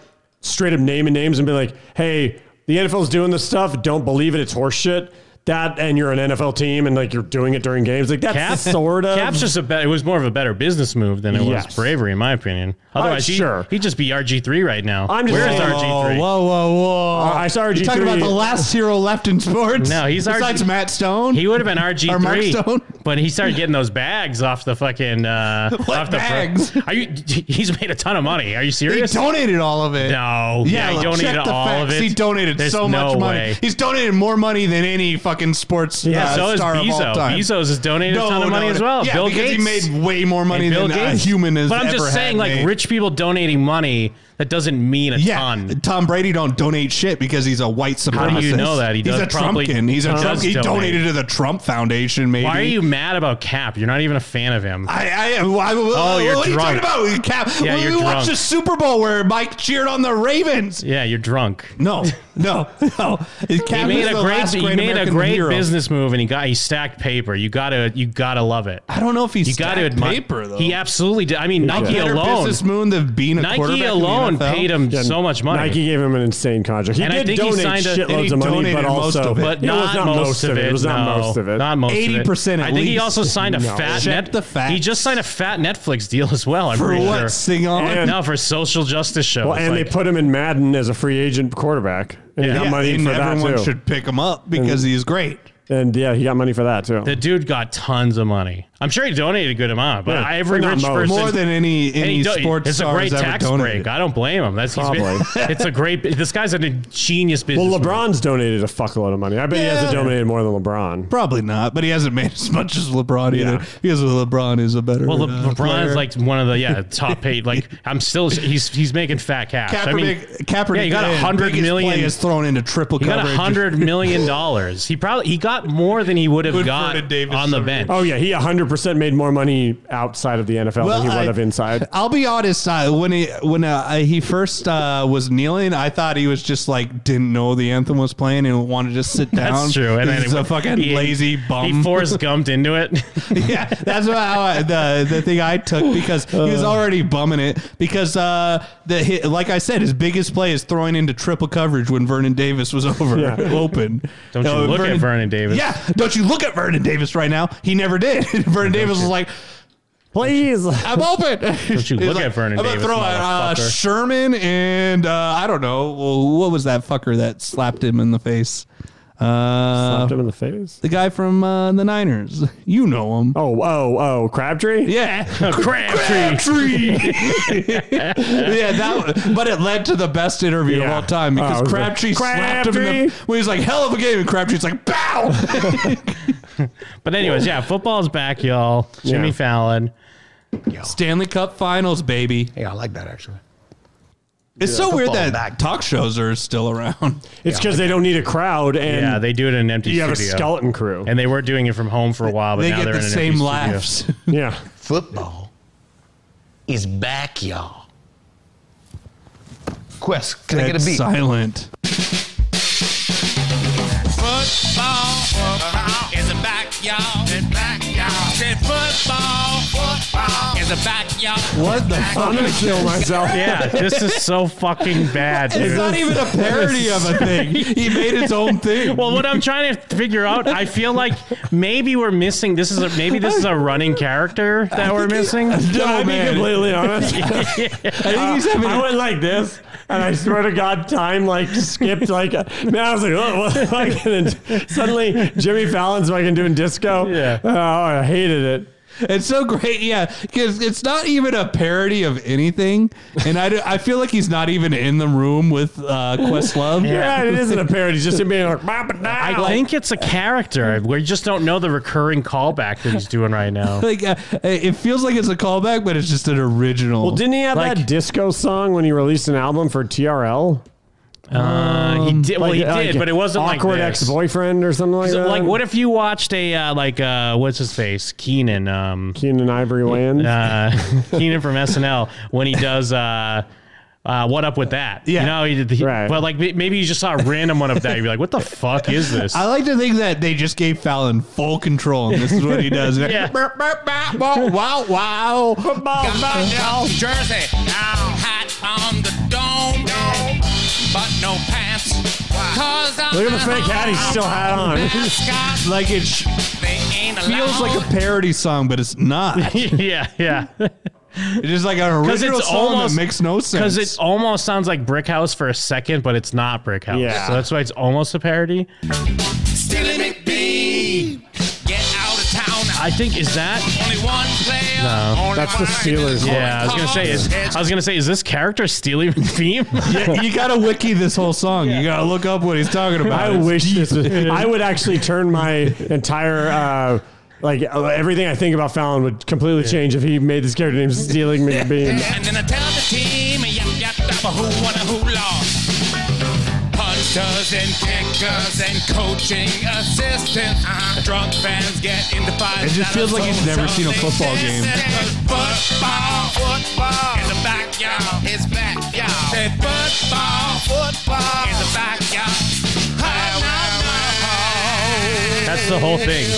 Speaker 3: straight up naming names and be like, hey, the NFL's doing this stuff. Don't believe it. It's horseshit. That and you're an NFL team and like you're doing it during games. Like that's
Speaker 5: Cap,
Speaker 3: sort of
Speaker 5: Cap's just a bet. It was more of a better business move than it was
Speaker 3: Yes.
Speaker 5: bravery, in my opinion. Otherwise, he,
Speaker 3: sure.
Speaker 5: he'd just be RG three right now.
Speaker 3: I'm just
Speaker 5: Where is
Speaker 3: saying-
Speaker 5: RG three?
Speaker 4: whoa, whoa, whoa!
Speaker 3: Uh, I saw
Speaker 4: You talking
Speaker 3: RG3.
Speaker 4: about the last hero left in sports?
Speaker 5: No, he's RG
Speaker 4: besides Matt Stone.
Speaker 5: He would have been
Speaker 4: Or Mark
Speaker 5: RG three,
Speaker 4: Stone?
Speaker 5: but he started getting those bags off the fucking uh,
Speaker 4: What
Speaker 5: off the fr-
Speaker 4: bags?
Speaker 5: Are you? He's made a ton of money. Are you
Speaker 4: He
Speaker 5: serious?
Speaker 4: donated all of it.
Speaker 5: No,
Speaker 4: Yeah,
Speaker 5: yeah, he
Speaker 4: look,
Speaker 5: donated
Speaker 4: check the
Speaker 5: all
Speaker 4: facts.
Speaker 5: of it.
Speaker 4: He donated
Speaker 5: There's
Speaker 4: so much
Speaker 5: no
Speaker 4: money.
Speaker 5: way.
Speaker 4: He's donated more money than any fucking sports
Speaker 5: Yeah,
Speaker 4: uh,
Speaker 5: so is
Speaker 4: star of
Speaker 5: Bezos.
Speaker 4: all time.
Speaker 5: Bezos has donated a
Speaker 4: No,
Speaker 5: ton of
Speaker 4: no,
Speaker 5: money as
Speaker 4: no.
Speaker 5: well.
Speaker 4: Yeah,
Speaker 5: Bill
Speaker 4: because
Speaker 5: Gates.
Speaker 4: he made way more money
Speaker 5: And Bill
Speaker 4: than
Speaker 5: Gates.
Speaker 4: a human has
Speaker 5: But I'm
Speaker 4: ever
Speaker 5: just
Speaker 4: had
Speaker 5: saying, like
Speaker 4: made.
Speaker 5: rich people donating money that doesn't mean a
Speaker 4: yeah,
Speaker 5: ton.
Speaker 4: Tom Brady don't donate shit because he's a white supremacist.
Speaker 5: How do you know that? He
Speaker 4: he's
Speaker 5: does
Speaker 4: a
Speaker 5: probably-
Speaker 4: Trumpkin. He's a
Speaker 5: does
Speaker 4: Trump. He
Speaker 5: donate.
Speaker 4: donated to the Trump Foundation. Maybe.
Speaker 5: Why are you mad about Cap? You're not even a fan of him.
Speaker 4: I, I, why,
Speaker 5: Oh, you're
Speaker 4: what are
Speaker 5: drunk.
Speaker 4: you talking about? Cap,
Speaker 5: Yeah,
Speaker 4: we
Speaker 5: you're
Speaker 4: we
Speaker 5: drunk.
Speaker 4: watched the Super Bowl where Mike cheered on the Ravens.
Speaker 5: yeah, you're drunk.
Speaker 4: No, no, no. Cap
Speaker 5: he made
Speaker 4: is
Speaker 5: a
Speaker 4: the
Speaker 5: great,
Speaker 4: last
Speaker 5: he made a
Speaker 4: American
Speaker 5: great
Speaker 4: hero.
Speaker 5: business move, and he got he stacked paper. You gotta you gotta love it.
Speaker 4: I don't know if he's
Speaker 5: You gotta admire
Speaker 4: paper though.
Speaker 5: He absolutely did. I mean, Nike
Speaker 4: better
Speaker 5: alone.
Speaker 4: business moon than being a
Speaker 5: Nike
Speaker 4: quarterback in the
Speaker 5: alone
Speaker 4: NFL?
Speaker 5: paid him
Speaker 3: Yeah,
Speaker 5: so much money.
Speaker 3: Nike gave him an insane contract. He
Speaker 5: And I
Speaker 3: did
Speaker 5: think he
Speaker 3: donate
Speaker 5: signed a-
Speaker 4: and
Speaker 3: shitloads
Speaker 4: he
Speaker 3: of money, but
Speaker 4: donated most
Speaker 3: also
Speaker 4: of it.
Speaker 5: but
Speaker 3: it
Speaker 5: not,
Speaker 3: was not
Speaker 5: most, of it.
Speaker 3: It was not
Speaker 5: no.
Speaker 3: most of it.
Speaker 5: Not most. of it.
Speaker 4: 80% at
Speaker 5: I think he
Speaker 4: least.
Speaker 5: also signed a
Speaker 4: No.
Speaker 5: fat
Speaker 4: Check
Speaker 5: net.
Speaker 4: the facts.
Speaker 5: He just signed a fat Netflix deal as well. I'm
Speaker 4: For
Speaker 5: pretty
Speaker 4: what?
Speaker 5: sure.
Speaker 4: Sing on?
Speaker 5: And,
Speaker 3: And-
Speaker 5: no, for social justice shows.
Speaker 3: Well, and
Speaker 5: like-
Speaker 3: they put him in Madden as a free agent quarterback, and he got money
Speaker 4: and
Speaker 3: for
Speaker 4: everyone
Speaker 3: that too.
Speaker 4: should pick him up because
Speaker 3: And-
Speaker 4: he's great.
Speaker 3: And yeah, he got money for that too.
Speaker 5: The dude got tons of money. I'm sure he donated a good amount, but
Speaker 4: Yeah.
Speaker 5: every
Speaker 4: Not
Speaker 5: rich
Speaker 4: most.
Speaker 5: person
Speaker 4: More than any-
Speaker 5: And he
Speaker 4: any
Speaker 5: do-
Speaker 4: sports
Speaker 5: It's a
Speaker 4: star has
Speaker 5: great
Speaker 4: ever
Speaker 5: tax
Speaker 4: donated.
Speaker 5: break. I don't blame him. That's he's been-
Speaker 3: Probably.
Speaker 5: it's a great. This guy's an ingenious business.
Speaker 3: Well, LeBron's donated a fuckload of money. I bet he hasn't
Speaker 4: Yeah.
Speaker 3: donated more than LeBron.
Speaker 4: Probably not, but he hasn't made as much as LeBron either. Because LeBron is a better.
Speaker 5: Well, Le-
Speaker 4: uh,
Speaker 5: LeBron's
Speaker 4: player.
Speaker 5: like one of the yeah top paid. Like I'm still he's he's making fat cash. I mean,
Speaker 4: Kaepernick. Kaepernick.
Speaker 5: yeah, he got
Speaker 4: did.
Speaker 5: a hundred
Speaker 4: Biggest
Speaker 5: million.
Speaker 4: play is thrown into triple
Speaker 5: He
Speaker 4: coverage.
Speaker 5: got a hundred million dollars. He probably he got more than he would have got on the bench.
Speaker 3: Oh yeah, he 100 percent made more money outside of the NFL
Speaker 4: Well,
Speaker 3: than he
Speaker 4: I-
Speaker 3: would have inside.
Speaker 4: I'll be honest. I, when he when uh, I- he first uh, was kneeling, I thought he was just like didn't know the anthem was playing and wanted to just sit down.
Speaker 5: That's true. And then
Speaker 4: he's
Speaker 5: he-
Speaker 4: a fucking
Speaker 5: he-
Speaker 4: lazy bum.
Speaker 5: He force gumped into it.
Speaker 4: yeah, that's what how I, the the thing I took because he
Speaker 5: Uh.
Speaker 4: was already bumming it because uh the hit, like I said his biggest play is throwing into triple coverage when Vernon Davis was over
Speaker 5: Yeah.
Speaker 4: open.
Speaker 5: Don't you
Speaker 4: Uh,
Speaker 5: look at Vernon Davis?
Speaker 4: Yeah, don't you look at Vernon Davis right now? He never did. Vernon Davis was like.
Speaker 3: Please,
Speaker 4: I'm open.
Speaker 5: Don't you
Speaker 4: He was
Speaker 5: look at Vernon
Speaker 4: I'm
Speaker 5: Davis,
Speaker 4: gonna throw out, uh,
Speaker 5: motherfucker."
Speaker 4: Sherman and uh, I don't know well, what was that fucker that slapped him in the face. Uh,
Speaker 3: Slapped him in the face.
Speaker 4: The guy from uh, the Niners. You know him.
Speaker 3: Oh, oh, oh, Crabtree.
Speaker 4: Yeah,
Speaker 5: Crabtree.
Speaker 4: yeah, that. wa- But it led to the best interview of all time
Speaker 3: Oh, it
Speaker 4: because
Speaker 3: was
Speaker 4: Crabtree
Speaker 3: good.
Speaker 4: slapped him. In the,
Speaker 3: Crabtree!
Speaker 4: when he's like, "Hell of a game," and Crabtree's like, "Bow."
Speaker 5: But anyways, yeah, football's back, y'all. Jimmy
Speaker 4: Yeah.
Speaker 5: Fallon.
Speaker 4: Stanley Cup Finals, baby.
Speaker 1: Yeah, I like that actually.
Speaker 4: It's
Speaker 1: Yeah,
Speaker 4: so weird
Speaker 1: football
Speaker 4: that
Speaker 1: back.
Speaker 4: talk shows are still
Speaker 5: Oh,
Speaker 4: around.
Speaker 3: It's because they don't need a crowd, and
Speaker 5: yeah, they do it in an empty.
Speaker 3: you have a
Speaker 5: studio.
Speaker 3: skeleton crew.
Speaker 5: and they were doing it from home for a while, but
Speaker 4: They
Speaker 5: now
Speaker 4: get
Speaker 5: they're
Speaker 4: the
Speaker 5: in an
Speaker 4: same
Speaker 5: empty
Speaker 4: laughs.
Speaker 5: Studio.
Speaker 3: Yeah,
Speaker 1: Football is back, y'all. Quest, can I get a
Speaker 4: Dead
Speaker 1: beat?
Speaker 4: Silent.
Speaker 2: Football, football is a back, y'all. It's back, y'all. Said football, football is a back, y'all.
Speaker 4: What the
Speaker 2: Back,
Speaker 4: fuck?
Speaker 2: y'all.
Speaker 5: Yeah, this is so fucking bad.
Speaker 4: It's
Speaker 5: dude.
Speaker 4: not even a parody of a thing. He made his own thing.
Speaker 5: Well, what I'm trying to figure out, I feel like maybe we're missing. This is a, maybe this is a running character that we're missing. Oh,
Speaker 3: Can I be completely honest?
Speaker 5: Yeah.
Speaker 3: I, I went like this, and I swear to God, time like skipped. Like, man, I was like, oh, what? Like, and then suddenly, Jimmy Fallon's fucking doing disco. Yeah. Oh, I hated it.
Speaker 4: It's so great, yeah, because it's not even a parody of anything, and I, do- I feel like he's not even in the room with uh, Questlove.
Speaker 3: Yeah, it isn't a parody. It's just him being like, "Bop it now."
Speaker 5: I think it's a character. We just don't know the recurring callback that he's doing right now.
Speaker 4: like uh, it feels like it's a callback, but it's just an original.
Speaker 3: Well, didn't he have that disco song when he released an album for TRL?
Speaker 5: Uh, he did. well, he did, but it wasn't like
Speaker 3: awkward
Speaker 5: this.
Speaker 3: ex-boyfriend or something like
Speaker 5: So,
Speaker 3: that.
Speaker 5: like, what if you watched a uh, like uh, what's his face Keenan um,
Speaker 3: Keenan Ivory Wayans?
Speaker 5: uh, Keenan from SNL when he does uh, uh, what up with that? Yeah, you know, he, did- he, but like may- maybe you just saw a random one of that. You'd be like, what the fuck is this?
Speaker 4: I like to think that they just gave Fallon full control, and this is what he does.
Speaker 5: Yeah.
Speaker 4: Burp, burp, burp, wow, wow, wow.
Speaker 2: Got my New Jersey now hat on the dome, but no pants. Cause I'm
Speaker 4: Look at the fake hat he still had on.
Speaker 2: Mascot,
Speaker 4: Like it sh-
Speaker 2: they ain't allowed.
Speaker 4: feels like a parody song, but it's not.
Speaker 5: yeah, yeah.
Speaker 4: It's just like an
Speaker 5: Because
Speaker 4: original
Speaker 5: it's
Speaker 4: song
Speaker 5: almost
Speaker 4: that makes no sense.
Speaker 5: Because it almost sounds like Brick House for a second, but it's not Brick House.
Speaker 4: Yeah.
Speaker 5: So that's why it's almost a parody.
Speaker 2: Stealing McBee. Get out of town.
Speaker 5: I think is that
Speaker 2: Only one player.
Speaker 5: no.
Speaker 2: Only one
Speaker 5: Steelers. Yeah, I was gonna say. Is, I was gonna say, is this character stealing theme?
Speaker 4: Yeah, you gotta wiki this whole song. You gotta look up what he's talking about.
Speaker 3: I
Speaker 4: It's
Speaker 3: wish
Speaker 4: deep.
Speaker 3: this was, I would actually turn my entire uh, like uh, everything I think about Fallon would completely change if he made this character named Stealing McBean.
Speaker 2: And then I tell the team, yep, yep, yep, who won and who lost. Punters and kickers and coaching assistants. Uh-huh. Drunk fans get into fight.
Speaker 4: It just feels like he's never seen a football game.
Speaker 2: Football, football is a backyard. It's backyard. Said football, football is a backyard.
Speaker 5: That's the whole thing.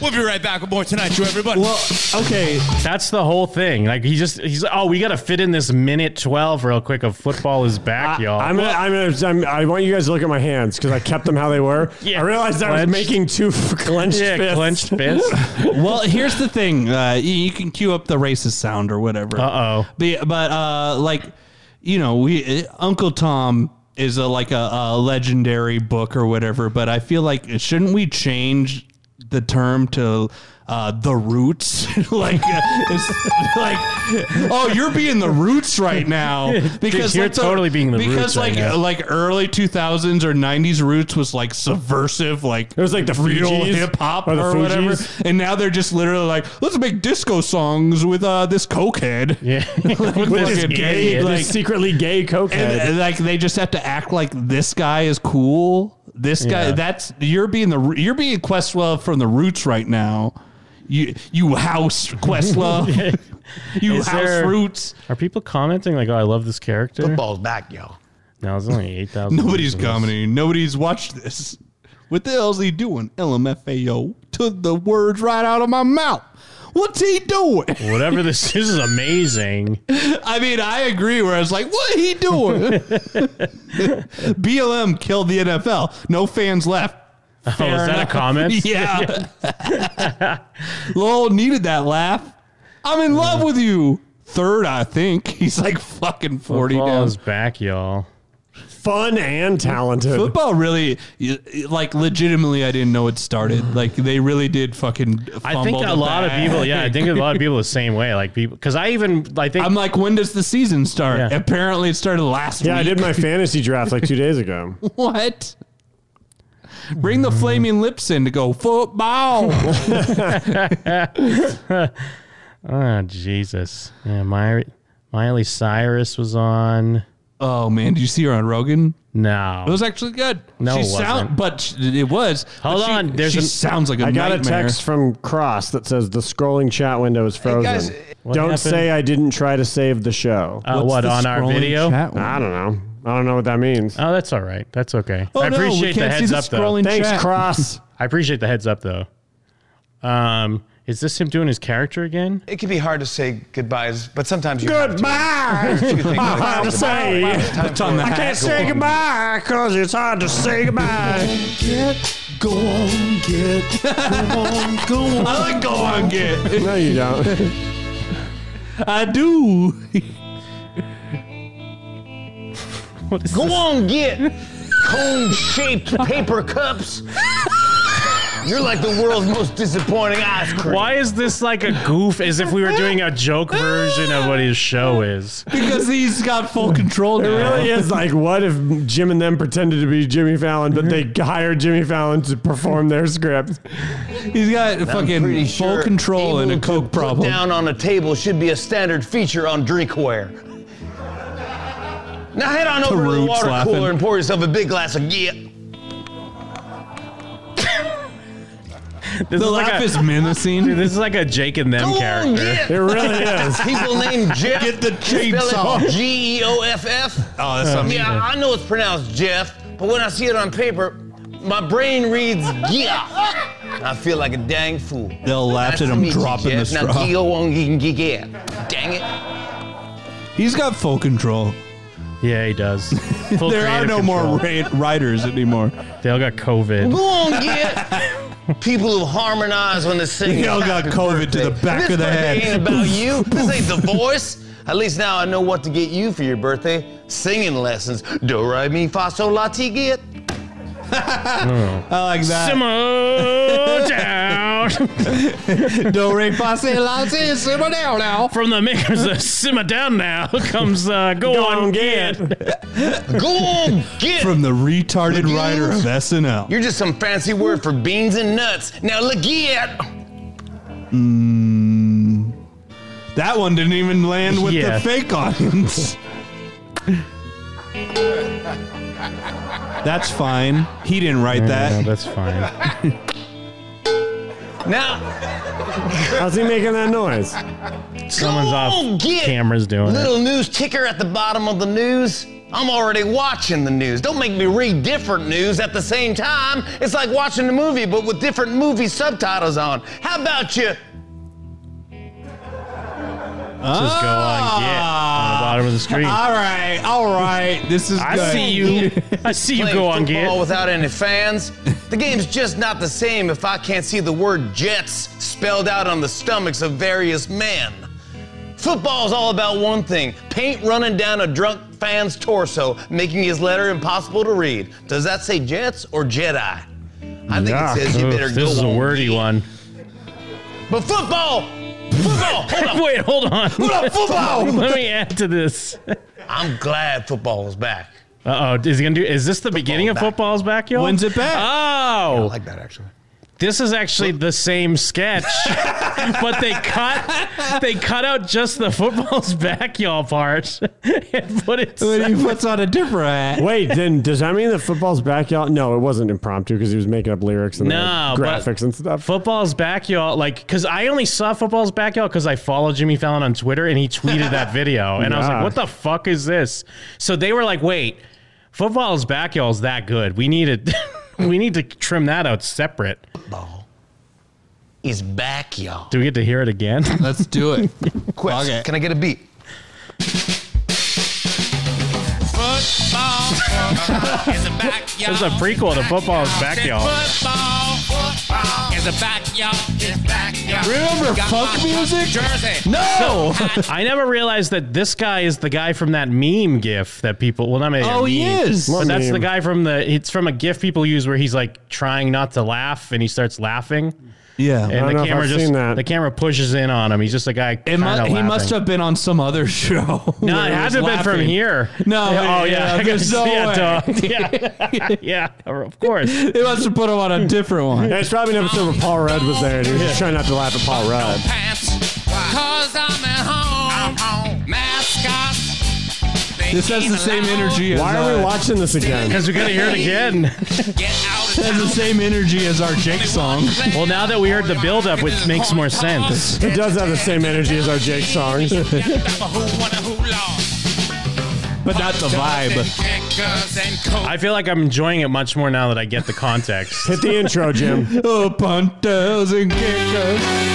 Speaker 2: We'll be right back with more tonight, you everybody.
Speaker 4: Well, okay.
Speaker 5: That's the whole thing. Like he just he's like, oh, we gotta fit in this minute twelve real quick of football is back, y'all.
Speaker 3: I'm gonna, I'm gonna, I'm, I want you guys to look at my hands because I kept them how they were.
Speaker 5: Yeah.
Speaker 3: I realized I was
Speaker 5: Clenched.
Speaker 3: making two f- clenched
Speaker 5: Yeah,
Speaker 3: fists.
Speaker 5: clenched fists.
Speaker 4: well, here's the thing. Uh, you, you can cue up the racist sound or whatever.
Speaker 5: Uh oh.
Speaker 4: But, but, uh, like, you know, we uh, Uncle Tom is a, like a, a legendary book or whatever. But I feel like shouldn't we change the term to uh, the Roots. like, uh, it's like, oh, you're being the Roots right now because
Speaker 5: You're
Speaker 4: like, the-
Speaker 5: totally being the Roots
Speaker 4: because
Speaker 5: right
Speaker 4: like
Speaker 5: now.
Speaker 4: like early 2000s or 90s Roots was like subversive, like it was like
Speaker 3: the
Speaker 4: real
Speaker 3: Fugees
Speaker 4: hip hop
Speaker 3: or
Speaker 4: or,
Speaker 3: the
Speaker 4: whatever.
Speaker 3: Fugees.
Speaker 4: And now they're just literally like, let's make disco songs with uh, this cokehead. Yeah,
Speaker 3: With this gay- this
Speaker 4: secretly gay cokehead. like they just have to act like this guy is cool. This guy,
Speaker 3: Yeah.
Speaker 4: that's you're being the you're being Questlove from the Roots right now. You you house Questlove. You house roots.
Speaker 5: Are people commenting like, "Oh, I love this character"?
Speaker 1: Football's back, y'all.
Speaker 5: No, it's only eight thousand.
Speaker 4: Nobody's commenting. Nobody's watched this. What the hell's he doing? LMFAO took the words right out of my mouth. What's he doing?
Speaker 5: Whatever this, this is amazing.
Speaker 4: I mean, I agree. Where I was like, "What he doing?" BLM killed the NFL. No fans left.
Speaker 5: Oh, is that a comment?
Speaker 4: yeah. Lowell needed that laugh. I'm in love with you. Third, I think he's like fucking forty
Speaker 5: Football
Speaker 4: now.
Speaker 5: is back, y'all.
Speaker 4: Fun and talented. Football really, like, legitimately, I didn't know it started. Like, they really did fucking.
Speaker 5: I think
Speaker 4: fumble
Speaker 5: a
Speaker 4: the
Speaker 5: lot of
Speaker 4: bag.
Speaker 5: people. Yeah, I think a lot of people the same way. Like people, because I even I think
Speaker 4: I'm like, when does the season start?
Speaker 5: Yeah.
Speaker 4: Apparently, it started last
Speaker 3: Yeah, I
Speaker 4: week.
Speaker 3: did my fantasy draft like two days ago.
Speaker 4: What? Bring the flaming lips in to go football.
Speaker 5: oh Jesus, yeah, Miley, Miley Cyrus was on.
Speaker 4: Oh man, did you see her on Rogan?
Speaker 5: No,
Speaker 4: it was actually good.
Speaker 5: No,
Speaker 4: she
Speaker 5: it wasn't.
Speaker 4: sound, but sh- it was.
Speaker 5: Hold
Speaker 4: but she-
Speaker 5: on, there's
Speaker 4: she
Speaker 5: an-
Speaker 4: sounds like a
Speaker 3: I got
Speaker 4: nightmare.
Speaker 3: a text from Cross that says the scrolling chat window is frozen.
Speaker 4: guys,
Speaker 5: What
Speaker 3: don't
Speaker 5: happened?
Speaker 3: say I didn't try to save the show.
Speaker 5: Uh, What's what, the on our scrolling video? chat window?
Speaker 3: I don't know. I don't know what that means.
Speaker 5: Oh, that's all right. That's okay.
Speaker 3: Oh,
Speaker 5: I
Speaker 3: no, we
Speaker 5: appreciate the
Speaker 3: can't see
Speaker 5: heads
Speaker 3: the
Speaker 5: up though.
Speaker 3: scrolling Thanks, chat. Cross.
Speaker 5: I appreciate the heads up though. Um, is this him doing his character again?
Speaker 13: It can be hard to say goodbyes, but sometimes you
Speaker 3: Goodbye.
Speaker 13: Have to. There's a few things
Speaker 3: I'm
Speaker 13: that
Speaker 3: hard to
Speaker 13: it's
Speaker 3: say.
Speaker 13: about. It's time
Speaker 3: I
Speaker 13: for it to
Speaker 3: can't
Speaker 13: go
Speaker 3: say
Speaker 13: on.
Speaker 3: goodbye because it's hard to say goodbye.
Speaker 12: Get, go on, get, go on, go on.
Speaker 4: I like go on get.
Speaker 3: no, you don't.
Speaker 4: I do.
Speaker 5: Go
Speaker 14: on, get cone shaped paper cups. You're like the world's most disappointing ice cream.
Speaker 5: Why is this like a goof as if we were doing a joke version of what his show is?
Speaker 4: Because he's got full control
Speaker 3: It
Speaker 4: now.
Speaker 3: really is like, what if Jim and them pretended to be Jimmy Fallon, but they hired Jimmy Fallon to perform their script?
Speaker 4: He's got fucking full control and a coke problem.
Speaker 14: Down on a table should be a standard feature on drinkware. Now head on
Speaker 4: The
Speaker 14: over to the
Speaker 4: roots
Speaker 14: water
Speaker 4: laughing.
Speaker 14: cooler and pour yourself a big glass of get.
Speaker 5: This
Speaker 4: the laugh is menacing.
Speaker 5: Dude, this is like a Jake and them character.
Speaker 14: People named Jeff.
Speaker 5: Get the
Speaker 14: Spell
Speaker 5: chainsaw.
Speaker 14: it G E O F F.
Speaker 5: Oh, that's not me.
Speaker 14: Yeah, I know it's pronounced Jeff, but when I see it on paper, my brain reads E yeah. I feel like a dang fool.
Speaker 4: They'll laugh
Speaker 14: Nice
Speaker 4: at
Speaker 14: to
Speaker 4: him
Speaker 14: meet you,
Speaker 4: dropping
Speaker 14: Jeff.
Speaker 4: the straw.
Speaker 14: Now G E O on G G yeah. Dang it.
Speaker 4: He's got full control.
Speaker 5: Yeah, he does. Full
Speaker 4: there are
Speaker 5: creative
Speaker 4: no more ra- writers anymore.
Speaker 5: They all got COVID.
Speaker 14: Go on, get. People who harmonize when they sing.
Speaker 4: They all got
Speaker 14: Happy
Speaker 4: COVID to the
Speaker 14: birthday.
Speaker 4: back
Speaker 14: this
Speaker 4: of the
Speaker 14: birthday
Speaker 4: head.
Speaker 14: Ain't about you. This ain't the voice. At least now I know what to get you for your birthday. Singing lessons. Do re mi fa sol la ti get.
Speaker 4: I like that.
Speaker 5: Simmer down.
Speaker 4: Do re fa si la si simmer down now.
Speaker 5: From the makers of Simmer Down Now comes uh, Go, on, Get.
Speaker 14: Go on, get.
Speaker 4: From the retarded writer of SNL.
Speaker 14: You're just some fancy word for beans and nuts. Now look at.
Speaker 4: Mm, that one didn't even land with
Speaker 14: Yeah.
Speaker 4: the fake audience. that's fine. He didn't write that.
Speaker 5: that's fine.
Speaker 14: Now
Speaker 3: How's he making that noise?
Speaker 5: Someone's
Speaker 14: Go
Speaker 5: off
Speaker 14: get
Speaker 5: cameras doing
Speaker 14: little
Speaker 5: it.
Speaker 14: news ticker at the bottom of the news. I'm already watching the news. Don't make me read different news at the same time. It's like watching a movie, but with different movie subtitles on. How about you?
Speaker 5: Just go on Get on the bottom of the screen.
Speaker 4: All right, all right. This is.
Speaker 5: I
Speaker 4: good.
Speaker 5: see you. I see you
Speaker 14: Playing
Speaker 5: go on Get.
Speaker 14: football without any fans. The game's just not the same if I can't see the word Jets spelled out on the stomachs of various men. Football's all about one thing: paint running down a drunk fan's torso, making his letter impossible to read. Does that say Jets or Jedi? I think it says you
Speaker 5: Oof,
Speaker 14: better
Speaker 5: this
Speaker 14: go
Speaker 5: is a
Speaker 14: on
Speaker 5: wordy one.
Speaker 14: But football, football. Hold up.
Speaker 5: Wait, hold on.
Speaker 14: Hold up, football.
Speaker 5: Let me add to this.
Speaker 14: I'm glad football is back.
Speaker 5: Uh oh, is he gonna do? Is this the beginning of football's back, y'all?
Speaker 4: When's it back?
Speaker 5: Oh,
Speaker 1: I like that actually.
Speaker 5: This is actually the same sketch, but they cut they cut out just the football's back y'all part and put it.
Speaker 4: When he puts on a different hat.
Speaker 3: Wait, then does that mean the football's back y'all? No, it wasn't impromptu because he was making up lyrics and
Speaker 5: No,
Speaker 3: like,
Speaker 5: but-
Speaker 3: graphics and stuff.
Speaker 5: Football's back y'all like because I only saw football's back y'all because I follow Jimmy Fallon on Twitter and he tweeted that video and I was
Speaker 3: Yeah.
Speaker 5: like, what the fuck is this? So they were like, wait, football's back y'all is that good? We need to we need to trim that out separate.
Speaker 1: Football is back, y'all.
Speaker 5: Do we get to hear it again?
Speaker 4: Let's do it.
Speaker 14: Quick, can I get a beat?
Speaker 2: Football, football is a backyard.
Speaker 5: There's a prequel to football's back y'all.
Speaker 2: Football, football is a backyard. It's backyard.
Speaker 4: Remember
Speaker 2: Got
Speaker 4: funk
Speaker 2: my
Speaker 4: music?
Speaker 2: Jersey.
Speaker 4: No.
Speaker 5: I never realized that this guy is the guy from that meme gif that people. Well, not maybe.
Speaker 4: Oh,
Speaker 5: meme,
Speaker 4: he is.
Speaker 5: But
Speaker 4: What
Speaker 5: that's the
Speaker 4: meme?
Speaker 5: guy from the. It's from a gif people use where he's like trying not to laugh and he starts laughing.
Speaker 4: Yeah.
Speaker 5: And
Speaker 3: don't know
Speaker 5: the
Speaker 3: if
Speaker 5: camera
Speaker 3: I've
Speaker 5: just
Speaker 3: seen that.
Speaker 5: the camera pushes in on him. He's just a guy.
Speaker 4: It mu-
Speaker 5: kinda
Speaker 4: he must
Speaker 5: laughing.
Speaker 4: have been on some other show.
Speaker 5: No,
Speaker 4: where
Speaker 5: it
Speaker 4: he
Speaker 5: had
Speaker 4: was
Speaker 5: to have been from
Speaker 4: laughing.
Speaker 5: here.
Speaker 4: No.
Speaker 5: Yeah, oh yeah. I can
Speaker 4: There's no
Speaker 5: see it,
Speaker 4: way.
Speaker 5: dog. Yeah. yeah. Of course.
Speaker 4: They must have put him on a different one.
Speaker 3: Yeah, it's probably an episode where Paul Rudd was there and he was just trying not to laugh at Paul Rudd.
Speaker 2: Cause I'm at home. Mascots. they
Speaker 4: This has
Speaker 2: eat
Speaker 4: the same
Speaker 2: alone.
Speaker 4: energy as
Speaker 3: Why are we
Speaker 4: uh,
Speaker 3: watching this again?
Speaker 5: Because we gotta hear it again.
Speaker 4: It has the same energy as our Jake song.
Speaker 5: Well, now that we heard the buildup, which makes more sense.
Speaker 3: It does have the same energy as our Jake songs.
Speaker 4: But not the vibe.
Speaker 2: Kickers and coaches.
Speaker 5: I feel like I'm enjoying it much more now that I get the context.
Speaker 3: Hit the intro, Jim.
Speaker 4: Up on thousand kickers.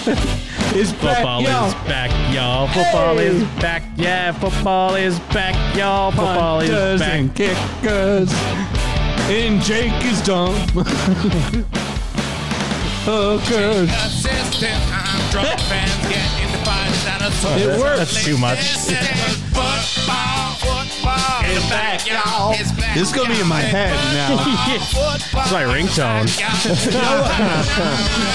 Speaker 4: Football is back,
Speaker 5: Football
Speaker 4: yo.
Speaker 5: is back, y'all. Football
Speaker 4: Hey.
Speaker 5: is back. Yeah, football is back, y'all. Football is
Speaker 4: Punters
Speaker 5: back.
Speaker 4: and kickers. And Jake is dumb. oh, cause
Speaker 2: Assistant, I'm drunk fans get in the fight that are so
Speaker 4: It works. That's
Speaker 5: too much.
Speaker 2: Football, football, it's back, y'all. It's back,
Speaker 4: This is gonna be in my head now.
Speaker 5: That's my ringtone.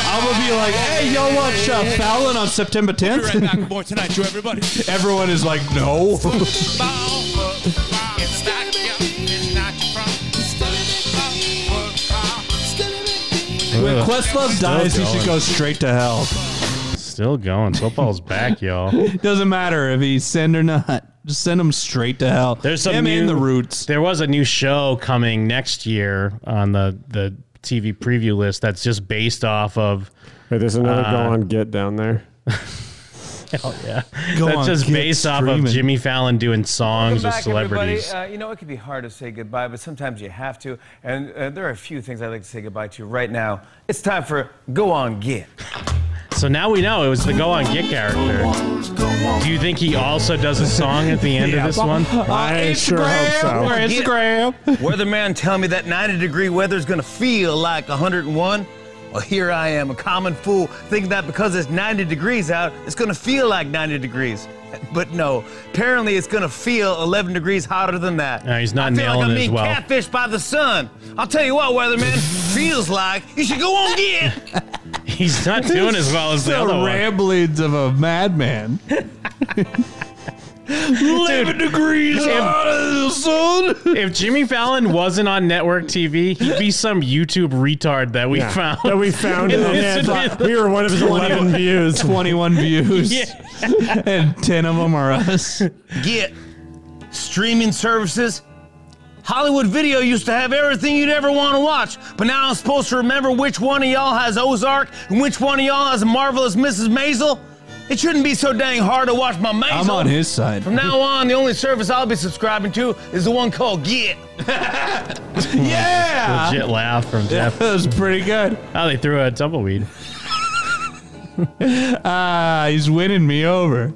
Speaker 4: I'm gonna be like, hey, yo, watch uh, Fallon on September 10th.
Speaker 2: Right back more tonight to everybody.
Speaker 4: Everyone is like, no.
Speaker 2: Football, football, it's back, y'all. It's not your problem.
Speaker 4: when Questlove dies, he
Speaker 5: going.
Speaker 4: should go straight to hell.
Speaker 5: Still going. Football's back, y'all.
Speaker 4: Doesn't matter if he's sent or not. Just send him straight to hell.
Speaker 5: There's some
Speaker 4: him
Speaker 5: new,
Speaker 4: in the roots.
Speaker 5: There was a new show coming next year on the the TV preview list that's just based off of
Speaker 3: Wait, there's another go
Speaker 5: Uh,
Speaker 3: on get down there.
Speaker 5: hell yeah.
Speaker 4: Go
Speaker 5: that's
Speaker 4: on,
Speaker 5: just
Speaker 4: get
Speaker 5: based off
Speaker 4: streaming.
Speaker 5: of Jimmy Fallon doing
Speaker 13: Welcome
Speaker 5: songs with
Speaker 13: back,
Speaker 5: celebrities.
Speaker 13: Everybody. Uh, you know, it can be hard to say goodbye, but sometimes you have to. And uh, there are a few things I'd like to say goodbye to right now. It's time for Go On Get.
Speaker 5: So now we know it was the Go On Get character. Do you think he also does a song at the end of this one?
Speaker 3: I
Speaker 13: Uh,
Speaker 3: sure hope so.
Speaker 4: Or Instagram.
Speaker 14: Weatherman tell me that 90 degree weather's gonna feel like 101. Well, here I am, a common fool, thinking that because it's 90 degrees out, it's gonna feel like 90 degrees. But no, apparently it's gonna feel 11 degrees hotter than that.
Speaker 5: No, he's not
Speaker 14: I feel like
Speaker 5: nailing
Speaker 14: I'm
Speaker 5: it as
Speaker 14: being
Speaker 5: well.
Speaker 14: catfished by the sun. I'll tell you what, Weatherman, feels like you should go on get.
Speaker 5: He's not doing as well as the other one.
Speaker 4: ramblings of a madman. Eleven degrees
Speaker 5: if-
Speaker 4: out of the sun.
Speaker 5: If Jimmy Fallon wasn't on network TV, he'd be some YouTube retard that we
Speaker 3: Yeah.
Speaker 5: found.
Speaker 3: That we found
Speaker 5: in
Speaker 3: in the
Speaker 5: this-
Speaker 3: net. We were one of his 11 views.
Speaker 4: Twenty-one views,
Speaker 5: Yeah.
Speaker 4: and ten of them are us.
Speaker 14: get streaming services. Hollywood Video used to have everything you'd ever want to watch, but now I'm supposed to remember which one of y'all has Ozark and which one of y'all has a marvelous Mrs. Maisel. It shouldn't be so dang hard to watch my Maisel.
Speaker 4: I'm on his side.
Speaker 14: From now on, the only service I'll be subscribing to is the one called Get.
Speaker 4: Yeah,
Speaker 5: Legit laugh from Jeff.
Speaker 4: that was pretty good.
Speaker 5: Oh, they threw a tumbleweed.
Speaker 4: Ah, he's winning me over.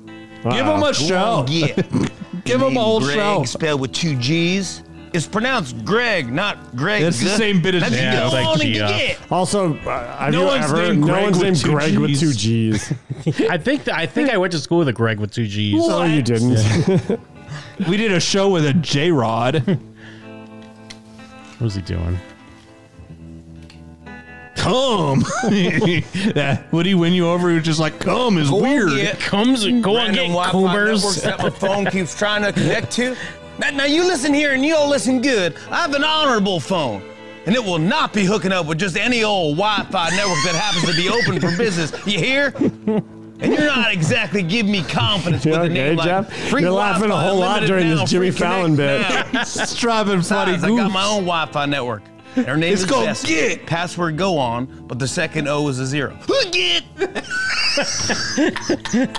Speaker 4: Give him a show.
Speaker 14: Get.
Speaker 4: Oh. Give him a whole
Speaker 14: Greg,
Speaker 4: show.
Speaker 14: spelled with two G's. It's pronounced Greg, not Greg.
Speaker 4: That's the same bit as
Speaker 14: Let's
Speaker 4: Yeah,
Speaker 14: go
Speaker 5: it's like
Speaker 14: on and
Speaker 5: Gia.
Speaker 14: get.
Speaker 3: Also, uh, have
Speaker 4: No
Speaker 3: you
Speaker 4: one's
Speaker 3: ever?
Speaker 4: named
Speaker 3: No
Speaker 4: Greg
Speaker 3: one's
Speaker 4: with
Speaker 3: named
Speaker 4: two
Speaker 3: Greg with
Speaker 4: Gs.
Speaker 3: two G's.
Speaker 5: I think I think I went to school with a Greg with two G's.
Speaker 3: No, Oh, you didn't.
Speaker 4: We did a show with a J Rod.
Speaker 5: What was he doing?
Speaker 4: cum. that, would he win you over? He was just like, cum is
Speaker 14: Oh,
Speaker 4: weird.
Speaker 5: Comes and go on get
Speaker 14: Wi-Fi networks
Speaker 5: coomers.
Speaker 14: that my phone keeps trying to connect to. Now, now you listen here and you'll listen good. I have an honorable phone. And it will not be hooking up with just any old Wi-Fi network that happens to be open for business. You hear? And you're not exactly giving me confidence with a
Speaker 3: Okay,
Speaker 14: name
Speaker 3: Jeff.
Speaker 14: like free
Speaker 3: You're laughing a
Speaker 14: Wi-Fi,
Speaker 3: whole lot
Speaker 14: unlimited
Speaker 3: during
Speaker 14: now,
Speaker 3: this Jimmy
Speaker 14: free connect
Speaker 3: Fallon bit.
Speaker 14: now.
Speaker 4: Striving funny
Speaker 14: Besides, I got
Speaker 4: goofs.
Speaker 14: my own Wi-Fi network. Her name
Speaker 4: It's
Speaker 14: is
Speaker 4: called
Speaker 14: Bessie. Password go on, but the second O is a zero.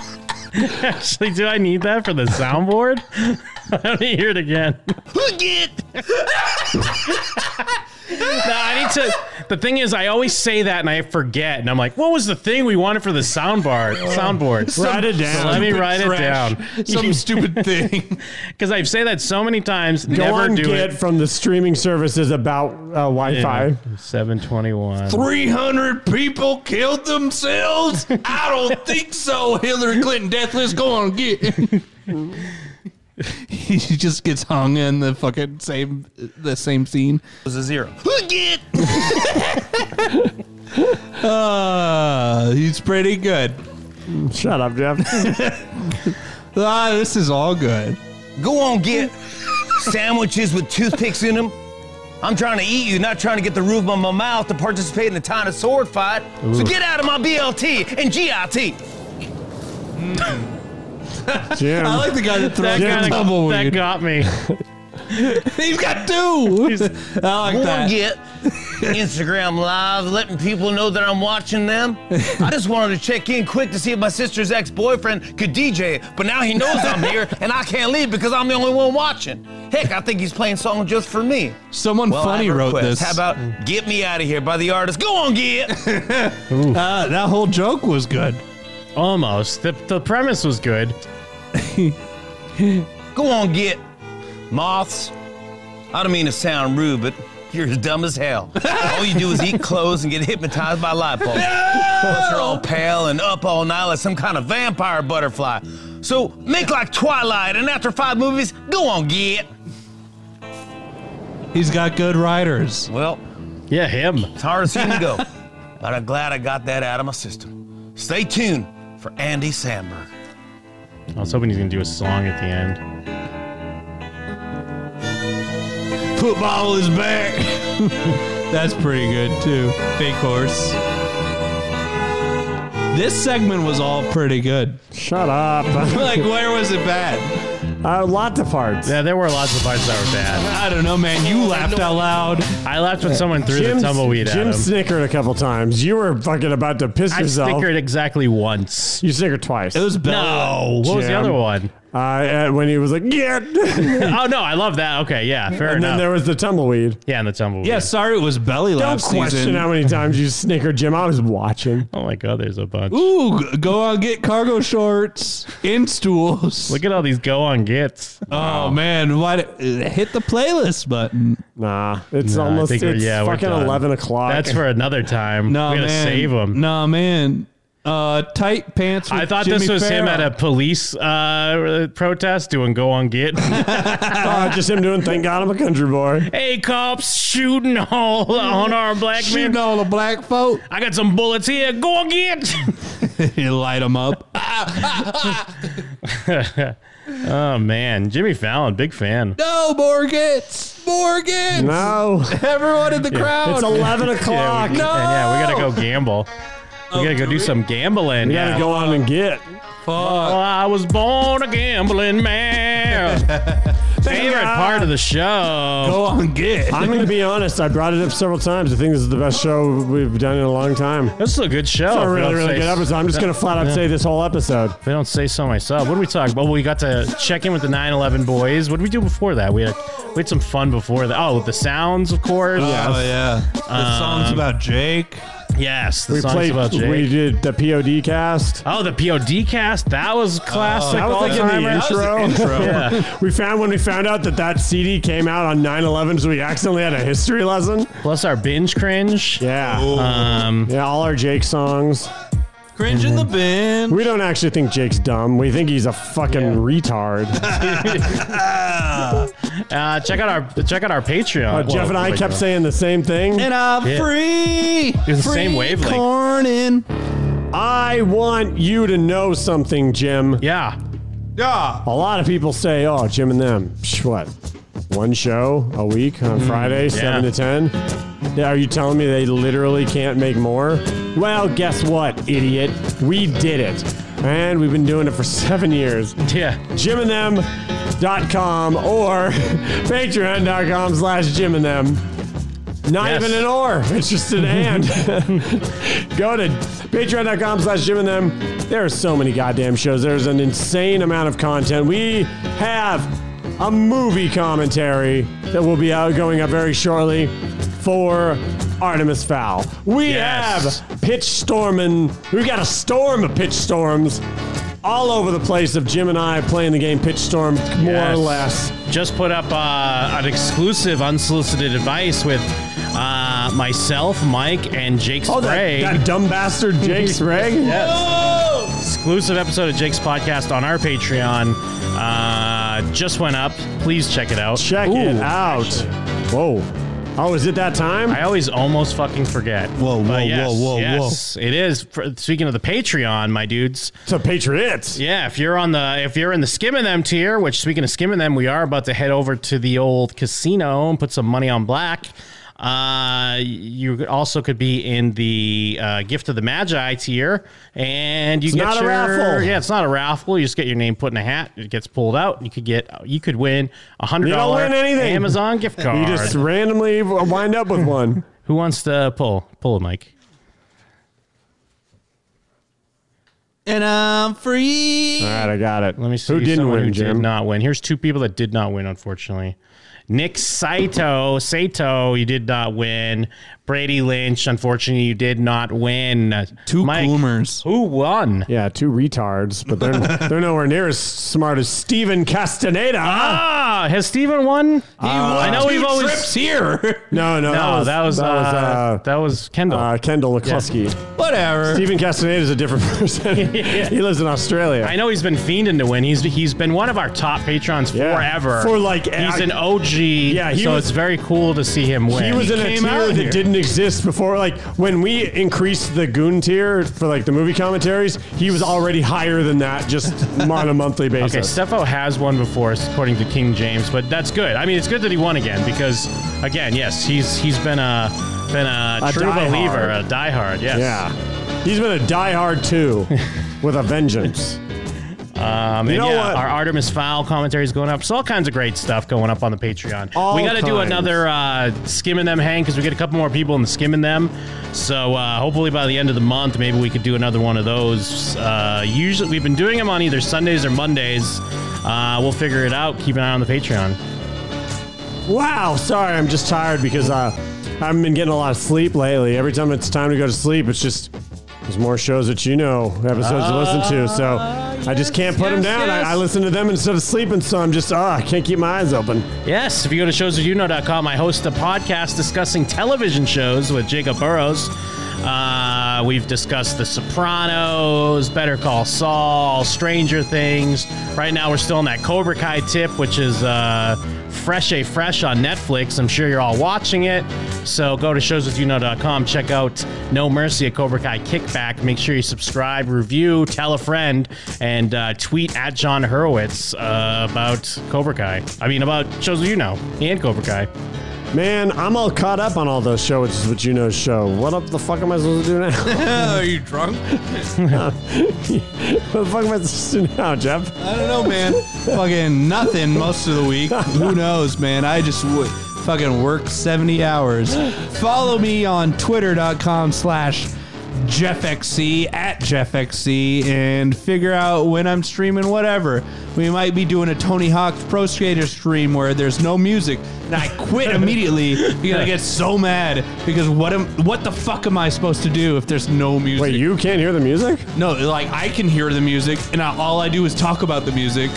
Speaker 5: Actually, do I need that for the soundboard? I don't need to hear it again. no, I need to. The thing is, I always say that and I forget, and I'm like, "What was the thing we wanted for the soundbar soundboard?"
Speaker 3: Some Write it down.
Speaker 5: So let me
Speaker 3: stupid
Speaker 5: write it
Speaker 3: trash.
Speaker 5: down.
Speaker 3: Some stupid
Speaker 4: thing.
Speaker 5: Because I've said that so many times.
Speaker 3: Go
Speaker 5: never
Speaker 3: on
Speaker 5: do
Speaker 3: get
Speaker 5: it.
Speaker 3: from the streaming services about uh, Wi-Fi.
Speaker 5: Seven twenty-one.
Speaker 4: 300 people killed themselves? I don't think so. Hillary Clinton, death list, go on, get. he just gets hung in the fucking same the same scene. It
Speaker 14: was a zero.
Speaker 4: uh, he's pretty good.
Speaker 3: Shut up, Jeff.
Speaker 4: ah, this is all good.
Speaker 14: Go on, get sandwiches with toothpicks in them. I'm trying to eat you, not trying to get the roof of my mouth to participate in a ton of sword fight. So
Speaker 1: Ooh.
Speaker 14: get out of my BLT and GIT.
Speaker 3: Jim.
Speaker 4: I like the guy that throws
Speaker 5: That,
Speaker 4: the
Speaker 5: kinda-
Speaker 4: tumbleweed.
Speaker 5: that got me.
Speaker 4: He's got two. I like
Speaker 14: Go
Speaker 4: that.
Speaker 14: on, get Instagram Live, letting people know that I'm watching them. I just wanted to check in quick to see if my sister's ex-boyfriend could DJ, but now he knows I'm here and I can't leave because I'm the only one watching. Heck, I think he's playing song just for me.
Speaker 4: Someone
Speaker 14: Well, I
Speaker 4: funny
Speaker 14: have a
Speaker 4: wrote
Speaker 14: request.
Speaker 4: this.
Speaker 14: How about "Get Me Out of Here" by the artist? Go on, get.
Speaker 4: Uh, that whole joke was good.
Speaker 5: Almost. The, the premise was good.
Speaker 14: Go on, get moths. I don't mean to sound rude, but you're as dumb as hell. all you do is eat clothes and get hypnotized by light bulbs. Plus, you're all pale and up all night like some kind of vampire butterfly. So make like Twilight, and after five movies, go on, get.
Speaker 4: He's got good writers.
Speaker 14: Well,
Speaker 5: yeah, him.
Speaker 14: It's hard to see him go, but I'm glad I got that out of my system. Stay tuned for Andy Samberg.
Speaker 5: I was hoping he's gonna do a song at the end.
Speaker 4: Football is back. That's pretty good too. Fake horse. This segment was all pretty good.
Speaker 3: Shut up.
Speaker 4: like where was it bad?
Speaker 3: Uh, lots of parts.
Speaker 5: Yeah, there were lots of parts that were bad.
Speaker 4: I don't know, man. You laughed out loud.
Speaker 5: I laughed when someone threw
Speaker 3: Jim-
Speaker 5: the tumbleweed
Speaker 3: Jim
Speaker 5: at him.
Speaker 3: snickered a couple times. You were fucking about to piss
Speaker 5: I
Speaker 3: yourself.
Speaker 5: snickered exactly once.
Speaker 3: You snickered twice.
Speaker 4: It was
Speaker 5: No. What was the other one?
Speaker 3: Uh, uh, when he was like, yeah. and
Speaker 5: oh no, I love that. Okay, yeah, fair
Speaker 3: then
Speaker 5: enough.
Speaker 3: there was the tumbleweed.
Speaker 5: yeah, and the tumbleweed.
Speaker 4: Yeah, sorry it was belly
Speaker 3: Don't
Speaker 4: laugh
Speaker 3: question
Speaker 4: season.
Speaker 3: how many times you snickered, Jim. I was watching.
Speaker 5: Oh my god, there's a bunch.
Speaker 4: Ooh, g- go on get cargo shorts in stools.
Speaker 5: Look at all these go on gets.
Speaker 4: Oh man, why d- uh, hit the playlist button?
Speaker 3: Nah, it's
Speaker 5: Nah, I
Speaker 3: almost
Speaker 5: think we're-
Speaker 3: it's
Speaker 5: yeah, we're
Speaker 3: fucking
Speaker 5: done.
Speaker 3: eleven o'clock.
Speaker 5: That's for another time.
Speaker 4: No
Speaker 5: we gotta
Speaker 4: man,
Speaker 5: save them.
Speaker 4: No man, uh, tight pants. With
Speaker 5: I thought this
Speaker 4: Jimmy
Speaker 5: was him
Speaker 4: Farrow.
Speaker 5: at a police uh, protest doing go on get.
Speaker 3: Ah, just him doing. Thank God I'm a country boy.
Speaker 5: hey, cops, shooting all unarmed black
Speaker 4: shooting
Speaker 5: men.
Speaker 4: all the black folk.
Speaker 5: I got some bullets here. Go on get.
Speaker 4: You light them up.
Speaker 5: oh man, Jimmy Fallon, big fan.
Speaker 4: No, Morgans! Morgans!
Speaker 3: No,
Speaker 4: Everyone in the crowd!
Speaker 3: it's eleven o'clock.
Speaker 5: Yeah, we,
Speaker 3: no.
Speaker 5: yeah, we gotta go gamble. We gotta go do some gambling.
Speaker 3: You
Speaker 5: yeah.
Speaker 3: gotta go on and get.
Speaker 5: Well, I was born a gambling man. Favorite
Speaker 3: God.
Speaker 5: part of the show.
Speaker 4: Go on, get.
Speaker 3: I'm gonna be honest. I brought it up several times. I think this is the best show we've done in a long time. It's
Speaker 5: This is a good
Speaker 3: a
Speaker 5: show. if we
Speaker 3: Oh, really,
Speaker 5: don't
Speaker 3: really
Speaker 5: say-
Speaker 3: good episode. I'm just gonna flat out say this whole episode.
Speaker 5: If I don't say so myself, what did we talk about? We got to check in with the 9/11 boys. What did we do before that? We had we had some fun before that. Oh, the sounds, of course.
Speaker 4: Oh, yeah. The song's
Speaker 5: Um,
Speaker 4: about Jake.
Speaker 5: Yes, the
Speaker 3: we
Speaker 5: songs
Speaker 3: played.
Speaker 5: about Jake.
Speaker 3: We did the POD cast.
Speaker 5: oh, the POD cast. That was classic.
Speaker 3: Oh, that was
Speaker 5: all
Speaker 3: like in
Speaker 5: timer.
Speaker 3: the intro.
Speaker 5: Yeah.
Speaker 3: we found when we found out that that CD came out on 9/11, so we accidentally had a history lesson.
Speaker 5: Plus our binge cringe.
Speaker 3: Yeah,
Speaker 5: Um,
Speaker 3: yeah, all our Jake songs.
Speaker 4: Cringe in the
Speaker 5: Mm-hmm.
Speaker 4: bin.
Speaker 3: We don't actually think Jake's dumb. We think he's a fucking retard.
Speaker 5: uh, check out our check out our Patreon.
Speaker 3: Uh, Jeff and I kept saying the same thing.
Speaker 4: And I'm
Speaker 5: Yeah.
Speaker 4: free.
Speaker 5: It's the same
Speaker 4: free
Speaker 5: wavelength.
Speaker 4: Corn in.
Speaker 3: I want you to know something, Jim.
Speaker 5: Yeah.
Speaker 4: Yeah.
Speaker 3: A lot of people say, oh, Jim and them. Psh, what? One show a week on
Speaker 4: Mm,
Speaker 3: Friday,
Speaker 4: yeah.
Speaker 3: 7 to 10? Yeah, Are you telling me they literally can't make more? Well, guess what, idiot? We did it. And we've been doing it for seven years.
Speaker 5: Yeah.
Speaker 3: Jim and them. Dot com or patreon.com slash Jim and them. Not
Speaker 5: Yes.
Speaker 3: even an or. It's just an and. Go to patreon.com slash Jim and them. There are so many goddamn shows. There's an insane amount of content. We have a movie commentary that will be out going up very shortly for Artemis Fowl. We have pitch storming. We've got a storm of pitch storms all over the place of Jim and I playing the game Pitch Storm more or
Speaker 5: Yes.
Speaker 3: less.
Speaker 5: Just put up uh, an exclusive unsolicited advice with uh, myself, Mike, and Jake
Speaker 3: Oh, that-
Speaker 5: Sprague.
Speaker 3: that dumb bastard Jake Sprague?
Speaker 5: yes. Exclusive episode of Jake's podcast on our Patreon. Uh, just went up. Please check it out.
Speaker 3: Check it out. Whoa. Oh, is it that time?
Speaker 5: I always almost fucking forget. Whoa, whoa,
Speaker 4: whoa, whoa, whoa.
Speaker 5: whoa. It is. For- Speaking of the Patreon, my dudes.
Speaker 3: So Patriots.
Speaker 5: Yeah, if you're on the if you're in the skimming them tier, which speaking of skimming them, we are about to head over to the old casino and put some money on black. Uh, you also could be in the uh, gift of the magi tier, and you
Speaker 3: It's
Speaker 5: get
Speaker 3: not a
Speaker 5: your,
Speaker 3: raffle.
Speaker 5: Yeah, it's not a raffle. You just get your name put in a hat. It gets pulled out. You could get you could win a hundred
Speaker 3: You don't
Speaker 5: dollar
Speaker 3: win anything.
Speaker 5: Amazon gift card.
Speaker 3: You just randomly wind up with one.
Speaker 5: Who wants to pull? Pull it, Mike.
Speaker 4: And I'm free.
Speaker 3: All right, I got it. Let
Speaker 5: me see
Speaker 3: Who didn't
Speaker 5: someone
Speaker 3: win,
Speaker 5: who
Speaker 3: Jim?
Speaker 5: Did not win. Here's two people that did not win, unfortunately. Nick Saito, Saito, you did not win. Brady Lynch, unfortunately, you did not win. Two Mike, Who won?
Speaker 3: Yeah, two retards, but they're they're nowhere near as smart as Steven Castaneda.
Speaker 5: Ah, has Steven won? He
Speaker 3: won
Speaker 5: I know
Speaker 3: two
Speaker 5: we've always
Speaker 3: trips here. No, no,
Speaker 5: No, that was, uh,
Speaker 3: that
Speaker 5: was Kendall.
Speaker 3: Uh, Kendall McCluskey.
Speaker 4: Whatever.
Speaker 3: Steven Castaneda is a different person. He lives in Australia.
Speaker 5: I know he's been fiending to win. He's he's been one of our top patrons forever.
Speaker 3: For, like,
Speaker 5: he's
Speaker 3: I-
Speaker 5: an OG. Yeah,
Speaker 3: he
Speaker 5: so
Speaker 3: was-
Speaker 5: it's very cool to see him win.
Speaker 3: He was in a
Speaker 5: came
Speaker 3: tier
Speaker 5: out
Speaker 3: that
Speaker 5: here.
Speaker 3: didn't exist before. Like when we increased the goon tier for like the movie commentaries, he was already higher than that just on a monthly basis.
Speaker 5: Okay, Steffo has won before, according to King James, but that's good. I mean, it's good that he won again because, again, yes, he's he's been a been a,
Speaker 3: A
Speaker 5: true
Speaker 3: diehard.
Speaker 5: believer, a diehard. Yes.
Speaker 3: Yeah. He's been a diehard too with a vengeance.
Speaker 5: Um,
Speaker 3: You
Speaker 5: and
Speaker 3: know
Speaker 5: yeah,
Speaker 3: what?
Speaker 5: Our Artemis Fowl commentary is going up. So all kinds of great stuff going up on the Patreon.
Speaker 3: All
Speaker 5: we got to do
Speaker 3: kinds.
Speaker 5: another uh, skimming them hang because we get a couple more people in the skimming them. So uh, hopefully by the end of the month, maybe we could do another one of those. Uh, usually we've been doing them on either Sundays or Mondays. Uh, we'll figure it out. Keep an eye on the Patreon.
Speaker 3: Wow, sorry, I'm just tired because uh, I haven't been getting a lot of sleep lately. Every time it's time to go to sleep, it's just there's more shows that you know, episodes to listen to. So I just can't put them
Speaker 5: Ah, yes,
Speaker 3: down. I, I listen to them instead of sleeping, so I'm just, ah, I can't keep my eyes open.
Speaker 5: Yes, if you go to showsthatyouknow.com, I host a podcast discussing television shows with Jacob Burrows. Uh, we've discussed The Sopranos, Better Call Saul, Stranger Things. Right now, we're still in that Cobra Kai tip, which is uh, Fresh A Fresh on Netflix. I'm sure you're all watching it. So go to showsthatyouknow.com, check out No Mercy at Cobra Kai Kickback. Make sure you subscribe, review, tell a friend, and uh, tweet at John Hurwitz uh, about Cobra Kai. I mean, about shows you know and Cobra Kai.
Speaker 3: Man, I'm all caught up on all those shows, which is what you know show. What up the fuck am I supposed to do now?
Speaker 4: Are you drunk?
Speaker 3: what the fuck am I supposed to do now, Jeff?
Speaker 4: I don't know, man. fucking nothing most of the week. Who knows, man? I just would fucking work 70 hours. Follow me on twitter.com slash JeffXC at JeffXC and figure out when I'm streaming whatever. We might be doing a Tony Hawk Pro Skater stream where there's no music and I quit immediately because I get so mad because what am what the fuck am I supposed to do if there's no music? Wait,
Speaker 3: you can't hear the music?
Speaker 4: No, like I can hear the music and I, all I do is talk about the music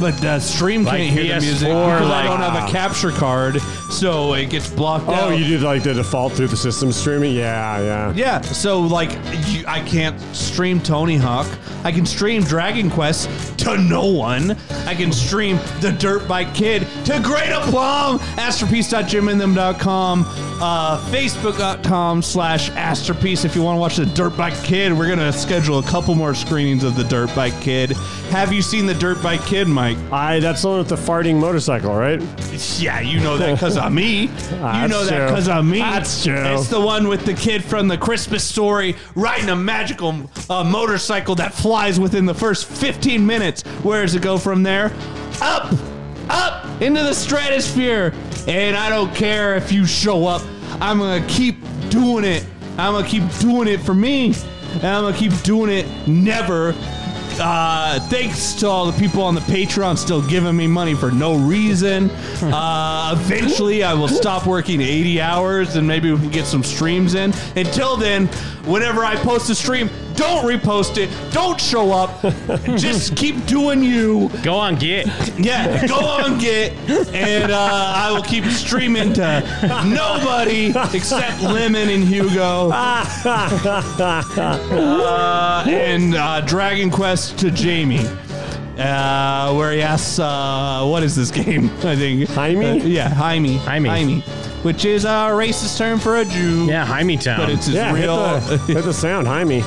Speaker 4: but the stream
Speaker 3: Like
Speaker 4: can't hear the music
Speaker 3: PS4,
Speaker 4: because I
Speaker 3: like- uh,
Speaker 4: don't have a capture card, so it gets blocked
Speaker 3: Oh,
Speaker 4: out.
Speaker 3: you did like the default through the system streaming? Yeah, yeah.
Speaker 4: yeah, so like you, I can't stream Tony Hawk. I can stream Dragon Quest to no one. I can stream The Dirt Bike Kid to great aplomb. Astropiece.jimandthem.com, uh, Facebook.com slash Astropiece. If you want to watch The Dirt Bike Kid, we're going to schedule a couple more screenings of The Dirt Bike Kid. Have you seen The Dirt Bike Kid, Mike?
Speaker 3: I that's the one with the farting motorcycle, right?
Speaker 4: Yeah, you know that because of me. you know that because of me.
Speaker 3: That's true.
Speaker 4: It's the one with the kid from the Christmas story riding a magical uh, motorcycle that flies within the first 15 minutes. Where does it go from there? Up, up into the stratosphere. And I don't care if you show up. I'm gonna keep doing it. I'm gonna keep doing it for me. And I'm gonna keep doing it never uh, thanks to all the people on the Patreon still giving me money for no reason. Uh, eventually, I will stop working 80 hours and maybe we can get some streams in. Until then, whenever I post a stream, don't repost it. Don't show up. Just keep doing you.
Speaker 5: Go on, get.
Speaker 4: Yeah, go on, get. And uh, I will keep streaming to nobody except Lemon and Hugo. Uh, and uh, Dragon Quest to Jamie. Uh, where he asks, uh, "What is this game?" I think Jaime. yeah, Jaime. Jaime. Jaime, which is a racist term for a Jew.
Speaker 5: Yeah, Jaime Town.
Speaker 4: But it's his
Speaker 3: Yeah, hit
Speaker 4: real.
Speaker 3: the- Hit the, sound, Jaime.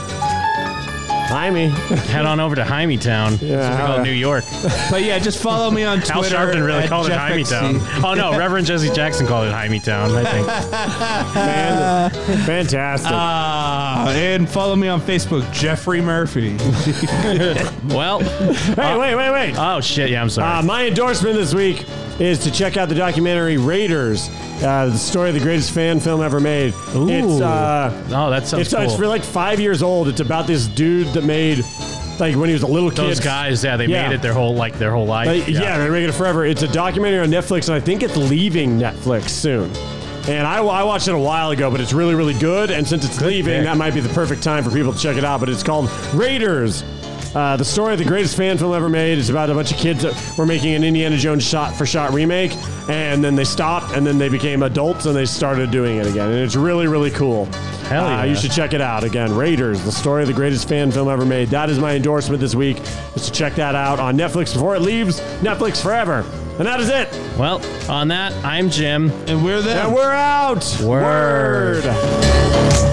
Speaker 3: Jaime.
Speaker 5: Head on over to Jaime Town. Yeah.
Speaker 3: all right.
Speaker 5: New York.
Speaker 4: But yeah, just follow me on Twitter.
Speaker 5: Al Sharpton really
Speaker 4: at
Speaker 5: called
Speaker 4: Jeff
Speaker 5: it Jaime Town.
Speaker 4: XC.
Speaker 5: Oh, no, Reverend Jesse Jackson called it Jaime Town, I think.
Speaker 3: Man, fantastic.
Speaker 5: Uh,
Speaker 4: Ah, and follow me on Facebook, Jeffrey Murphy.
Speaker 5: well,
Speaker 3: hey, wait, wait, wait.
Speaker 5: Oh shit! Yeah, I'm sorry.
Speaker 3: Uh, my endorsement this week is to check out the documentary Raiders, uh, the story of the greatest fan film ever made. It's uh,
Speaker 5: oh, that sounds
Speaker 3: it's,
Speaker 5: cool.
Speaker 3: it's for like five years old. It's about this dude that made like when he was a little kid.
Speaker 5: Those guys, yeah, they
Speaker 3: Yeah.
Speaker 5: made it their whole like their whole life.
Speaker 3: Like, yeah. they're making it forever. It's a documentary on Netflix, and I think it's leaving Netflix soon. And I, I watched it a while ago, but it's really, really good. And since it's leaving, that might be the perfect time for people to check it out. But it's called Raiders. Uh, the story of the greatest fan film ever made It's about a bunch of kids that were making an Indiana Jones shot for shot remake, and then they stopped, and then they became adults, and they started doing it again. And it's really, really cool.
Speaker 5: Hell
Speaker 3: Uh,
Speaker 5: yeah.
Speaker 3: you should check it out again. Raiders, the story of the greatest fan film ever made. That is my endorsement this week. Is to check that out on Netflix before it leaves Netflix forever. And that is it.
Speaker 5: Well, on that, I'm Jim,
Speaker 4: and we're there.
Speaker 3: And we're out.
Speaker 5: Word.
Speaker 3: Word.